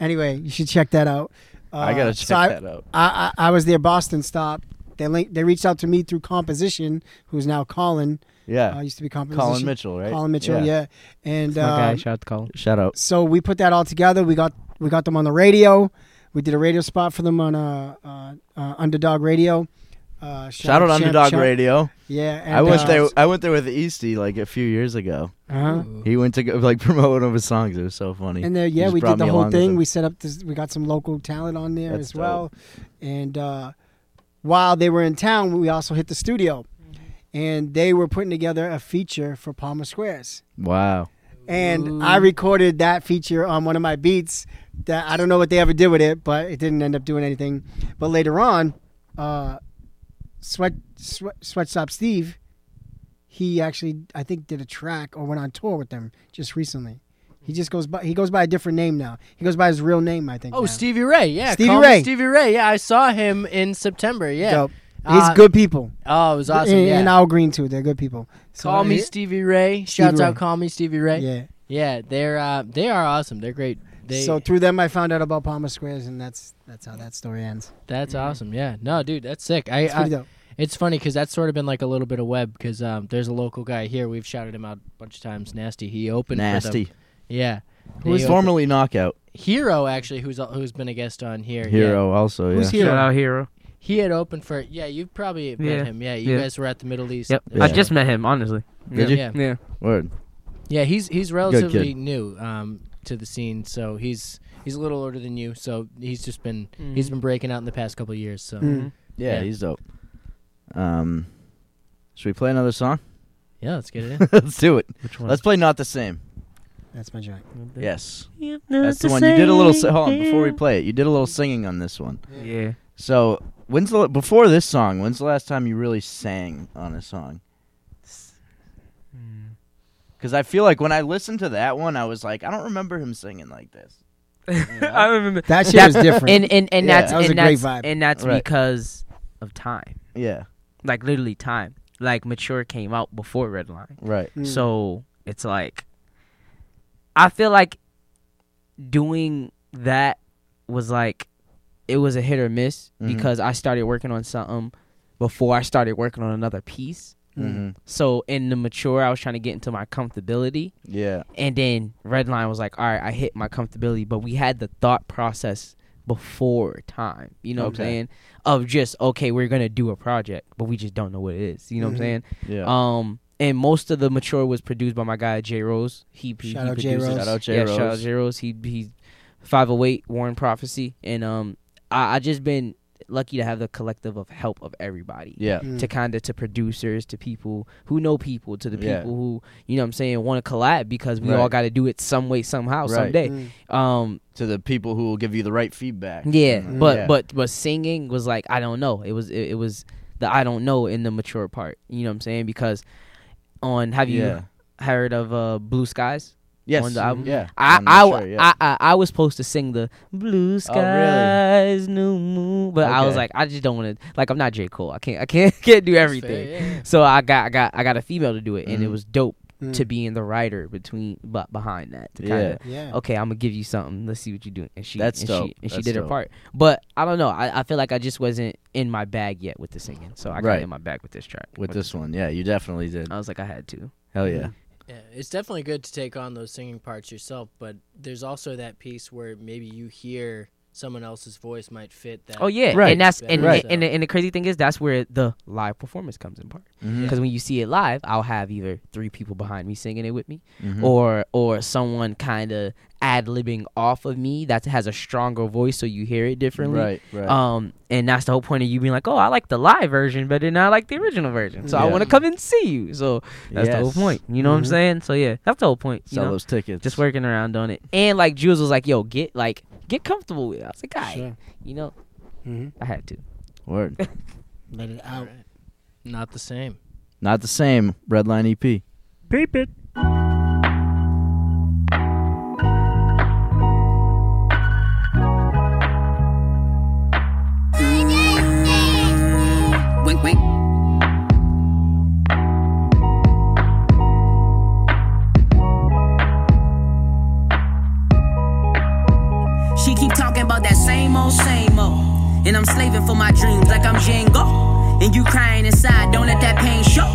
Speaker 4: Anyway, you should check that out. Uh,
Speaker 2: I gotta check
Speaker 4: so I-
Speaker 2: that out.
Speaker 4: I, I I was their Boston stop. They linked, they reached out to me through Composition, who's now Colin.
Speaker 2: Yeah,
Speaker 4: I used to be Composition.
Speaker 2: Colin Mitchell, right?
Speaker 4: Colin Mitchell, yeah. And
Speaker 5: My guy,
Speaker 4: uh,
Speaker 5: shout out to Colin.
Speaker 2: Shout out.
Speaker 4: so we put that all together. We got we got them on the radio. We did a radio spot for them on uh, uh, uh, Underdog Radio. Uh,
Speaker 2: Shout out
Speaker 4: Champ-
Speaker 2: Underdog
Speaker 4: Champ-
Speaker 2: Radio.
Speaker 4: Yeah, and,
Speaker 2: I went
Speaker 4: uh,
Speaker 2: there. I went there with Easty like a few years ago.
Speaker 4: Uh-huh.
Speaker 2: He went to go, like promote one of his songs. It was so funny.
Speaker 4: And there, yeah,
Speaker 2: just
Speaker 4: we
Speaker 2: brought
Speaker 4: did the
Speaker 2: me along
Speaker 4: whole
Speaker 2: with
Speaker 4: thing.
Speaker 2: him.
Speaker 4: We set up this. We got some local talent on there
Speaker 2: That's
Speaker 4: as well. And uh, while they were in town, we also hit the studio, and they were putting together a feature for Palmer Squares.
Speaker 2: wow.
Speaker 4: And
Speaker 3: Mm.
Speaker 4: I recorded that feature on one of my beats. That I don't know what they ever did with it, but it didn't end up doing anything. But later on, uh, Sweat Sweat Sweatshop Steve, he actually I think did a track or went on tour with them just recently. He just goes by he goes by a different name now. He goes by his real name, I think.
Speaker 3: Oh,
Speaker 4: now.
Speaker 3: Stevie Ray. Yeah,
Speaker 4: Stevie
Speaker 3: call me
Speaker 4: Ray.
Speaker 3: Stevie Ray. Yeah, I saw him in September. Yeah.
Speaker 4: Dope. He's
Speaker 3: Uh,
Speaker 4: good people.
Speaker 3: Oh, it was awesome.
Speaker 4: And,
Speaker 3: yeah.
Speaker 4: and Al Green too. They're good people. So,
Speaker 3: Call me
Speaker 4: yeah,
Speaker 3: Stevie Ray. Shouts
Speaker 4: Stevie
Speaker 3: out,
Speaker 4: Ray.
Speaker 3: call me Stevie Ray.
Speaker 4: Yeah.
Speaker 3: Yeah, they're uh, they are awesome. They're great. They,
Speaker 4: so through them, I found out about Palmer Squares, and that's that's how that story ends.
Speaker 3: that's
Speaker 2: Mm-hmm.
Speaker 3: awesome. Yeah. No, dude, that's sick. I,
Speaker 4: It's pretty
Speaker 3: I
Speaker 4: dope.
Speaker 3: it's funny because that's sort of been like a little bit of web because um, there's a local guy here. We've shouted him out a bunch of times. Nasty. He opened for them.
Speaker 2: Nasty.
Speaker 3: Yeah.
Speaker 2: Who is
Speaker 3: They opened-
Speaker 2: formerly Knockout
Speaker 3: Hero actually, who's who's been a guest on here. Yeah.
Speaker 2: Hero? Also, yeah.
Speaker 4: Who's Hero?
Speaker 5: Shout out Hero.
Speaker 3: He had opened for yeah. You probably met
Speaker 5: Yeah.
Speaker 3: him. Yeah, you
Speaker 5: Yeah.
Speaker 3: guys were at the Middle East.
Speaker 5: Yep.
Speaker 2: Yeah.
Speaker 5: I just met him, honestly.
Speaker 2: Did
Speaker 5: yeah.
Speaker 2: you?
Speaker 3: Yeah,
Speaker 5: Yeah.
Speaker 2: Word.
Speaker 3: yeah. He's he's relatively
Speaker 2: kid.
Speaker 3: new um, to the scene, so he's he's a little older than you. So he's just been he's
Speaker 5: Mhm.
Speaker 3: been breaking out in the past couple of years. So
Speaker 4: Mm.
Speaker 2: Yeah,
Speaker 3: Yeah.
Speaker 2: he's dope. Um, should we play another song?
Speaker 3: yeah, let's get it in.
Speaker 2: Let's do it.
Speaker 5: Which one?
Speaker 2: Let's play "Not the Same."
Speaker 4: That's my joint.
Speaker 2: Yes, that's the one you did a little. Si- hold on, before we play it, you did a little singing on this one.
Speaker 5: Yeah.
Speaker 2: So, when's the before this song? When's the last time you really sang on a song?
Speaker 5: Hmm.
Speaker 2: Because I feel like when I listened to that one, I was like, I don't remember him singing like this.
Speaker 5: I remember.
Speaker 4: That shit was different.
Speaker 5: And and and
Speaker 2: Yeah,
Speaker 5: that's
Speaker 4: that was
Speaker 5: and
Speaker 4: a great
Speaker 5: that's,
Speaker 4: vibe.
Speaker 5: and that's
Speaker 2: Right.
Speaker 5: because of time.
Speaker 2: Yeah,
Speaker 5: Like literally time. Like Mature came out before Redline.
Speaker 2: right.
Speaker 4: Mm.
Speaker 5: So it's like I feel like doing that was like it was a hit or miss
Speaker 2: Mhm.
Speaker 5: because I started working on something before I started working on another piece.
Speaker 2: hmm
Speaker 5: So in the mature I was trying to get into my comfortability
Speaker 2: Yeah,
Speaker 5: and then Redline was like, "All right, I hit my comfortability," but we had the thought process before time, you know what
Speaker 2: Okay.
Speaker 5: I'm saying? Of just, "Okay, we're going to do a project, but we just don't know what it is." You know what
Speaker 4: Mhm.
Speaker 5: I'm saying?
Speaker 2: Mm-hmm. yeah.
Speaker 5: Um, and most of the mature was produced by my guy J Rose. He, he,
Speaker 4: Shout
Speaker 5: he
Speaker 4: out J.
Speaker 5: produces.
Speaker 4: Rose.
Speaker 2: Shout out J.
Speaker 5: Yeah,
Speaker 2: Rose.
Speaker 5: shout out J Rose. He he's five oh eight Warren Prophecy, and um, I I just been lucky to have the collective of help of everybody.
Speaker 2: Yeah,
Speaker 4: Mm.
Speaker 5: To kind of to producers, to people who know people, to the people
Speaker 2: Yeah.
Speaker 5: who you know what I'm saying want to collab because we all
Speaker 2: Right.
Speaker 5: got to do it some way somehow
Speaker 2: Right.
Speaker 5: someday.
Speaker 4: Mm.
Speaker 5: Um,
Speaker 2: to the people who will give you the right feedback.
Speaker 5: yeah,
Speaker 2: Mhm.
Speaker 5: but
Speaker 2: Yeah.
Speaker 5: but but singing was like I don't know. It was it, it was the I don't know in the mature part. You know what I'm saying? Because on have you
Speaker 2: yeah.
Speaker 5: heard of uh, Blue Skies?
Speaker 2: Yes. mm-hmm.
Speaker 5: on the album?
Speaker 2: Yeah.
Speaker 5: I
Speaker 2: I'm
Speaker 5: I,
Speaker 2: not sure, yeah.
Speaker 5: I, I I was supposed to sing the Blue Skies, New Moon, but I was
Speaker 2: Okay.
Speaker 5: like, I just don't want to. Like, I'm not J Cole. I can't I can't can't do
Speaker 3: That's fair,
Speaker 5: everything.
Speaker 3: yeah, yeah.
Speaker 5: So I got I got I got a female to do it, and it
Speaker 2: Mhm.
Speaker 5: was dope
Speaker 4: Mm.
Speaker 5: to be in the writer between but behind that to kind
Speaker 2: Yeah.
Speaker 5: of
Speaker 4: yeah.
Speaker 5: okay, I'm gonna give you something. Let's see what you do. And she
Speaker 2: That's
Speaker 5: and
Speaker 2: dope.
Speaker 5: she and she
Speaker 2: That's
Speaker 5: did her
Speaker 2: dope.
Speaker 5: part. But I don't know. I, I feel like I just wasn't in my bag yet with the singing. So I got
Speaker 2: Right.
Speaker 5: in my bag with this track.
Speaker 2: with this one, yeah, you definitely did.
Speaker 5: I was like I had to.
Speaker 2: Hell yeah.
Speaker 3: Yeah, it's definitely good to take on those singing parts yourself, but there's also that piece where maybe you hear someone else's voice might fit that.
Speaker 5: Oh yeah.
Speaker 2: Right.
Speaker 5: And that's and
Speaker 2: Right.
Speaker 5: and, and, the, and the crazy thing is that's where the live performance comes in part.
Speaker 2: Mhm.
Speaker 5: Because when you see it live, I'll have either three people behind me singing it with me
Speaker 2: Mhm.
Speaker 5: or or someone kinda ad libbing off of me that has a stronger voice so you hear it differently.
Speaker 2: Right. Right.
Speaker 5: Um, and that's the whole point of you being like, oh, I like the live version better than I like the original version. So I
Speaker 2: Yeah.
Speaker 5: want to come and see you. So that's the whole
Speaker 2: Yes. Mm-hmm.
Speaker 5: point. You know what I'm
Speaker 4: Mhm.
Speaker 5: saying? So yeah, that's the whole point. You
Speaker 2: Sell
Speaker 5: know?
Speaker 2: those tickets.
Speaker 5: Just working around on it. And like Jules was like, yo, get like get comfortable with it. I was like, "Aight."
Speaker 4: Sure.
Speaker 5: you know,
Speaker 4: hmm
Speaker 2: Mm-hmm.
Speaker 5: I had to.
Speaker 2: Word.
Speaker 4: Let it out.
Speaker 3: Not the same.
Speaker 2: Not the same. Redline E EP.
Speaker 7: Wink, wink. She keep talking about that same old, same old. And I'm slaving for my dreams like I'm Django. And you crying inside, don't let that pain show.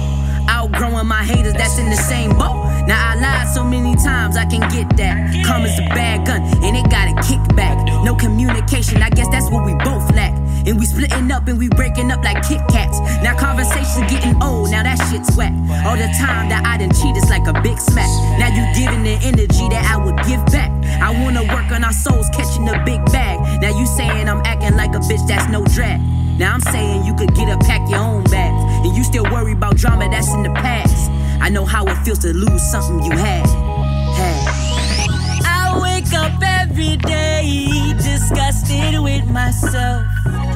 Speaker 7: Outgrowing my haters, that's in the same boat. Now I lied so many times, I can get that. Come is a bad gun, and it got a kickback. No communication, I guess that's what we both lack. And we splitting up and we breaking up like Kit Kats. Now conversations getting old, now that shit's whack. All the time that I done cheated is like a big smack. Now you giving the energy that I would give back. I wanna work on our souls, catching a big bag. Now you saying I'm acting like a bitch, that's no drag. Now I'm saying you could get a pack your own bags. And you still worry about drama that's in the past. I know how it feels to lose something you had. Had. I wake up every day disgusted with myself.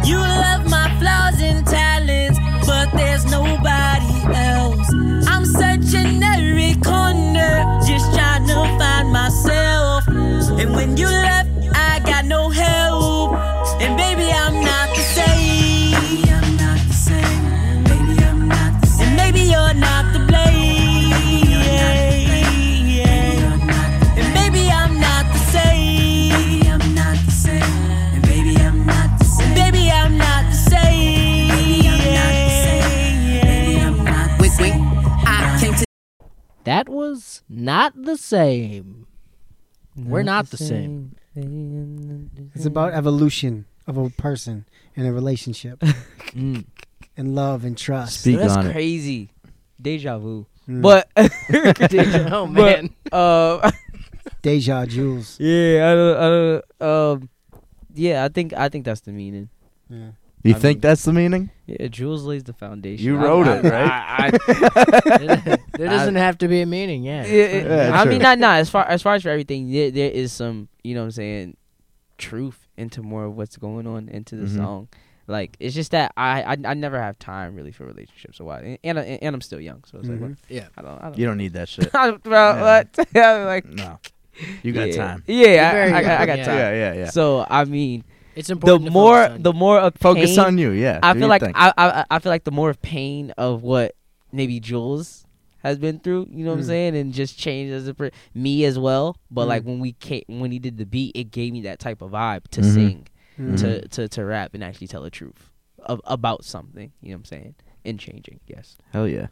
Speaker 7: You love my flaws and talents, but there's nobody else. I'm searching every corner, just trying to find myself. And when you left, I got no help. And baby, I'm not the same. I'm not the same. Baby, I'm not the same. And maybe you're not to blame. And maybe I'm not the same.
Speaker 3: That was not the same. We're not the
Speaker 5: Mm,
Speaker 4: It's about evolution of a person in a relationship
Speaker 5: Mm.
Speaker 4: and love and trust.
Speaker 2: Speak
Speaker 5: that's
Speaker 2: on it.
Speaker 5: crazy. Deja vu.
Speaker 4: Mm.
Speaker 5: But
Speaker 3: oh man.
Speaker 5: uh,
Speaker 4: deja Jules.
Speaker 5: yeah, I don't, I don't, um, yeah, I think I think that's the meaning.
Speaker 4: Yeah.
Speaker 2: You
Speaker 5: I
Speaker 2: think
Speaker 5: mean-
Speaker 2: that's the meaning?
Speaker 5: Yeah, Jules lays the foundation.
Speaker 2: You
Speaker 5: I-
Speaker 2: wrote
Speaker 5: I-
Speaker 2: it, right?
Speaker 5: I- I-
Speaker 3: there doesn't have to be a meaning, yeah.
Speaker 5: yeah, it-
Speaker 2: Yeah,
Speaker 5: I
Speaker 2: true.
Speaker 5: mean, not not as far as far as for everything. There, there is some, you know, what I'm saying, truth into more of what's going on into the
Speaker 2: Mhm.
Speaker 5: song. Like it's just that I, I I never have time really for relationships a while, and and, I- and I'm still young, so it's like
Speaker 4: Mhm.
Speaker 5: what?
Speaker 3: Mm-hmm. Yeah.
Speaker 5: I don't I don't.
Speaker 2: You don't need that shit.
Speaker 5: I don't- well,
Speaker 2: Yeah.
Speaker 5: what? I'm like
Speaker 2: No, you got
Speaker 5: yeah.
Speaker 2: time.
Speaker 5: Yeah,
Speaker 3: You're
Speaker 5: I, I,
Speaker 3: very
Speaker 5: I, I got
Speaker 3: young,
Speaker 5: time.
Speaker 2: Yeah, yeah, yeah.
Speaker 5: So I mean,
Speaker 3: It's
Speaker 5: the
Speaker 3: important. to
Speaker 5: more
Speaker 3: focus on
Speaker 5: the more of
Speaker 2: Focus
Speaker 5: pain-
Speaker 2: on you. Yeah,
Speaker 5: I
Speaker 2: do
Speaker 5: feel
Speaker 2: your
Speaker 5: like
Speaker 2: thing.
Speaker 5: I, I I feel like the more of pain of what maybe Jules has been through, you know what I'm
Speaker 2: Hmm.
Speaker 4: Mm.
Speaker 5: saying, and just changed as a per- me as well. But
Speaker 4: Mm.
Speaker 5: like when we ca when he did the beat, it gave me that type of vibe to
Speaker 2: Mhm.
Speaker 5: sing,
Speaker 4: Mm.
Speaker 5: to, to to rap, and actually tell the truth of, about something. You know what I'm saying, and changing. Yes,
Speaker 2: Hell yeah,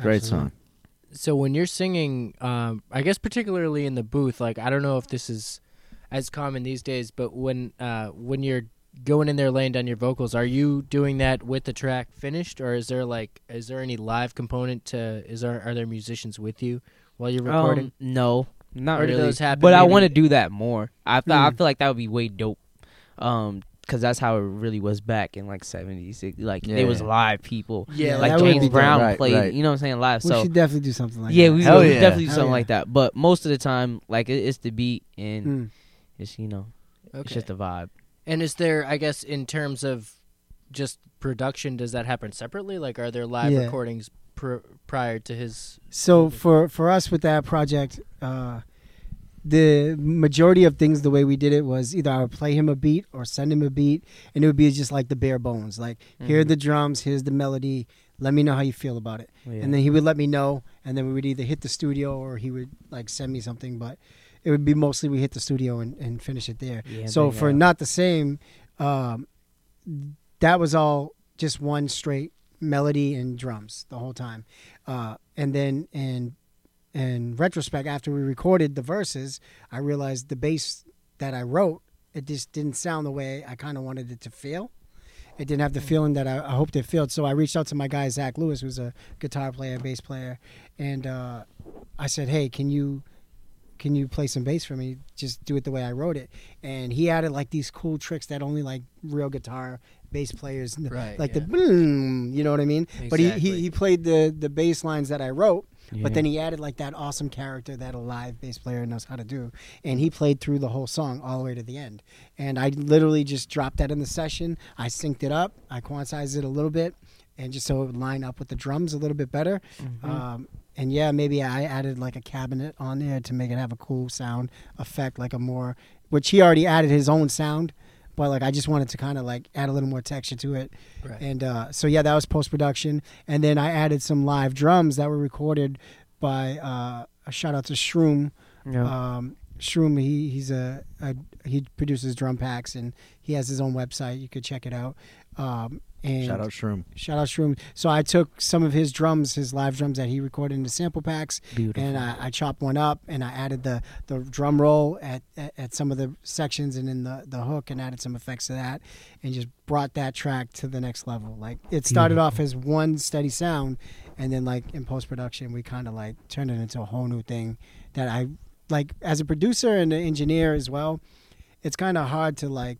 Speaker 2: great song.
Speaker 3: so when you're singing um i guess particularly in the booth like i don't know if this is as common these days but when uh when you're going in there laying down your vocals are you doing that with the track finished or is there like is there any live component to is there are there musicians with you while you're recording
Speaker 5: Um, no, not
Speaker 3: Or do
Speaker 5: really.
Speaker 3: those happen
Speaker 5: but I
Speaker 3: maybe-
Speaker 5: want to do that more. I feel,
Speaker 2: Hmm.
Speaker 5: I feel like that would be way dope. Um, cause that's how it really was back in like '76. Like
Speaker 2: Yeah,
Speaker 5: it was
Speaker 2: yeah.
Speaker 5: live people.
Speaker 3: Yeah,
Speaker 5: like
Speaker 4: that would be
Speaker 5: James
Speaker 4: dope.
Speaker 5: Brown
Speaker 2: Right,
Speaker 5: played.
Speaker 2: right.
Speaker 5: You know what I'm saying? Live.
Speaker 4: We
Speaker 5: so
Speaker 4: should definitely do something like
Speaker 5: yeah,
Speaker 4: that.
Speaker 5: we,
Speaker 2: Hell
Speaker 5: we
Speaker 2: yeah.
Speaker 5: definitely do
Speaker 4: Hell
Speaker 5: something
Speaker 4: yeah.
Speaker 5: like that. But most of the time, like it, it's the beat and
Speaker 4: Mm.
Speaker 5: it's you know it's
Speaker 3: Okay.
Speaker 5: just the vibe.
Speaker 3: and is there i guess in terms of just production does that happen separately like are there live
Speaker 4: Yeah.
Speaker 3: recordings pr- prior to his
Speaker 4: So for for us with that project, uh, the majority of things the way we did it was either I would play him a beat or send him a beat, and it would be just like the bare bones, like here are the drums, here's the melody. Let me know how you feel about it,
Speaker 5: Yeah.
Speaker 4: and then he would let me know, and then we would either hit the studio or he would like send me something, but it would be mostly we hit the studio and, and finish it there.
Speaker 5: Yeah,
Speaker 4: so
Speaker 5: they
Speaker 4: for
Speaker 5: got-
Speaker 4: not the same, um, that was all just one straight melody and drums the whole time, uh, and then in in retrospect, after we recorded the verses, I realized the bass that I wrote it just didn't sound the way I kind of wanted it to feel. It didn't
Speaker 3: Mm-hmm.
Speaker 4: have the feeling that I, I hoped it felt. So I reached out to my guy Zach Lewis, who's a guitar player, bass player, and uh, I said, "Hey, can you can you play some bass for me? Just do it the way I wrote it." And he added like these cool tricks that only like real guitar bass players, kn-
Speaker 3: Right,
Speaker 4: like the
Speaker 3: yeah.
Speaker 4: boom, you know what I mean? But he, he
Speaker 3: Exactly.
Speaker 4: he played the the bass lines that I wrote, but
Speaker 5: Yeah.
Speaker 4: then he added like that awesome character that a live bass player knows how to do, and he played through the whole song all the way to the end. And I literally just dropped that in the session. I synced it up, I quantized it a little bit, and just so it would line up with the drums a little bit better. Um, and yeah, maybe I added like a cabinet on there to make it have a cool sound effect, like a more which he already added his own sound, but like I just wanted to kind of like add a little more texture to it.
Speaker 3: Right.
Speaker 4: And uh, so yeah, that was post production, and then I added some live drums that were recorded by uh, a shout out to Shroom. Um, Shroom, he he's a, a he produces drum packs and he has his own website. You could check it out. Um, and
Speaker 2: Shout out Shroom.
Speaker 4: Shout out Shroom. So I took some of his drums, his live drums that he recorded into sample packs,
Speaker 5: Beautiful.
Speaker 4: and I, I chopped one up and I added the, the drum roll at, at, at some of the sections and in the, the hook and added some effects to that and just brought that track to the next level. Like it started off as one steady sound and then like in post production we kind of like turned it into a whole new thing that I like as a producer and an engineer as well. It's kind of hard to like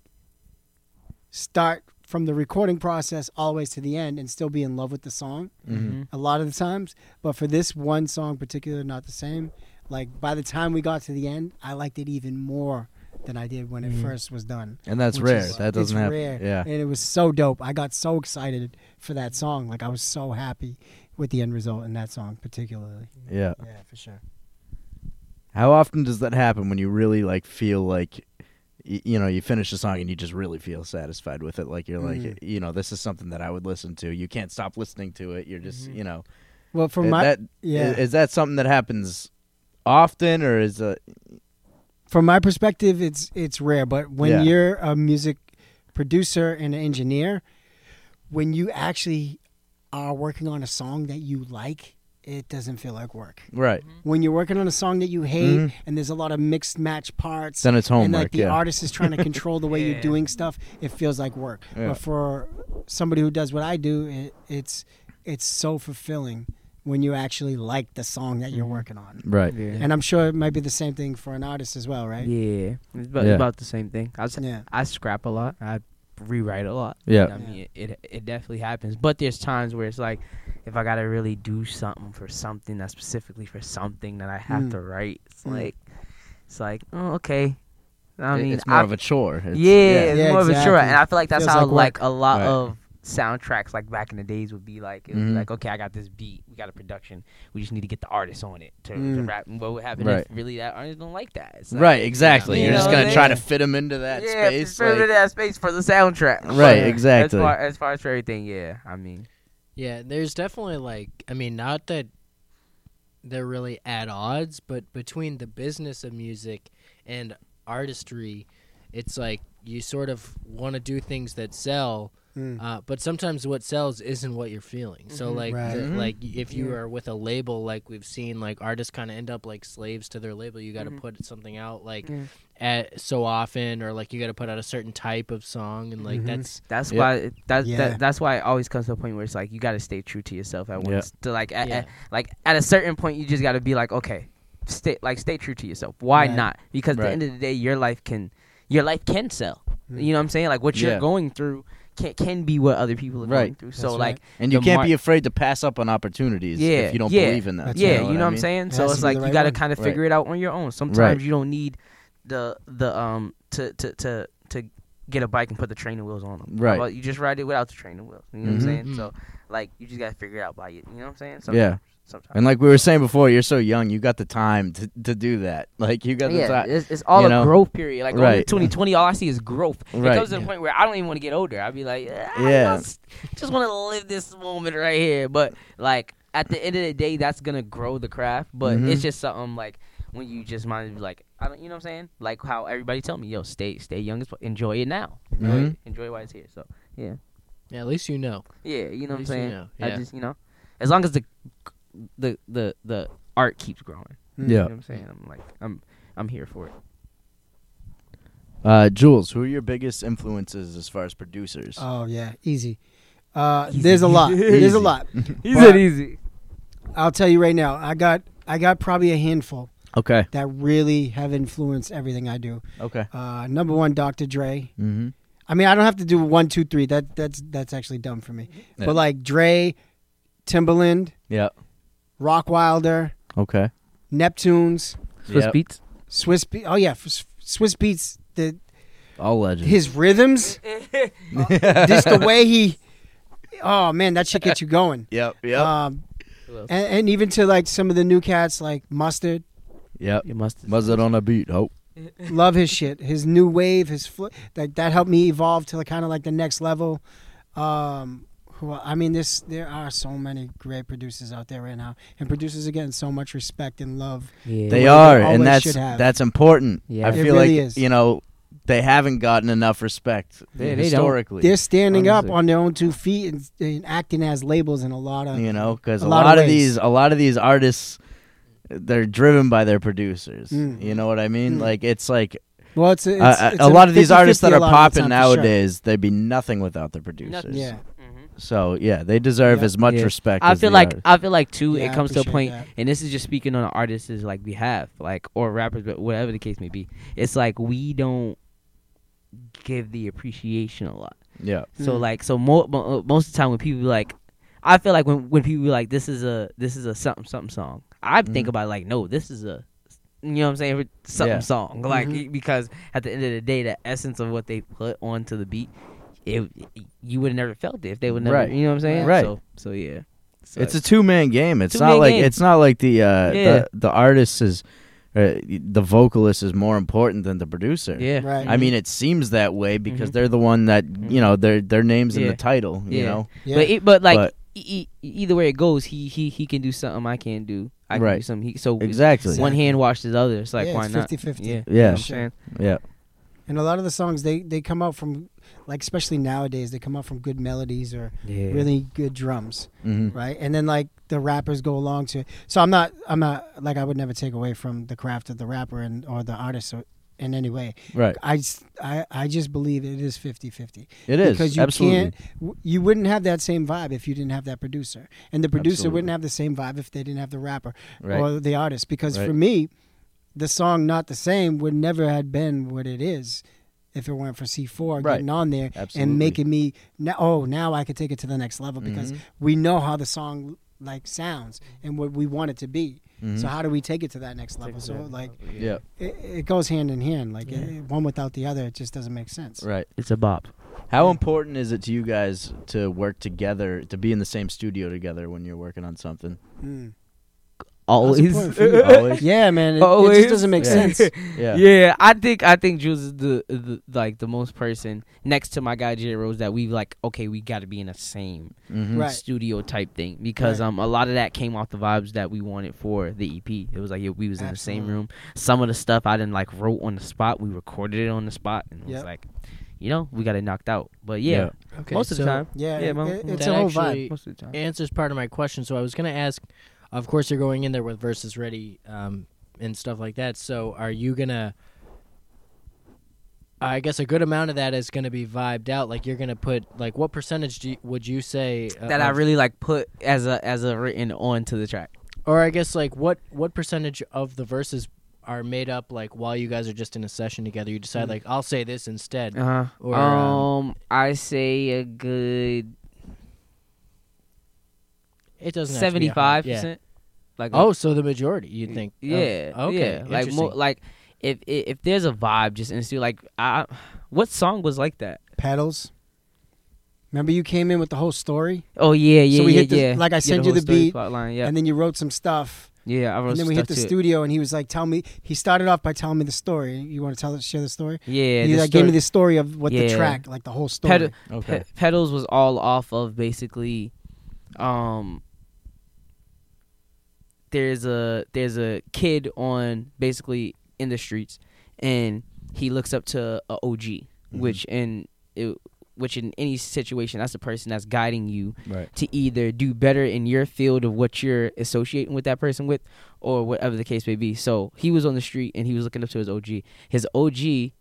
Speaker 4: start from the recording process always to the end and still be in love with the song
Speaker 2: Mm-hmm.
Speaker 5: Mhm.
Speaker 4: a lot of the times but for this one song in particular not the same like by the time we got to the end i liked it even more than i did when it first was done
Speaker 2: And Mm-hmm. that's
Speaker 4: which
Speaker 2: rare.
Speaker 4: is-
Speaker 2: that doesn't
Speaker 4: it's
Speaker 2: happen.
Speaker 4: rare.
Speaker 2: Yeah.
Speaker 4: and it was so dope i got so excited for that song like i was so happy with the end result in that song particularly
Speaker 2: yeah.
Speaker 4: yeah for sure
Speaker 2: How often does that happen when you really like feel like y- you know, you finish a song and you just really feel satisfied with it like you're like,
Speaker 4: Mm-hmm.
Speaker 2: you know, this is something that I would listen to. You can't stop listening to it. You're just, you know,
Speaker 4: well for
Speaker 2: is
Speaker 4: Mm-hmm. my
Speaker 2: that
Speaker 4: yeah.
Speaker 2: is, that something that happens often or is uh, it
Speaker 4: from my perspective, it's it's rare. But when
Speaker 2: Yeah.
Speaker 4: you're a music producer and an engineer, when you actually are working on a song that you like, it doesn't feel like work.
Speaker 2: Right.
Speaker 4: When you're working on a song that you hate
Speaker 2: Mhm.
Speaker 4: and there's a lot of mixed match parts
Speaker 2: Then it's
Speaker 4: and
Speaker 2: homework.
Speaker 4: like the
Speaker 2: yeah.
Speaker 4: artist is trying to control the way
Speaker 5: Yeah.
Speaker 4: you're doing stuff, it feels like work.
Speaker 2: Yeah.
Speaker 4: But for somebody who does what I do, it, it's it's so fulfilling when you actually like the song that you're
Speaker 2: Mm-hmm.
Speaker 4: working on.
Speaker 2: right.
Speaker 5: Yeah.
Speaker 4: And I'm sure it might be the same thing for an artist as well, right?
Speaker 5: Yeah, it's about,
Speaker 2: Yeah.
Speaker 5: about the same thing. I was,
Speaker 4: Yeah.
Speaker 5: I scrap a lot. I rewrite a lot.
Speaker 2: Yeah.
Speaker 5: I mean, it, it it definitely happens. But there's times where it's like, if I gotta really do something for something that's specifically for something that I have
Speaker 4: Mm.
Speaker 5: to write, it's
Speaker 4: Mm.
Speaker 5: like, it's like, oh, okay. I
Speaker 2: It-
Speaker 5: mean,
Speaker 2: it's more
Speaker 5: I-
Speaker 2: of a chore. It's-
Speaker 5: yeah, it's
Speaker 4: Yeah,
Speaker 5: more of a chore,
Speaker 4: exactly.
Speaker 5: and I feel like that's
Speaker 4: Feels
Speaker 5: how
Speaker 4: like
Speaker 5: like, a lot
Speaker 2: Right.
Speaker 5: of soundtracks like back in the days would be like. It would be
Speaker 4: Mm-hmm.
Speaker 2: Mhm.
Speaker 5: like, okay, I got this beat, we got a production, we just need to get the artist on it to, to
Speaker 4: Mm.
Speaker 5: rap. And what would happen
Speaker 2: Right.
Speaker 5: if really that artist don't like that? It's like,
Speaker 2: Right. Exactly.
Speaker 5: You
Speaker 2: You're
Speaker 5: know
Speaker 2: just
Speaker 5: what
Speaker 2: gonna
Speaker 5: I
Speaker 2: try to
Speaker 4: mean?
Speaker 2: fit him into that
Speaker 5: yeah,
Speaker 2: space.
Speaker 5: prefer
Speaker 2: like-
Speaker 5: that space for the soundtrack.
Speaker 2: Right,
Speaker 5: Yeah.
Speaker 2: exactly.
Speaker 5: As far, as far as for everything, yeah. I mean,
Speaker 3: Yeah, there's definitely like I mean, not that they're really at odds, but between the business of music and artistry, it's like you sort of want to do things that sell,
Speaker 4: Mm.
Speaker 3: uh, but sometimes what sells isn't what you're feeling.
Speaker 5: Mm-hmm.
Speaker 3: So like
Speaker 4: Right.
Speaker 3: the-
Speaker 2: Mhm.
Speaker 3: like if you are with a label, like we've seen, like artists kind of end up like slaves to their label. You got to put something out like
Speaker 5: Mm-hmm. Yeah.
Speaker 3: at, so often, or like you got to put out a certain type of song, and like
Speaker 4: Mhm.
Speaker 3: that's
Speaker 5: that's
Speaker 2: Yeah.
Speaker 5: why it, that,
Speaker 4: Yeah.
Speaker 5: that that's why it always comes to a point where it's like you got to stay true to yourself at
Speaker 2: Yeah.
Speaker 5: once. To like at,
Speaker 3: Yeah.
Speaker 5: at- like at a certain point, you just got to be like, okay, stay like stay true to yourself. Why
Speaker 4: Right.
Speaker 5: not? Because at
Speaker 2: Right.
Speaker 5: the end of the day, your life can your life can sell. You know what I'm saying? Like what
Speaker 2: Yeah.
Speaker 5: you're going through can can be what other people are going
Speaker 2: Right.
Speaker 5: through. So
Speaker 4: That's
Speaker 5: like
Speaker 2: And you
Speaker 5: the
Speaker 2: can't
Speaker 5: mar-
Speaker 2: be afraid to pass up on opportunities
Speaker 5: Yeah,
Speaker 2: if you don't
Speaker 5: yeah,
Speaker 2: believe in them.
Speaker 4: That's
Speaker 5: yeah,
Speaker 4: right.
Speaker 5: you know, what I'm
Speaker 2: mean?
Speaker 5: saying.
Speaker 4: It
Speaker 5: So
Speaker 4: has to
Speaker 5: it's
Speaker 4: be
Speaker 5: like
Speaker 4: the
Speaker 5: you
Speaker 4: right
Speaker 5: gotta
Speaker 4: one.
Speaker 5: kind of
Speaker 2: Right.
Speaker 5: figure it out on your own. Sometimes you don't need the the um to to to to get a bike and put the training wheels on them.
Speaker 2: Right.
Speaker 5: you just ride it without the training wheels. You know
Speaker 2: Mhm.
Speaker 4: Mm-hmm.
Speaker 5: what I'm saying?
Speaker 3: Mm.
Speaker 5: So like you just gotta figure it out by you. You know what I'm saying?
Speaker 2: Yeah.
Speaker 5: Sometimes.
Speaker 2: And like we were saying before, you're so young. You got the time to, to do that. Like you got the
Speaker 5: yeah,
Speaker 2: time.
Speaker 5: it's, it's all
Speaker 2: you
Speaker 5: a
Speaker 2: know?
Speaker 5: growth period. Like
Speaker 2: Right.
Speaker 5: over 2020, all I see is growth.
Speaker 2: Right.
Speaker 5: It comes to the
Speaker 3: Yeah.
Speaker 5: point where I don't even want to get older. I'd be like, "Ah, I
Speaker 2: Yeah.
Speaker 5: just, just want to live this moment right here. But like at the end of the day, that's gonna grow the craft. But
Speaker 2: Mhm.
Speaker 5: it's just something like when you just mind to be like, I don't, you know what I'm saying? Like how everybody tell me, yo, stay, stay young, as fu- enjoy it now, enjoy,
Speaker 2: Mhm.
Speaker 5: it. enjoy it while it's here. So
Speaker 3: yeah, at least you know.
Speaker 5: yeah, you know what I'm
Speaker 3: At least you
Speaker 5: saying.
Speaker 3: know,
Speaker 5: I
Speaker 3: yeah.
Speaker 5: just you know, as long as the the the the art keeps growing. You
Speaker 2: Yeah.
Speaker 5: know what I'm saying? I'm like I'm I'm here for it.
Speaker 2: Uh, Jules, who are your biggest influences as far as producers?
Speaker 4: Oh yeah, easy. Uh, There's a lot. There's
Speaker 2: Easy.
Speaker 4: a lot.
Speaker 5: He
Speaker 4: said
Speaker 5: easy.
Speaker 4: I'll tell you right now. I got I got probably a handful
Speaker 2: okay.
Speaker 4: that really have influenced everything I do.
Speaker 2: Okay.
Speaker 4: Uh, number one, Dr. Dre.
Speaker 2: Mm-hmm.
Speaker 4: I mean, I don't have to do one, two, three. That that's that's actually dumb for me.
Speaker 2: Yeah.
Speaker 4: But like Dre, Timbaland,
Speaker 2: Yeah.
Speaker 4: Rockwilder,
Speaker 2: Okay.
Speaker 4: Neptunes,
Speaker 5: Swiss
Speaker 2: Yep.
Speaker 5: beats.
Speaker 4: Swiss Beat. Oh yeah, F- Swiss Beats. The
Speaker 2: All legends.
Speaker 4: his rhythms, just the way he. Oh man, that should get you going.
Speaker 2: Yep. Yep.
Speaker 4: Um,
Speaker 5: Who else?
Speaker 4: and, and even to like some of the new cats like Mustard,
Speaker 2: yep.
Speaker 5: You must.
Speaker 2: Muzzle on a beat. Oh.
Speaker 4: love his shit. His new wave, his fl- like that helped me evolve to kind of like the next level. Um, who I mean, this there are so many great producers out there right now, and producers are getting so much respect and love.
Speaker 5: Yeah.
Speaker 2: They
Speaker 4: they
Speaker 2: are, and
Speaker 4: always
Speaker 2: that's
Speaker 4: should have.
Speaker 2: that's important.
Speaker 5: Yeah.
Speaker 2: I
Speaker 5: It
Speaker 2: feel
Speaker 4: really
Speaker 2: like
Speaker 4: is.
Speaker 2: you know they haven't gotten enough respect
Speaker 5: They- they don't.
Speaker 2: historically.
Speaker 4: They're standing up
Speaker 5: Honestly.
Speaker 4: on their own two feet and, and acting as labels in a lot of
Speaker 2: you know, because
Speaker 4: uh, A
Speaker 2: a
Speaker 4: lot
Speaker 2: lot,
Speaker 4: of
Speaker 2: of,
Speaker 4: ways.
Speaker 2: these a lot of these artists they're driven by their producers.
Speaker 4: Mm.
Speaker 2: You know what I mean?
Speaker 4: Mm.
Speaker 2: Like it's like
Speaker 4: Well, it's, a- it's,
Speaker 2: a,
Speaker 4: it's
Speaker 2: a, a lot of these artists that
Speaker 4: 50-50
Speaker 2: are
Speaker 4: a lot of the
Speaker 2: popping
Speaker 4: time, for sure.
Speaker 2: nowadays, they'd be nothing without their producers.
Speaker 4: Yeah,
Speaker 2: So yeah, they deserve
Speaker 4: Yeah.
Speaker 2: as much
Speaker 5: Yeah.
Speaker 2: respect.
Speaker 5: I
Speaker 2: as
Speaker 5: feel
Speaker 2: the
Speaker 5: like
Speaker 2: artist.
Speaker 5: I feel like too.
Speaker 4: Yeah, I
Speaker 5: it comes to a point,
Speaker 4: appreciate that.
Speaker 5: and this is just speaking on an artist's like behalf, like or rappers, but whatever the case may be. It's like we don't give the appreciation a lot.
Speaker 2: yeah,
Speaker 5: So
Speaker 4: Mm.
Speaker 5: like so mo- mo- uh, most of the time when people be like, I feel like when when people be like this is a this is a something something song. I think
Speaker 2: Mhm.
Speaker 5: about it like no, this is a you know what I'm saying something
Speaker 2: Yeah. Mm-hmm.
Speaker 5: song like
Speaker 4: Mhm.
Speaker 5: e- because at the end of the day, the essence of what they put onto the beat, it you would have never felt it if they would never
Speaker 2: Right.
Speaker 5: you know what I'm saying
Speaker 2: Right.
Speaker 5: So so yeah, So
Speaker 2: it's a two man game. It's not
Speaker 5: Two-man
Speaker 2: like
Speaker 5: game.
Speaker 2: it's not like the uh,
Speaker 5: Yeah.
Speaker 2: the the artist is uh, the vocalist is more important than the producer.
Speaker 5: yeah mm-hmm.
Speaker 4: Right.
Speaker 2: I mean, it seems that way because
Speaker 5: Mhm.
Speaker 2: they're the one that you know their their names in
Speaker 5: Yeah.
Speaker 2: the title. You
Speaker 5: Yeah.
Speaker 2: know,
Speaker 4: yeah.
Speaker 5: But it, but like
Speaker 2: But-
Speaker 5: e- e- either way it goes, he he he can do something I can't do. I can do
Speaker 2: Right.
Speaker 5: something. He, so it's
Speaker 2: exactly.
Speaker 5: one hand washes the other. It's like
Speaker 4: Yeah,
Speaker 5: why
Speaker 4: it's
Speaker 5: not?
Speaker 4: 50-50.
Speaker 5: Yeah,
Speaker 2: Yeah.
Speaker 5: I'm
Speaker 4: Sure.
Speaker 5: saying?
Speaker 2: Yeah,
Speaker 4: and a lot of the songs they they come out from like especially nowadays they come out from good melodies or
Speaker 5: yeah.
Speaker 4: really good drums,
Speaker 2: hmm
Speaker 4: right? And then like the rappers go along to. So I'm not I'm not like I would never take away from the craft of the rapper and or the artist or, in any way.
Speaker 2: Right.
Speaker 4: I, s- I- I just believe it is 50-50.
Speaker 2: It is,
Speaker 4: because you
Speaker 2: absolutely.
Speaker 4: can't w- you wouldn't have that same vibe if you didn't have that producer, and the producer
Speaker 2: Absolutely.
Speaker 4: wouldn't have the same vibe if they didn't have the rapper
Speaker 2: Right.
Speaker 4: or the artist. Because
Speaker 2: Right.
Speaker 4: for me, the song "Not the Same" would never had been what it is if it weren't for C four
Speaker 2: Right.
Speaker 4: getting on there
Speaker 2: Absolutely.
Speaker 4: and making me now. Oh, now I can take it to the next level because
Speaker 2: Mm-hmm.
Speaker 4: we know how the song like sounds and what we want it to be.
Speaker 2: Mm-hmm.
Speaker 4: So how do we take it to that next level? So like
Speaker 2: Yeah.
Speaker 4: it, it goes hand in hand. Like eh, one without the other, it just doesn't make sense.
Speaker 2: Right.
Speaker 5: It's a bop.
Speaker 2: How important is it to you guys to work together, to be in the same studio together when you're working on something?
Speaker 4: Mm.
Speaker 5: Always.
Speaker 4: important for you.
Speaker 2: Always.
Speaker 4: Yeah, man, it, it
Speaker 5: Oh, Always.
Speaker 4: just doesn't make
Speaker 2: Yeah.
Speaker 4: sense.
Speaker 2: Yeah.
Speaker 5: Yeah, I think I think Jules is the, the like the most person next to my guy J Rose that we like. Okay, we got to be in the same
Speaker 2: Mhm.
Speaker 4: Right.
Speaker 5: studio type thing because
Speaker 4: Right.
Speaker 5: um a lot of that came off the vibes that we wanted for the EP. It was like yeah, we was in the
Speaker 4: Absolutely.
Speaker 5: same room. Some of the stuff I didn't like wrote on the spot. We recorded it on the spot and it was
Speaker 4: Yep.
Speaker 5: like, you know, we got it knocked out. But yeah,
Speaker 2: Yeah.
Speaker 3: Okay,
Speaker 5: most of the
Speaker 3: so
Speaker 5: time.
Speaker 4: Yeah,
Speaker 5: Yeah,
Speaker 4: it-
Speaker 5: man.
Speaker 4: it- it's
Speaker 3: That
Speaker 4: a whole
Speaker 3: actually-
Speaker 4: vibe.
Speaker 5: Most of the time.
Speaker 3: answers part of my question. So I was going to ask, of course, you're going in there with verses ready um, and stuff like that. So are you going to? I guess a good amount of that is going to be vibed out. Like you're going to put like what percentage do you, would you say uh,
Speaker 5: that I
Speaker 3: of-
Speaker 5: really like put as a as a written onto the track.
Speaker 3: or I guess like what what percentage of the verses are made up like while you guys are just in a session together? You decide
Speaker 5: Mm.
Speaker 3: like I'll say this instead.
Speaker 5: Uh-huh.
Speaker 3: Or,
Speaker 5: um,
Speaker 3: um,
Speaker 5: I say a good
Speaker 3: It doesn't have to be
Speaker 5: seventy
Speaker 3: a hun-
Speaker 5: five
Speaker 3: yeah.
Speaker 5: percent. Like
Speaker 3: Oh, so the majority you would think? of-
Speaker 5: Yeah.
Speaker 4: oh,
Speaker 3: okay.
Speaker 5: Yeah. Like
Speaker 3: interesting.
Speaker 5: more like if, if if there's a vibe just instantly like I what song was like that?
Speaker 4: Pedals. Remember, you came in with the whole story,
Speaker 5: Oh yeah, yeah,
Speaker 4: So we
Speaker 5: yeah,
Speaker 4: hit the-
Speaker 5: yeah.
Speaker 4: like I
Speaker 5: Yeah,
Speaker 4: sent you
Speaker 5: whole
Speaker 4: the
Speaker 5: story
Speaker 4: beat,
Speaker 5: plot line, yeah.
Speaker 4: and then you wrote some stuff,
Speaker 5: yeah, I wrote
Speaker 4: and then we hit the
Speaker 5: stuff to it.
Speaker 4: studio, and he was like, "Tell me." He started off by telling me the story. You want to tell share the story?
Speaker 5: Yeah,
Speaker 4: he
Speaker 5: the
Speaker 4: like gave me the story of what the
Speaker 5: Yeah.
Speaker 4: track, like the whole story.
Speaker 5: Ped-
Speaker 2: Okay.
Speaker 5: Pe- pedals was all off of basically um there's a there's a kid on basically in the streets and he looks up to a OG
Speaker 2: Mm-hmm.
Speaker 5: which in it, which in any situation that's the person that's guiding you
Speaker 2: Right.
Speaker 5: to either do better in your field of what you're associating with that person with or whatever the case may be. So he was on the street and he was looking up to his OG. His OG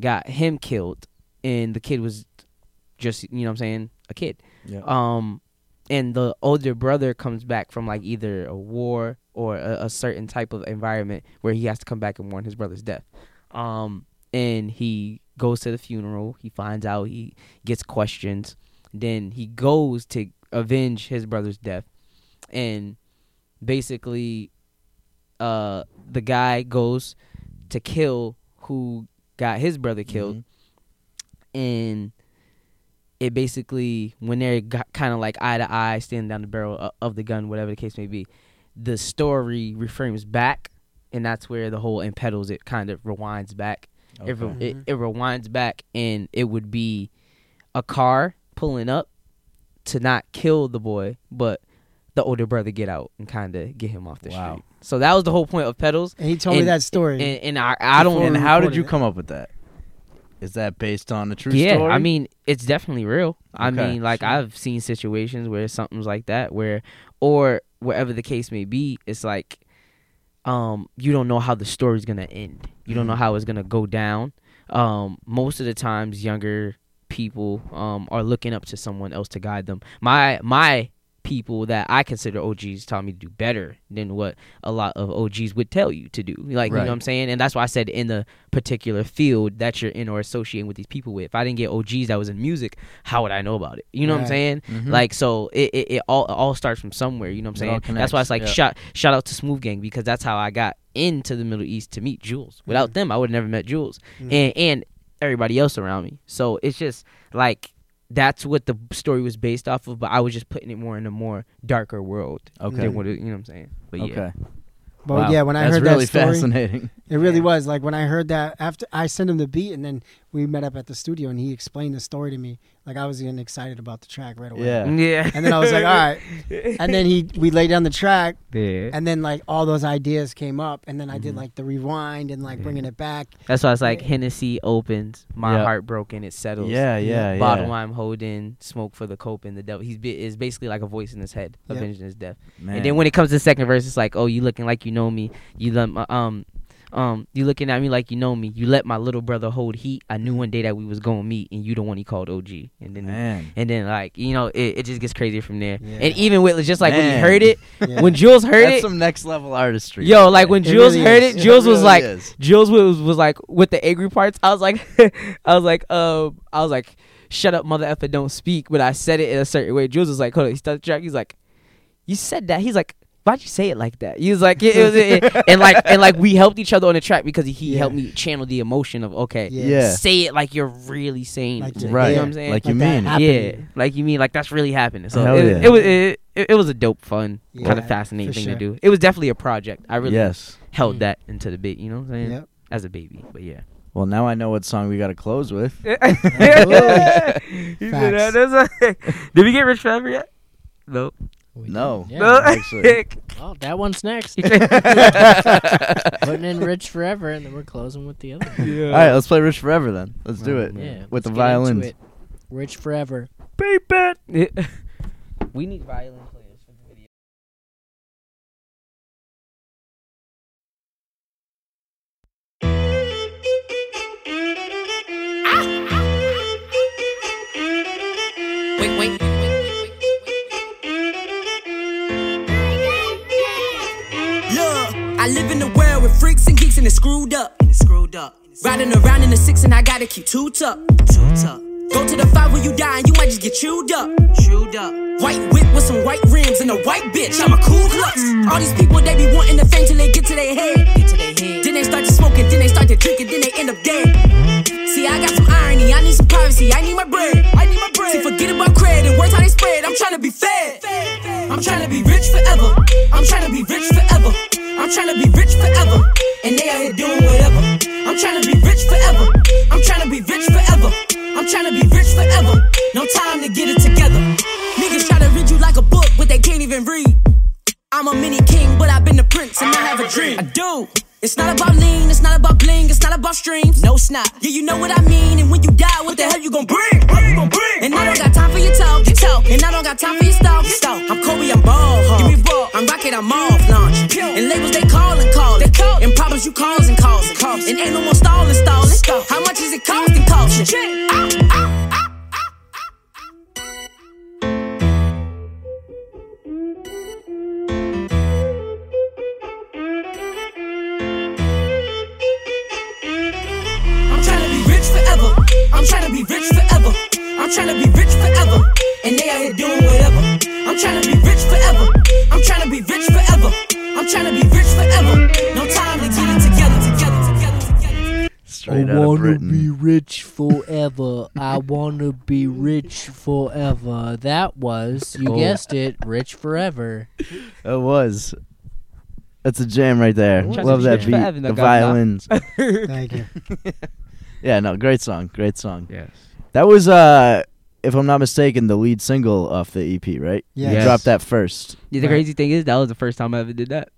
Speaker 5: got him killed and the kid was just you know what I'm saying, a kid.
Speaker 2: Yeah.
Speaker 5: Um and the older brother comes back from like either a war or a, a certain type of environment where he has to come back and mourn his brother's death. Um and he goes to the funeral, he finds out, he gets questions, then he goes to avenge his brother's death and basically uh the guy goes to kill who got his brother killed and it basically when they're kind of like eye to eye standing down the barrel o- of the gun whatever the case may be the story reframes back and that's where the whole impedals it kind of rewinds back it, re- it, it rewinds back and it would be a car pulling up to not kill the boy but the older brother get out and kind of get him off the
Speaker 2: Wow.
Speaker 5: street so that was the whole point of pedals
Speaker 4: and he told me
Speaker 5: and-
Speaker 4: that story.
Speaker 5: and, and I, I don't
Speaker 2: And how did
Speaker 4: recorded
Speaker 2: you
Speaker 4: it.
Speaker 2: come up with that? Is that based on a true
Speaker 5: yeah,
Speaker 2: story?
Speaker 5: I mean, it's definitely real. I
Speaker 2: Okay,
Speaker 5: mean, like I've seen situations where something's like that, where or wherever the case may be, it's like, um, you don't know how the story's gonna end. You don't know
Speaker 2: Mm-hmm.
Speaker 5: how it's gonna go down. Um, most of the times, younger people um are looking up to someone else to guide them. My my people that I consider OGs taught me to do better than what a lot of OGs would tell you to do. Like, you know
Speaker 2: Right.
Speaker 5: what I'm saying? And that's why I said in the particular field that you're in or associating with these people with. If I didn't get OGs that was in music, how would I know about it? You know what I'm saying?
Speaker 4: Right.
Speaker 5: Like, so it, it, it all it all starts from somewhere. You know what
Speaker 2: Mm-hmm. It
Speaker 5: I'm
Speaker 2: all
Speaker 5: saying? That's why
Speaker 2: connects,
Speaker 5: it's like
Speaker 2: yeah.
Speaker 5: shout shout out to Smooth Gang because that's how I got into the Middle East to meet Jules.
Speaker 2: Mm-hmm.
Speaker 5: Without them, I would have never met Jules and and everybody else around me. So it's just like. That's what the story was based off of, but I was just putting it more in a more darker world
Speaker 2: Okay.
Speaker 5: than what it, you know what I'm saying. But yeah,
Speaker 2: Okay.
Speaker 4: but
Speaker 2: Wow.
Speaker 4: yeah, when I
Speaker 2: That's
Speaker 4: heard
Speaker 2: really
Speaker 4: that story,
Speaker 2: fascinating.
Speaker 4: It really
Speaker 5: Yeah.
Speaker 4: was. Like when I heard that after I sent him the beat and then we met up at the studio and he explained the story to me. Like I was getting excited about the track right away.
Speaker 2: Yeah.
Speaker 5: Yeah.
Speaker 4: And then I was like, all right. And then he we laid down the track
Speaker 5: Yeah.
Speaker 4: and then like all those ideas came up and then I did like the rewind and like bringing it back.
Speaker 5: That's why it's like Hennessy opens, my
Speaker 2: Yeah.
Speaker 5: heart broken, it settles.
Speaker 2: Yeah, yeah, yeah.
Speaker 5: Bottom I'm holding, smoke for the cope and the devil. He's be- is basically like a voice in his head,
Speaker 4: Yep.
Speaker 5: avenging his death.
Speaker 2: Man.
Speaker 5: And then when it comes to the second verse, it's like, oh, you looking like you know me. You let my, um, um, you looking at me like you know me. You let my little brother hold heat. I knew one day that we was gonna meet, and you the one he called OG. And then,
Speaker 2: Man.
Speaker 5: and then like you know, it, it just gets crazier from there.
Speaker 4: Yeah.
Speaker 5: And even with just like when
Speaker 2: Man.
Speaker 5: he heard it,
Speaker 4: Yeah.
Speaker 5: when Jules heard
Speaker 2: That's
Speaker 5: it,
Speaker 2: some next level artistry.
Speaker 5: yo, like when
Speaker 4: It
Speaker 5: Jules
Speaker 4: really
Speaker 5: heard
Speaker 4: is.
Speaker 5: it, Jules was
Speaker 2: really
Speaker 5: like,
Speaker 2: is.
Speaker 5: Jules was was like with the angry parts. I was like, I was like, um, I was like, shut up, mother effer, don't speak. But I said it in a certain way. Jules was like, hold on, he started the track. He's like, you said that. He's like, why'd you say it like that? He was like, it, it was, it- and like and like we helped each other on the track because he
Speaker 4: Yeah.
Speaker 5: helped me channel the emotion of okay,
Speaker 4: Yeah.
Speaker 2: Yeah.
Speaker 5: say it like you're really saying,
Speaker 4: Like
Speaker 5: it.
Speaker 4: you're-
Speaker 2: Right.
Speaker 5: You know what I'm saying?
Speaker 2: Like you
Speaker 4: Like that
Speaker 2: mean it.
Speaker 4: happened.
Speaker 5: yeah, like you mean like that's really happening. So
Speaker 2: Hell
Speaker 5: it,
Speaker 2: yeah.
Speaker 5: it was it, it, it was a dope, fun,
Speaker 4: Yeah,
Speaker 5: kind of
Speaker 4: for
Speaker 5: fascinating thing
Speaker 4: sure.
Speaker 5: to do. It was definitely a project. I really
Speaker 2: Yes.
Speaker 5: held that into the bit. You know what I'm saying?
Speaker 4: Yep.
Speaker 5: As a baby, but yeah.
Speaker 2: Well, now I know what song we got to close with.
Speaker 3: Eh.
Speaker 5: He said,
Speaker 4: Facts.
Speaker 5: "Uh, that's a- Did we get rich forever yet? Nope.
Speaker 3: We
Speaker 2: No.
Speaker 3: did-
Speaker 5: No.
Speaker 3: Yeah.
Speaker 2: Actually.
Speaker 3: well, that one's next. Putting in Rich Forever, and then we're closing with the other. one.
Speaker 2: All right, let's play Rich Forever then. Let's do it.
Speaker 5: Yeah.
Speaker 3: Yeah.
Speaker 2: With the
Speaker 3: let's get into
Speaker 2: violins.
Speaker 3: it. Rich Forever.
Speaker 5: we need violin players for the video.
Speaker 8: Wait, wait.
Speaker 7: Look, I live in a world with freaks and geeks and it's screwed up. And it's screwed up. Riding around in the six and I gotta keep two tuck. Two tuck. Go to the five when you die and you might just get chewed up. Chewed up. White whip with some white rims and a white bitch. I'm a cool klux. All these people they be wanting the fame till they get to their head. Get to their head. Then they start to smoke it, then they start to drink it, then they end up dead. See, I got some irony. I need some privacy. I need my bread. I need my bread. See, forget about credit. Words how they spread. I'm tryna be fed. I'm tryna be rich forever. I'm tryna be rich forever. I'm tryna be rich forever. And they out here doing whatever. I'm tryna be rich forever. I'm tryna be rich forever. I'm tryna be rich forever. No time to get it together. Niggas try to read you like a book, but they can't even read. I'm a mini king, but I've been the prince, and I have a dream. I do. It's not about lean, it's not about bling, it's not about streams. No snap. Yeah, you know what I mean. And when you die, what the hell you gonna bring? What you gonna bring? And I don't got time for your talk, your talk. And I don't got time for your stalk, your stalk. I'm Kobe, I'm ball, hog. Give me ball. I'm rocket, I'm off launch. And labels they call and call, they call. And problems you cause and cause and cause. And ain't no more stalling, stalling. How much is it costing, costing? Ow, ow, ow. I'm tryna be rich forever. I'm tryna be rich forever. I'm tryna be rich forever. And they out here doing whatever. I'm tryna be rich forever. I'm tryna be rich forever. I'm tryna be rich forever. No time to get it together, together, together, together.
Speaker 2: Straight
Speaker 3: I
Speaker 2: out of
Speaker 3: wanna
Speaker 2: Britain.
Speaker 3: be rich forever. I wanna be rich forever. That was, you
Speaker 5: Oh.
Speaker 3: guessed it, Rich Forever.
Speaker 2: It was. That's a jam right there.
Speaker 5: Trying to
Speaker 2: Love
Speaker 5: be
Speaker 2: that
Speaker 5: rich
Speaker 2: beat.
Speaker 5: forever,
Speaker 2: The
Speaker 5: Nagana.
Speaker 2: violins.
Speaker 4: Thank you.
Speaker 2: yeah, no, great song. Great song.
Speaker 5: Yes.
Speaker 2: That was uh if I'm not mistaken, the lead single off the EP, right?
Speaker 4: Yes.
Speaker 2: You
Speaker 5: Yes.
Speaker 2: dropped that first.
Speaker 5: Yeah, the crazy thing is that was the first time I ever did that.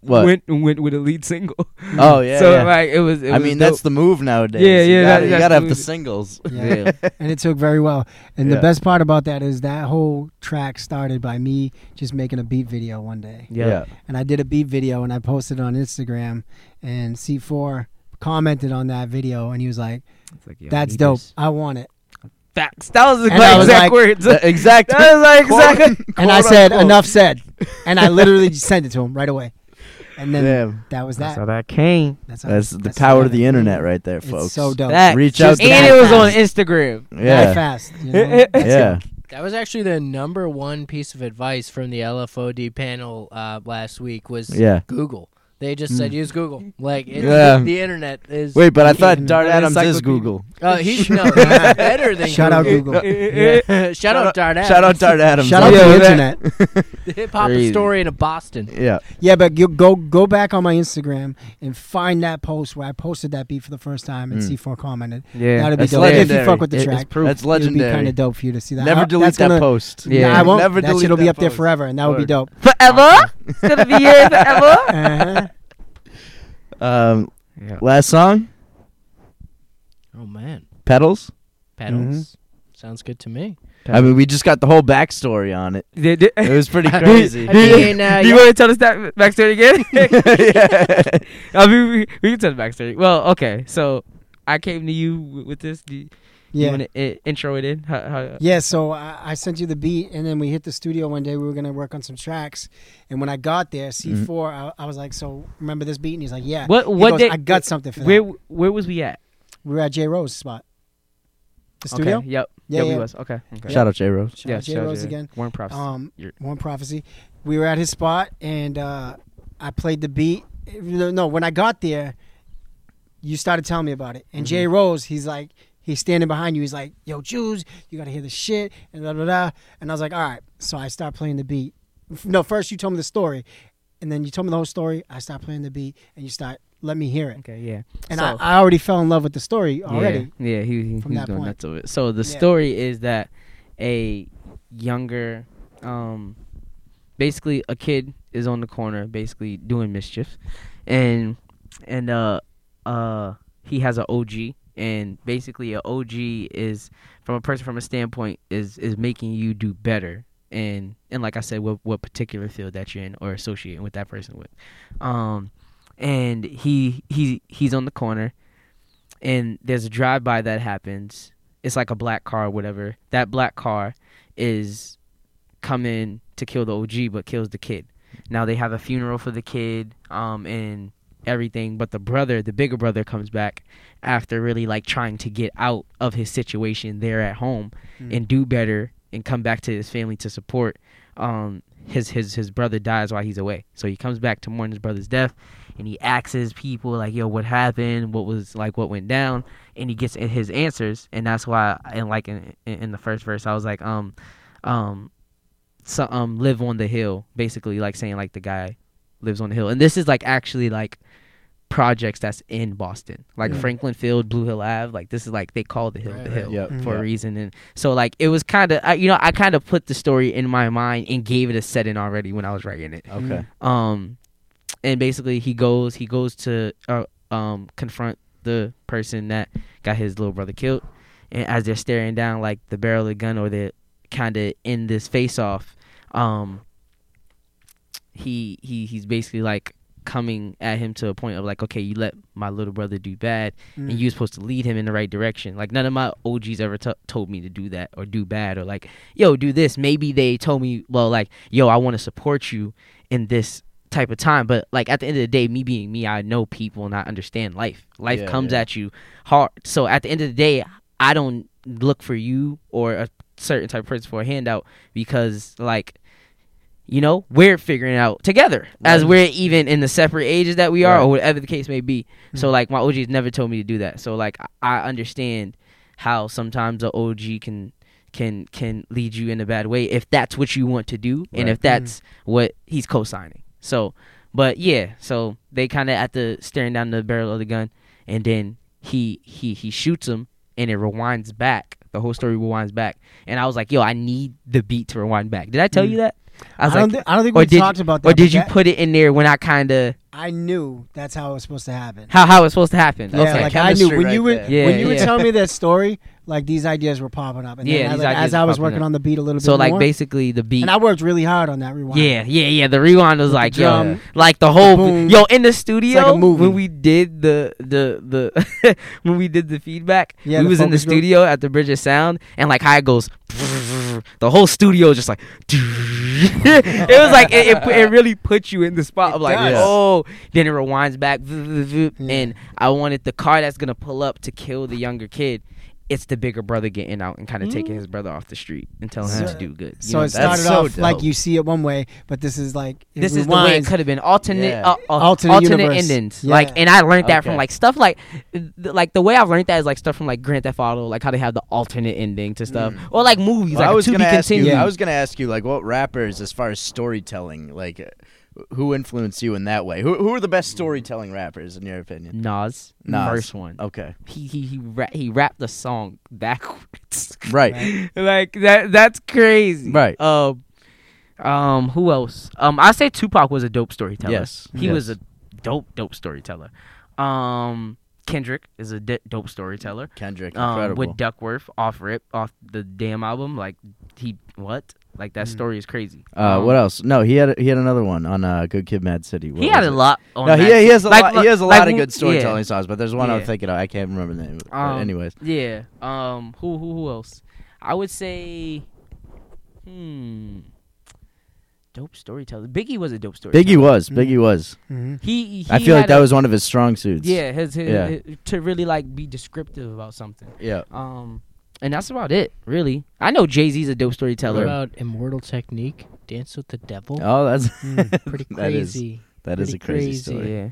Speaker 2: What?
Speaker 5: Went went with a lead single.
Speaker 2: Oh yeah.
Speaker 5: so
Speaker 2: yeah.
Speaker 5: like it was. It
Speaker 2: I
Speaker 5: was
Speaker 2: mean,
Speaker 5: dope.
Speaker 2: that's the move nowadays.
Speaker 5: Yeah,
Speaker 2: You
Speaker 5: yeah,
Speaker 2: gotta-
Speaker 5: that-
Speaker 2: you
Speaker 5: that's
Speaker 2: gotta
Speaker 5: the
Speaker 2: have the
Speaker 5: move.
Speaker 2: singles.
Speaker 4: Yeah. and it took very well. And
Speaker 2: Yeah.
Speaker 4: the best part about that is that whole track started by me just making a beat video one day.
Speaker 5: yeah. yeah.
Speaker 4: And I did a beat video and I posted it on Instagram and C4 commented on that video and he was like,
Speaker 5: It's like, yo, I
Speaker 4: That's
Speaker 5: need
Speaker 4: dope.
Speaker 5: this.
Speaker 4: I want it.
Speaker 5: Facts. That was the
Speaker 4: And I
Speaker 5: exact
Speaker 4: was like-
Speaker 5: words.
Speaker 2: Uh, exact.
Speaker 5: that was like exactly.
Speaker 4: And I said, enough said. And I literally just sent it to him right away. And then
Speaker 2: Damn.
Speaker 4: that was
Speaker 5: That's
Speaker 4: that.
Speaker 5: how that came.
Speaker 4: That's, how-
Speaker 2: That's the
Speaker 4: that's how
Speaker 2: power
Speaker 4: that
Speaker 2: of the
Speaker 4: came.
Speaker 2: internet, right there,
Speaker 4: It's
Speaker 2: folks.
Speaker 4: so dope.
Speaker 5: Facts.
Speaker 2: Reach out
Speaker 5: and
Speaker 2: to
Speaker 5: it
Speaker 2: that
Speaker 5: was on
Speaker 2: fast.
Speaker 5: Instagram.
Speaker 4: That
Speaker 2: Yeah.
Speaker 4: fast. You know?
Speaker 2: Yeah.
Speaker 3: That was actually the number one piece of advice from the LFOD panel uh, last week was
Speaker 2: Yeah. Hmm.
Speaker 3: Google. They just said use Google. Like it,
Speaker 2: Yeah.
Speaker 3: the, the internet is.
Speaker 2: Wait, but I thought
Speaker 4: An
Speaker 2: Dart Adams is
Speaker 5: encyclopedia.
Speaker 2: Google.
Speaker 3: Uh, he's no he's better than
Speaker 4: Shout out Google.
Speaker 3: Yeah. Shout out Dart Adams.
Speaker 2: Shout out Dart Adams.
Speaker 4: Shout out
Speaker 2: Let's
Speaker 4: the
Speaker 2: do that.
Speaker 4: internet.
Speaker 3: the hip hop
Speaker 5: Crazy.
Speaker 3: historian of Boston.
Speaker 2: Yeah.
Speaker 4: Yeah, but you go go back on my Instagram and find that post where I posted that beat for the first time and
Speaker 2: Mm.
Speaker 4: C4 commented.
Speaker 5: Yeah,
Speaker 4: That'd be
Speaker 2: That's
Speaker 4: dope if
Speaker 2: legendary.
Speaker 4: you fuck with the
Speaker 5: It-
Speaker 4: track.
Speaker 5: It's proof.
Speaker 2: That's
Speaker 4: It'd be kind
Speaker 2: legendary.
Speaker 4: of dope for you to see that.
Speaker 2: Never
Speaker 4: Uh,
Speaker 2: delete
Speaker 4: that's
Speaker 2: that
Speaker 4: gonna-
Speaker 2: post.
Speaker 5: Yeah.
Speaker 4: Nah, I won't.
Speaker 2: Never
Speaker 4: that
Speaker 2: delete
Speaker 4: shit'll be
Speaker 2: that
Speaker 4: up there
Speaker 2: post.
Speaker 4: forever, and that would be
Speaker 2: Word.
Speaker 4: dope.
Speaker 5: forever. it's gonna be here forever.
Speaker 4: Uh-huh.
Speaker 2: Um,
Speaker 5: Yeah.
Speaker 2: last song,
Speaker 3: Oh man,
Speaker 2: Petals. Mm-hmm.
Speaker 3: pedals sounds good to me.
Speaker 2: I mean, we just got the whole backstory on it.
Speaker 5: Did- did-
Speaker 2: It was pretty
Speaker 5: I mean-
Speaker 2: crazy.
Speaker 3: I mean, uh,
Speaker 5: Do you
Speaker 3: yeah.
Speaker 5: want to tell us that backstory again? I mean, we, we can tell the backstory. Well, okay. So I came to you w- with this. Do you,
Speaker 4: Yeah.
Speaker 5: want to intro it in? How, how,
Speaker 4: Yeah, so I, I sent you the beat, and then we hit the studio one day. We were gonna work on some tracks, and when I got there, C4, I, I was like, "So remember this beat?" And he's like, "Yeah."
Speaker 5: What-
Speaker 4: He
Speaker 5: what
Speaker 4: goes,
Speaker 5: day-
Speaker 4: I got something for
Speaker 5: Where
Speaker 4: that.
Speaker 5: w- where was we at?
Speaker 4: We were at J Rose spot, the studio.
Speaker 5: Okay. Yep.
Speaker 4: Yeah,
Speaker 5: yeah, we
Speaker 4: yeah.
Speaker 5: was. Okay. okay.
Speaker 2: Shout out J Rose.
Speaker 4: Shout out J Rose again.
Speaker 5: Warren Props.
Speaker 4: Um,
Speaker 5: You're-
Speaker 4: one prophecy. We were at his spot, and uh, I played the beat. No, no, when I got there, you started telling me about it.
Speaker 5: Mm-hmm.
Speaker 4: And Jay Rose, he's like, he's standing behind you. He's like, "Yo, Jews, you gotta hear the shit." And da da da. And I was like, "All right." So I start playing the beat. F- No, first you told me the story, and then you told me the whole story. I start playing the beat, and you start let me hear it.
Speaker 5: okay. Yeah.
Speaker 4: And
Speaker 5: so,
Speaker 4: I, I already fell in love with the story already.
Speaker 5: Yeah, yeah he, he,
Speaker 4: from
Speaker 5: he's
Speaker 4: that
Speaker 5: going
Speaker 4: point.
Speaker 5: nuts over it. So the
Speaker 4: Yeah.
Speaker 5: story is that a younger, um, basically a kid is on the corner, basically doing mischief, and and uh uh he has an OG, and basically a OG is from a person from a standpoint is is making you do better. And, and like I said, what what particular field that you're in or associating with that person with, um, and he he he's on the corner, and there's a drive by that happens. It's like a black car, or whatever. That black car is coming to kill the OG, but kills the kid. Now they have a funeral for the kid, um, and everything. But the brother, the bigger brother, comes back after really like trying to get out of his situation there at home and do better and come back to his family to support. Um, his his his brother dies while he's away, so he comes back to mourn his brother's death and he asks his people like yo what happened what was like what went down and he gets his answers and that's why and like in, in in the first verse i was like um um so um live on the hill basically like saying like the guy lives on the hill and this is like actually like projects that's in boston like franklin field blue hill ave like this is like they call the hill
Speaker 3: Right,
Speaker 5: the
Speaker 3: right.
Speaker 5: hill
Speaker 2: Yep.
Speaker 5: for
Speaker 2: Yeah.
Speaker 5: a reason and so like it was kind of you know i kind of put the story in my mind and gave it a setting already when i was writing it
Speaker 2: Okay.
Speaker 5: um and basically he goes he goes to uh, um confront the person that got his little brother killed and as they're staring down like the barrel of the gun or they're kind of in this face off um he he he's basically like coming at him to a point of like okay you let my little brother do bad
Speaker 2: Mm.
Speaker 5: and you're supposed to lead him in the right direction like none of my og's ever t- told me to do that or do bad or like yo do this maybe they told me well like yo i want to support you in this type of time but like at the end of the day me being me i know people and i understand life life
Speaker 2: Yeah,
Speaker 5: comes
Speaker 2: yeah.
Speaker 5: at you hard so at the end of the day i don't look for you or a certain type of person for a handout because like you know we're figuring it out together as
Speaker 2: Right.
Speaker 5: we're even in the separate ages that we are
Speaker 2: Right.
Speaker 5: or whatever the case may be so
Speaker 4: Hmm.
Speaker 5: like my og's never told me to do that so like I- i understand how sometimes a og can can can lead you in a bad way if that's what you want to do and
Speaker 2: Right.
Speaker 5: if that's what he's co-signing so but yeah so they kind of at the staring down the barrel of the gun and then he he he shoots him and it rewinds back the whole story rewinds back and i was like yo i need the beat to rewind back did i tell you that
Speaker 4: Hmm. I,
Speaker 5: was
Speaker 4: don't
Speaker 5: like,
Speaker 4: thi- I don't think
Speaker 5: or
Speaker 4: we
Speaker 5: did
Speaker 4: talked about that.
Speaker 5: or
Speaker 4: but
Speaker 5: did you
Speaker 4: that-
Speaker 5: put it in there when I kind of
Speaker 4: I knew that's how it was supposed to happen.
Speaker 5: how how it's supposed to happen?
Speaker 4: Yeah,
Speaker 5: okay.
Speaker 4: like I knew
Speaker 2: Chemistry
Speaker 4: when
Speaker 2: right
Speaker 4: you were
Speaker 2: there.
Speaker 5: Yeah,
Speaker 4: when you were
Speaker 5: yeah.
Speaker 4: telling me that story, like these ideas were popping up, and
Speaker 5: Yeah,
Speaker 4: yeah,
Speaker 5: these
Speaker 4: like,
Speaker 5: ideas
Speaker 4: as I
Speaker 5: were
Speaker 4: was
Speaker 5: popping
Speaker 4: working
Speaker 5: up.
Speaker 4: on the beat a little
Speaker 5: so
Speaker 4: bit
Speaker 5: like
Speaker 4: more,
Speaker 5: basically the beat.
Speaker 4: and I worked really hard on that rewind.
Speaker 5: yeah, yeah, yeah. The rewind was like yo,
Speaker 4: drum,
Speaker 5: like the whole
Speaker 4: boom.
Speaker 5: yo in the studio
Speaker 4: movie.
Speaker 5: when we did the the the when we did the feedback.
Speaker 4: Yeah,
Speaker 5: we
Speaker 4: the
Speaker 5: was in the
Speaker 4: focus group.
Speaker 5: studio at the Bridge of Sound and like how it goes. The whole studio just like it was like it, it, pu- it really put you in the spot of like
Speaker 2: does.
Speaker 5: oh then it
Speaker 4: Hmm.
Speaker 5: rewinds back vroom, vroom, vroom, and I wanted the car that's gonna pull up to kill the younger kid it's the bigger brother getting out and kind of taking his brother off the street and telling him to
Speaker 4: Hmm. So-
Speaker 5: do good. You
Speaker 4: So
Speaker 5: know,
Speaker 4: it
Speaker 5: that's
Speaker 4: started
Speaker 5: so
Speaker 4: off like
Speaker 5: dope.
Speaker 4: you see it one way, but this is like it
Speaker 5: This is the way it
Speaker 4: rewinds.
Speaker 5: could have been alternate,
Speaker 2: Yeah.
Speaker 5: uh, uh, alternate,
Speaker 4: Alternate universe.
Speaker 5: endings.
Speaker 4: Yeah.
Speaker 5: Like, and I learned that from
Speaker 2: Okay.
Speaker 5: like stuff like, th- like the way I've learned that is like stuff from like Grand Theft Auto, like how they have the alternate ending to
Speaker 2: Mm.
Speaker 5: stuff, or like movies.
Speaker 2: Well,
Speaker 5: like
Speaker 2: I was
Speaker 5: to be
Speaker 2: gonna ask you.
Speaker 5: continued.
Speaker 2: I was gonna ask you like what rappers, as far as storytelling, like uh, who influenced you in that way? Who who are the best storytelling rappers in your opinion?
Speaker 5: Nas,
Speaker 2: Nas. Oh.
Speaker 5: first one.
Speaker 2: Okay,
Speaker 5: He he he, ra- he rapped the song backwards.
Speaker 2: right.
Speaker 5: like that that's crazy.
Speaker 2: Right.
Speaker 5: Um um who else? Um I say Tupac was a dope storyteller.
Speaker 2: Yes.
Speaker 5: He
Speaker 2: Yes.
Speaker 5: was a dope dope storyteller. Um Kendrick is a d- dope storyteller.
Speaker 2: Kendrick,
Speaker 5: Um,
Speaker 2: incredible.
Speaker 5: with Duckworth off rip off the damn album like he what? Like that story is crazy.
Speaker 2: Mm. uh,
Speaker 5: Um,
Speaker 2: what else? No, he had he had another one on uh, Good Kid, Mad City. What
Speaker 5: He
Speaker 2: was
Speaker 5: had a
Speaker 2: it?
Speaker 5: lot on
Speaker 2: No, he,
Speaker 5: that.
Speaker 2: he has a
Speaker 5: Like,
Speaker 2: lot.
Speaker 5: look-
Speaker 2: He has a
Speaker 5: like
Speaker 2: lot of
Speaker 5: when-
Speaker 2: good storytelling
Speaker 5: yeah.
Speaker 2: songs, but there's one I'm
Speaker 5: Yeah.
Speaker 2: thinking of. I can't remember the name. But
Speaker 5: Um,
Speaker 2: anyways,
Speaker 5: Yeah. Um. Who? Who? Who else? I would say. Hmm. Dope storyteller. Biggie was a dope storyteller.
Speaker 2: Biggie was. Biggie was.
Speaker 4: Mhm.
Speaker 5: He. he
Speaker 2: I feel like
Speaker 5: had
Speaker 2: that
Speaker 5: a-
Speaker 2: was one of his strong suits.
Speaker 5: Yeah. His. his,
Speaker 2: Yeah.
Speaker 5: his- to really like be descriptive about something.
Speaker 2: Yeah.
Speaker 5: Um. And that's about it, really. I know Jay Z's a dope
Speaker 3: What
Speaker 5: storyteller.
Speaker 3: about Immortal Technique? Dance with the Devil?
Speaker 2: Oh, that's
Speaker 4: Mm,
Speaker 3: Pretty
Speaker 2: that is-
Speaker 3: crazy.
Speaker 2: that is
Speaker 3: Pretty
Speaker 2: a crazy,
Speaker 3: crazy.
Speaker 2: story.
Speaker 5: yeah.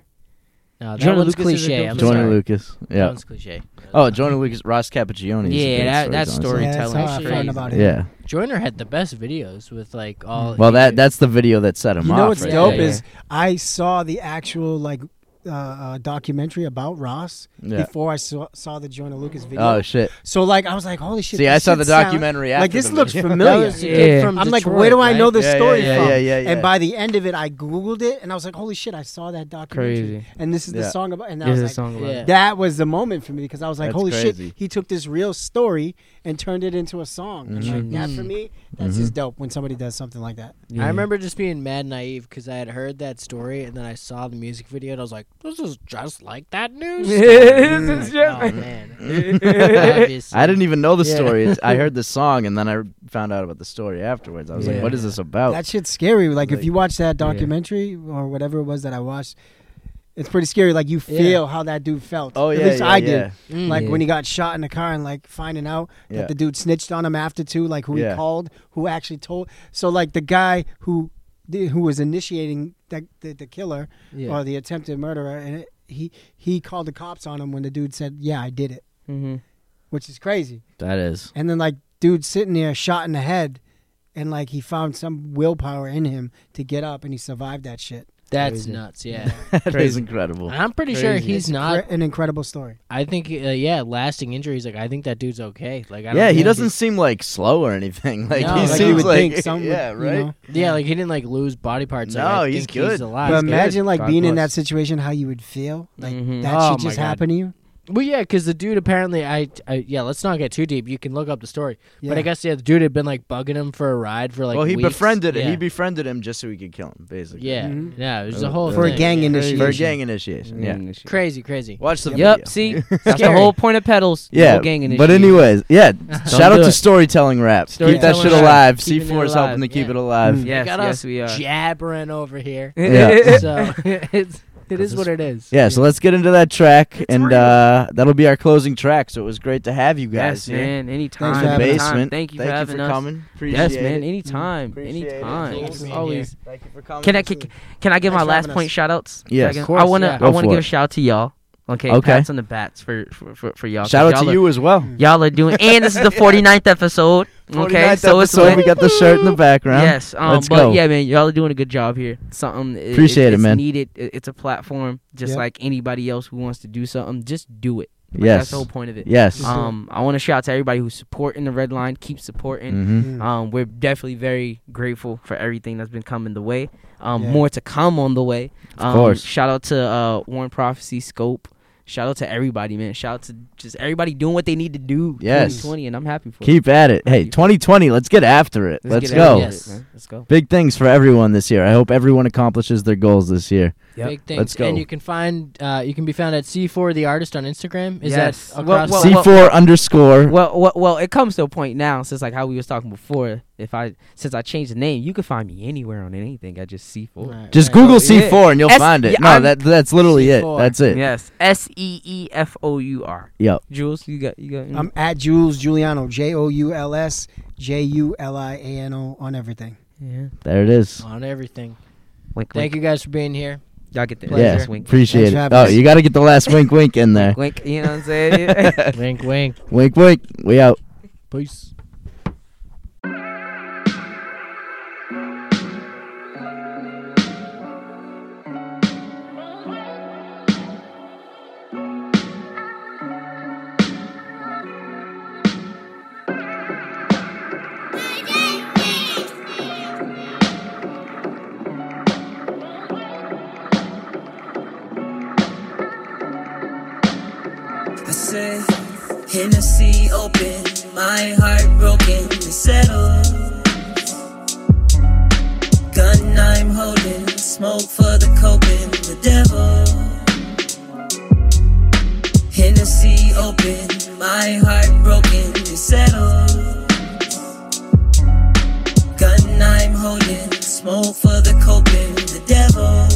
Speaker 3: No, that
Speaker 5: Jordan
Speaker 3: one's
Speaker 5: Lucas is a
Speaker 3: cliche.
Speaker 5: dope
Speaker 3: I'm
Speaker 5: story.
Speaker 2: Jordan
Speaker 3: sorry.
Speaker 2: Lucas.
Speaker 3: That
Speaker 2: Yeah.
Speaker 3: one's cliche.
Speaker 2: Oh, Jordan Lucas, Ross Cappuccioni. is a
Speaker 5: Yeah,
Speaker 2: great
Speaker 5: that- that
Speaker 2: storyteller.
Speaker 4: Yeah, that's
Speaker 5: storytelling
Speaker 4: how
Speaker 5: is
Speaker 4: I
Speaker 5: crazy.
Speaker 4: found about it.
Speaker 2: Yeah.
Speaker 3: Joyner had the best videos with
Speaker 5: Mm.
Speaker 3: like all.
Speaker 2: Well,
Speaker 3: he
Speaker 2: that
Speaker 3: did.
Speaker 2: that's the video that set him
Speaker 4: You
Speaker 2: off.
Speaker 4: know what's
Speaker 2: right
Speaker 4: dope
Speaker 2: there.
Speaker 5: Yeah.
Speaker 4: is I saw the actual like uh, uh, documentary about Ross
Speaker 2: Yeah.
Speaker 4: before I saw saw the Joyner Lucas video.
Speaker 2: Oh shit!
Speaker 4: so like I was like, holy shit!
Speaker 2: See,
Speaker 4: this
Speaker 2: I saw
Speaker 4: shit
Speaker 2: the
Speaker 4: sound-
Speaker 2: documentary
Speaker 4: Like
Speaker 2: after
Speaker 4: this
Speaker 2: the
Speaker 4: looks
Speaker 2: video.
Speaker 3: That
Speaker 4: familiar.
Speaker 3: was the kid
Speaker 5: Yeah.
Speaker 3: from
Speaker 4: uh, I'm like,
Speaker 3: Detroit,
Speaker 4: where do I know
Speaker 3: right?
Speaker 4: this
Speaker 2: Yeah, yeah,
Speaker 4: story
Speaker 2: yeah,
Speaker 4: from?
Speaker 2: yeah, yeah,
Speaker 4: And
Speaker 2: yeah.
Speaker 4: by the end of it, I googled it, and I was like, "Holy shit! I saw that documentary."
Speaker 5: Crazy.
Speaker 4: And this is
Speaker 2: Yeah.
Speaker 4: the song about. And I
Speaker 5: There's a
Speaker 4: was like,
Speaker 5: song about.
Speaker 3: Yeah.
Speaker 5: it.
Speaker 4: that was the moment for me because I was like,
Speaker 2: That's
Speaker 4: "Holy
Speaker 2: crazy.
Speaker 4: shit!" He took this real story and turned it into a song. And like
Speaker 2: Mm-hmm.
Speaker 4: that for me, that's just dope when somebody does something like that.
Speaker 5: Yeah.
Speaker 3: I remember just being mad naive because I had heard that story and then I saw the music video and I was like, "This is just like that news." story."
Speaker 5: This
Speaker 2: Mm.
Speaker 3: Like,
Speaker 5: is
Speaker 3: oh
Speaker 5: just-
Speaker 3: man! Obviously.
Speaker 2: I didn't even know the
Speaker 3: Yeah.
Speaker 2: story. It's- I heard the song and then I found out about the story afterwards. I was like,
Speaker 5: Yeah.
Speaker 2: "What is this about?"
Speaker 4: That shit's scary. Like,
Speaker 2: Oh. Like-
Speaker 4: if you watch that documentary or whatever it was that I watched, it's pretty scary. Like you feel how that dude felt.
Speaker 2: oh yeah,
Speaker 4: at least
Speaker 2: yeah,
Speaker 4: I
Speaker 2: yeah.
Speaker 4: did.
Speaker 3: Mm.
Speaker 4: Like
Speaker 5: Yeah.
Speaker 4: when he got shot in the car and like finding out
Speaker 2: Yeah.
Speaker 4: that the dude snitched on him after too, like who
Speaker 2: Yeah.
Speaker 4: he called, who actually told. So like the guy who who was initiating the the, the killer
Speaker 3: Yeah.
Speaker 4: or the attempted murderer, and it, he he called the cops on him when the dude said, "Yeah, I did it,"
Speaker 5: Mhm.
Speaker 4: which is crazy.
Speaker 2: That is.
Speaker 4: And then like dude sitting there shot in the head and like he found some willpower in him to get up and he survived that shit.
Speaker 3: That's
Speaker 5: Crazy.
Speaker 3: nuts. Yeah,
Speaker 2: That is
Speaker 5: Crazy.
Speaker 2: incredible.
Speaker 3: And I'm pretty sure
Speaker 5: Crazy.
Speaker 3: he's not.
Speaker 4: Cra- an incredible story.
Speaker 3: I think, uh, yeah, lasting injuries. Like I think that dude's okay. Like I don't
Speaker 2: Yeah, he
Speaker 3: think
Speaker 2: doesn't
Speaker 3: he's-
Speaker 2: seem like slow or anything. Like
Speaker 3: No,
Speaker 2: he
Speaker 3: like you
Speaker 2: seems
Speaker 4: would
Speaker 2: like
Speaker 4: think some would,
Speaker 2: yeah,
Speaker 4: you
Speaker 2: right.
Speaker 4: know.
Speaker 3: Yeah, like he didn't like lose body parts. Like,
Speaker 2: No,
Speaker 3: I
Speaker 2: he's
Speaker 3: think
Speaker 2: good.
Speaker 3: He's alive.
Speaker 4: But
Speaker 2: good.
Speaker 4: imagine like
Speaker 5: God
Speaker 4: being in
Speaker 5: bless.
Speaker 4: that situation how you would feel. Like
Speaker 5: Mhm.
Speaker 4: that
Speaker 3: Oh,
Speaker 4: shit
Speaker 3: my
Speaker 4: just
Speaker 3: God.
Speaker 4: happened to you.
Speaker 3: Well, yeah, because the dude apparently, I, I, yeah, let's not get too deep. You can look up the story, but I
Speaker 4: Yeah.
Speaker 3: guess yeah, the dude had been like bugging him for a ride for like.
Speaker 2: well, he
Speaker 3: weeks.
Speaker 2: befriended
Speaker 3: yeah.
Speaker 2: He befriended him just so he could kill him, basically.
Speaker 3: Yeah,
Speaker 4: Mhm.
Speaker 3: yeah, it was
Speaker 2: Uh,
Speaker 3: a whole
Speaker 2: for a
Speaker 3: thing.
Speaker 4: gang
Speaker 3: yeah.
Speaker 4: initiation.
Speaker 2: For gang initiation. Yeah.
Speaker 3: Crazy, crazy.
Speaker 2: Watch the video.
Speaker 5: Mm. Yep. See, that's the
Speaker 3: Scary.
Speaker 5: whole point of pedals.
Speaker 2: Yeah,
Speaker 5: Gang
Speaker 2: but
Speaker 5: initiation.
Speaker 2: anyways, yeah. shout
Speaker 5: do
Speaker 2: out to
Speaker 5: it.
Speaker 2: storytelling rap. keep that
Speaker 5: Storytelling
Speaker 2: shit
Speaker 5: rap.
Speaker 2: alive.
Speaker 5: Keeping
Speaker 2: C4
Speaker 5: it
Speaker 2: is helping
Speaker 5: alive. Mm.
Speaker 2: to keep
Speaker 3: Yeah.
Speaker 2: it alive.
Speaker 5: Yes,
Speaker 3: got
Speaker 5: yes,
Speaker 3: us
Speaker 5: we are.
Speaker 3: jabbering over here.
Speaker 2: Yeah.
Speaker 3: so it's it is what it is.
Speaker 2: Yeah, so let's get into that track, and uh, that'll be our closing track. So it was great to have you guys
Speaker 5: Yes,
Speaker 2: here
Speaker 5: man. Anytime.
Speaker 4: for
Speaker 2: in the
Speaker 4: having us.
Speaker 5: anytime.
Speaker 2: basement.
Speaker 5: Thank you for having us.
Speaker 2: coming. Appreciate
Speaker 5: Yes,
Speaker 2: it. Mm,
Speaker 5: man. Anytime.
Speaker 2: Appreciate it.
Speaker 5: anytime.
Speaker 3: Thanks
Speaker 5: It's
Speaker 3: for being
Speaker 5: always.
Speaker 2: Thank you for coming.
Speaker 5: Can I can, can I give my
Speaker 4: Thanks for
Speaker 5: last
Speaker 4: having
Speaker 5: point
Speaker 4: us.
Speaker 5: shout outs?
Speaker 2: Yes.
Speaker 5: I,
Speaker 2: Of
Speaker 5: I wanna
Speaker 3: yeah.
Speaker 5: I
Speaker 2: Go
Speaker 5: wanna
Speaker 2: for
Speaker 5: give
Speaker 2: it.
Speaker 5: a shout out to y'all. Okay.
Speaker 2: Okay.
Speaker 5: Pats on the bats for for, for, for y'all. 'cause
Speaker 2: Shout out
Speaker 5: y'all
Speaker 2: to
Speaker 5: are-
Speaker 2: you as well.
Speaker 5: Y'all are doing and this is the 49th episode. Okay.
Speaker 2: 49th
Speaker 5: so it's
Speaker 2: episode,
Speaker 5: lit.
Speaker 2: we got the shirt in the background.
Speaker 5: Yes. Um
Speaker 2: Let's
Speaker 5: but
Speaker 2: go.
Speaker 5: yeah, man, y'all are doing a good job here. Something it-
Speaker 2: Appreciate it,
Speaker 5: it's
Speaker 2: man.
Speaker 5: needed. It- It's a platform just
Speaker 4: Yep.
Speaker 5: like anybody else who wants to do something, just do it. Like,
Speaker 2: Yes.
Speaker 5: That's the whole point of it.
Speaker 2: Yes.
Speaker 4: do it.
Speaker 5: Um I want to shout out to everybody who's supporting the red line, keep supporting.
Speaker 2: Mhm.
Speaker 4: Mm.
Speaker 5: Um, we're definitely very grateful for everything that's been coming the way. Um,
Speaker 4: Yeah.
Speaker 5: more to come on the way. Um,
Speaker 2: course.
Speaker 5: Shout out to uh, Warren Prophecy Scope. Shout out to everybody, man. Shout out to just everybody doing what they need to do.
Speaker 2: Yes.
Speaker 5: 2020, and I'm happy for it.
Speaker 2: Keep at it. Hey, 2020, let's get after it. Let's,
Speaker 5: get
Speaker 2: go.
Speaker 5: after it,
Speaker 3: Yes.
Speaker 5: man. Let's go.
Speaker 2: Big things for everyone this year. I hope everyone accomplishes their goals this year.
Speaker 5: Yep.
Speaker 3: Big things.
Speaker 2: Let's go.
Speaker 3: And you can find uh, you can be found at C4 the artist on Instagram. Is
Speaker 5: Yes.
Speaker 3: that
Speaker 5: Well,
Speaker 3: across
Speaker 5: well,
Speaker 2: C4 underscore.
Speaker 5: Well, well, well, it comes to a point now, since like how we was talking before. If I since I changed the name, you can find me anywhere on anything. I just C4.
Speaker 3: All right,
Speaker 2: Just
Speaker 3: all right.
Speaker 2: Google
Speaker 5: yeah.
Speaker 2: C4 and you'll
Speaker 5: S-
Speaker 2: find it.
Speaker 5: yeah,
Speaker 2: no,
Speaker 5: I'm-
Speaker 2: that that's literally it.
Speaker 3: C4.
Speaker 2: That's it.
Speaker 5: Yes, S E E F O U R.
Speaker 2: Yep.
Speaker 5: Jules, you got you got.
Speaker 4: I'm at Jules Giuliano, J O U L S J U L I A N O on everything.
Speaker 5: yeah.
Speaker 2: There it is.
Speaker 3: on everything.
Speaker 5: Wink,
Speaker 3: Thank
Speaker 5: wink.
Speaker 3: you guys for being here.
Speaker 5: Y'all get the
Speaker 3: Pleasure.
Speaker 5: last
Speaker 2: Yeah,
Speaker 5: wink.
Speaker 2: appreciate
Speaker 4: Thanks for
Speaker 2: it.
Speaker 4: having
Speaker 2: Oh,
Speaker 4: us.
Speaker 2: you got to get the last wink, wink in there.
Speaker 5: Wink, you know what I'm saying?
Speaker 3: wink, wink.
Speaker 2: wink, wink. We out.
Speaker 1: Peace.
Speaker 6: I said, Hennessy open, my heart broken, settled. Gun I'm holding, smoke for the coping, the devil. Hennessy open, my heart broken, settled. Gun I'm holding, smoke for the coping, the devil.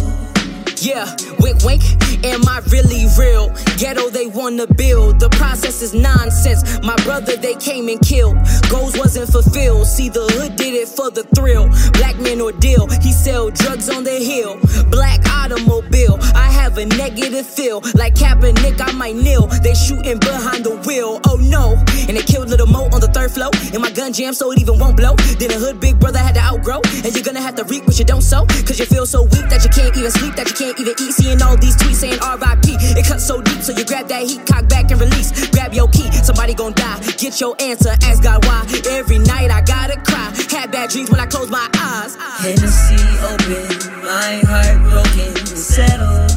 Speaker 7: Yeah, wink wink, am I really real? Ghetto they wanna build, the process is nonsense. My brother they came and killed, goals wasn't fulfilled. See, the hood did it for the thrill. Black man ordeal, he sell drugs on the hill. Black automobile, I have a negative feel. Like Kaepernick, I might kneel. They shooting behind the wheel, oh no. And they killed Little Mo on the third floor. And my gun jammed so it even won't blow. Then the hood big brother had to outgrow. And you're gonna have to reap what you don't sow. Cause you feel so weak that you can't even sleep, that you can't even eat. Seeing all these tweets saying RIP. It cuts so deep, so you grab that heat, cock back and release. Grab your key, somebody gonna die. Get your answer, ask God why. Every night I gotta cry. Had bad dreams when I close my eyes.
Speaker 6: Hennessy open, my heart broken, settled.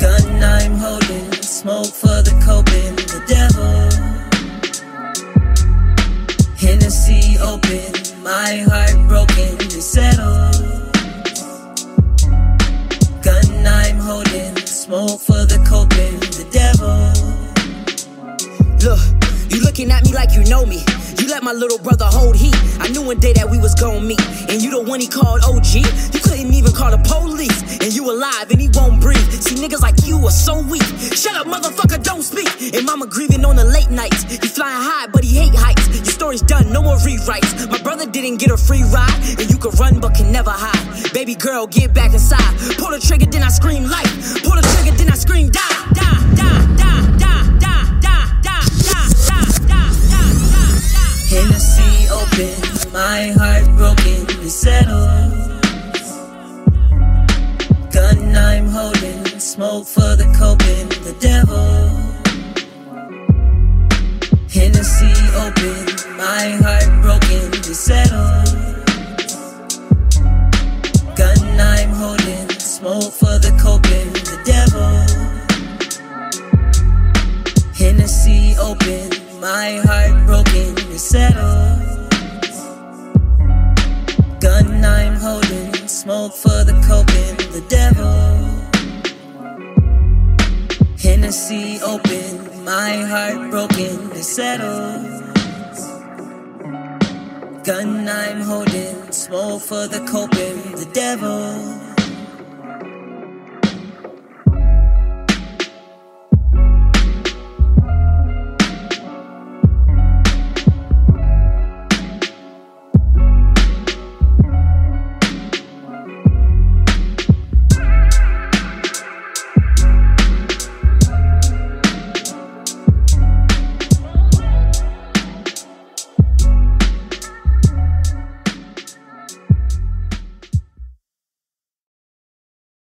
Speaker 6: Gun I'm holding, smoke for the coping, the devil. Hennessy open, my heart broken, settled. Gun I'm holding, smoke for the coping, the devil.
Speaker 7: Look, you looking at me like you know me. You let my little brother hold heat. I knew one day that we was gon' meet. And you the one he called OG. You couldn't even call the police. And you alive and he won't breathe. See, niggas like you are so weak. Shut up, motherfucker, don't speak. And mama grieving on the late nights. He flying high, but he hate heights. Your story's done, no more rewrites. My brother didn't get a free ride. And you can run, but can never hide. Baby girl, get back inside. Pull the trigger, then I scream life. Pull the trigger, then I scream die, die, die, die, die, die, die, die.
Speaker 6: Hennessy open, my heart broken, settled. Gun I'm holding, smoke for the coping, the devil. Hennessy open, my heart broken, settled. Gun I'm holding, smoke for the coping, the devil. Hennessy open, my heart broken, settled. Gun I'm holding, smoke for the coping, the devil. Hennessy open, my heart broken, settled. Gun I'm holding, smoke for the coping, the devil.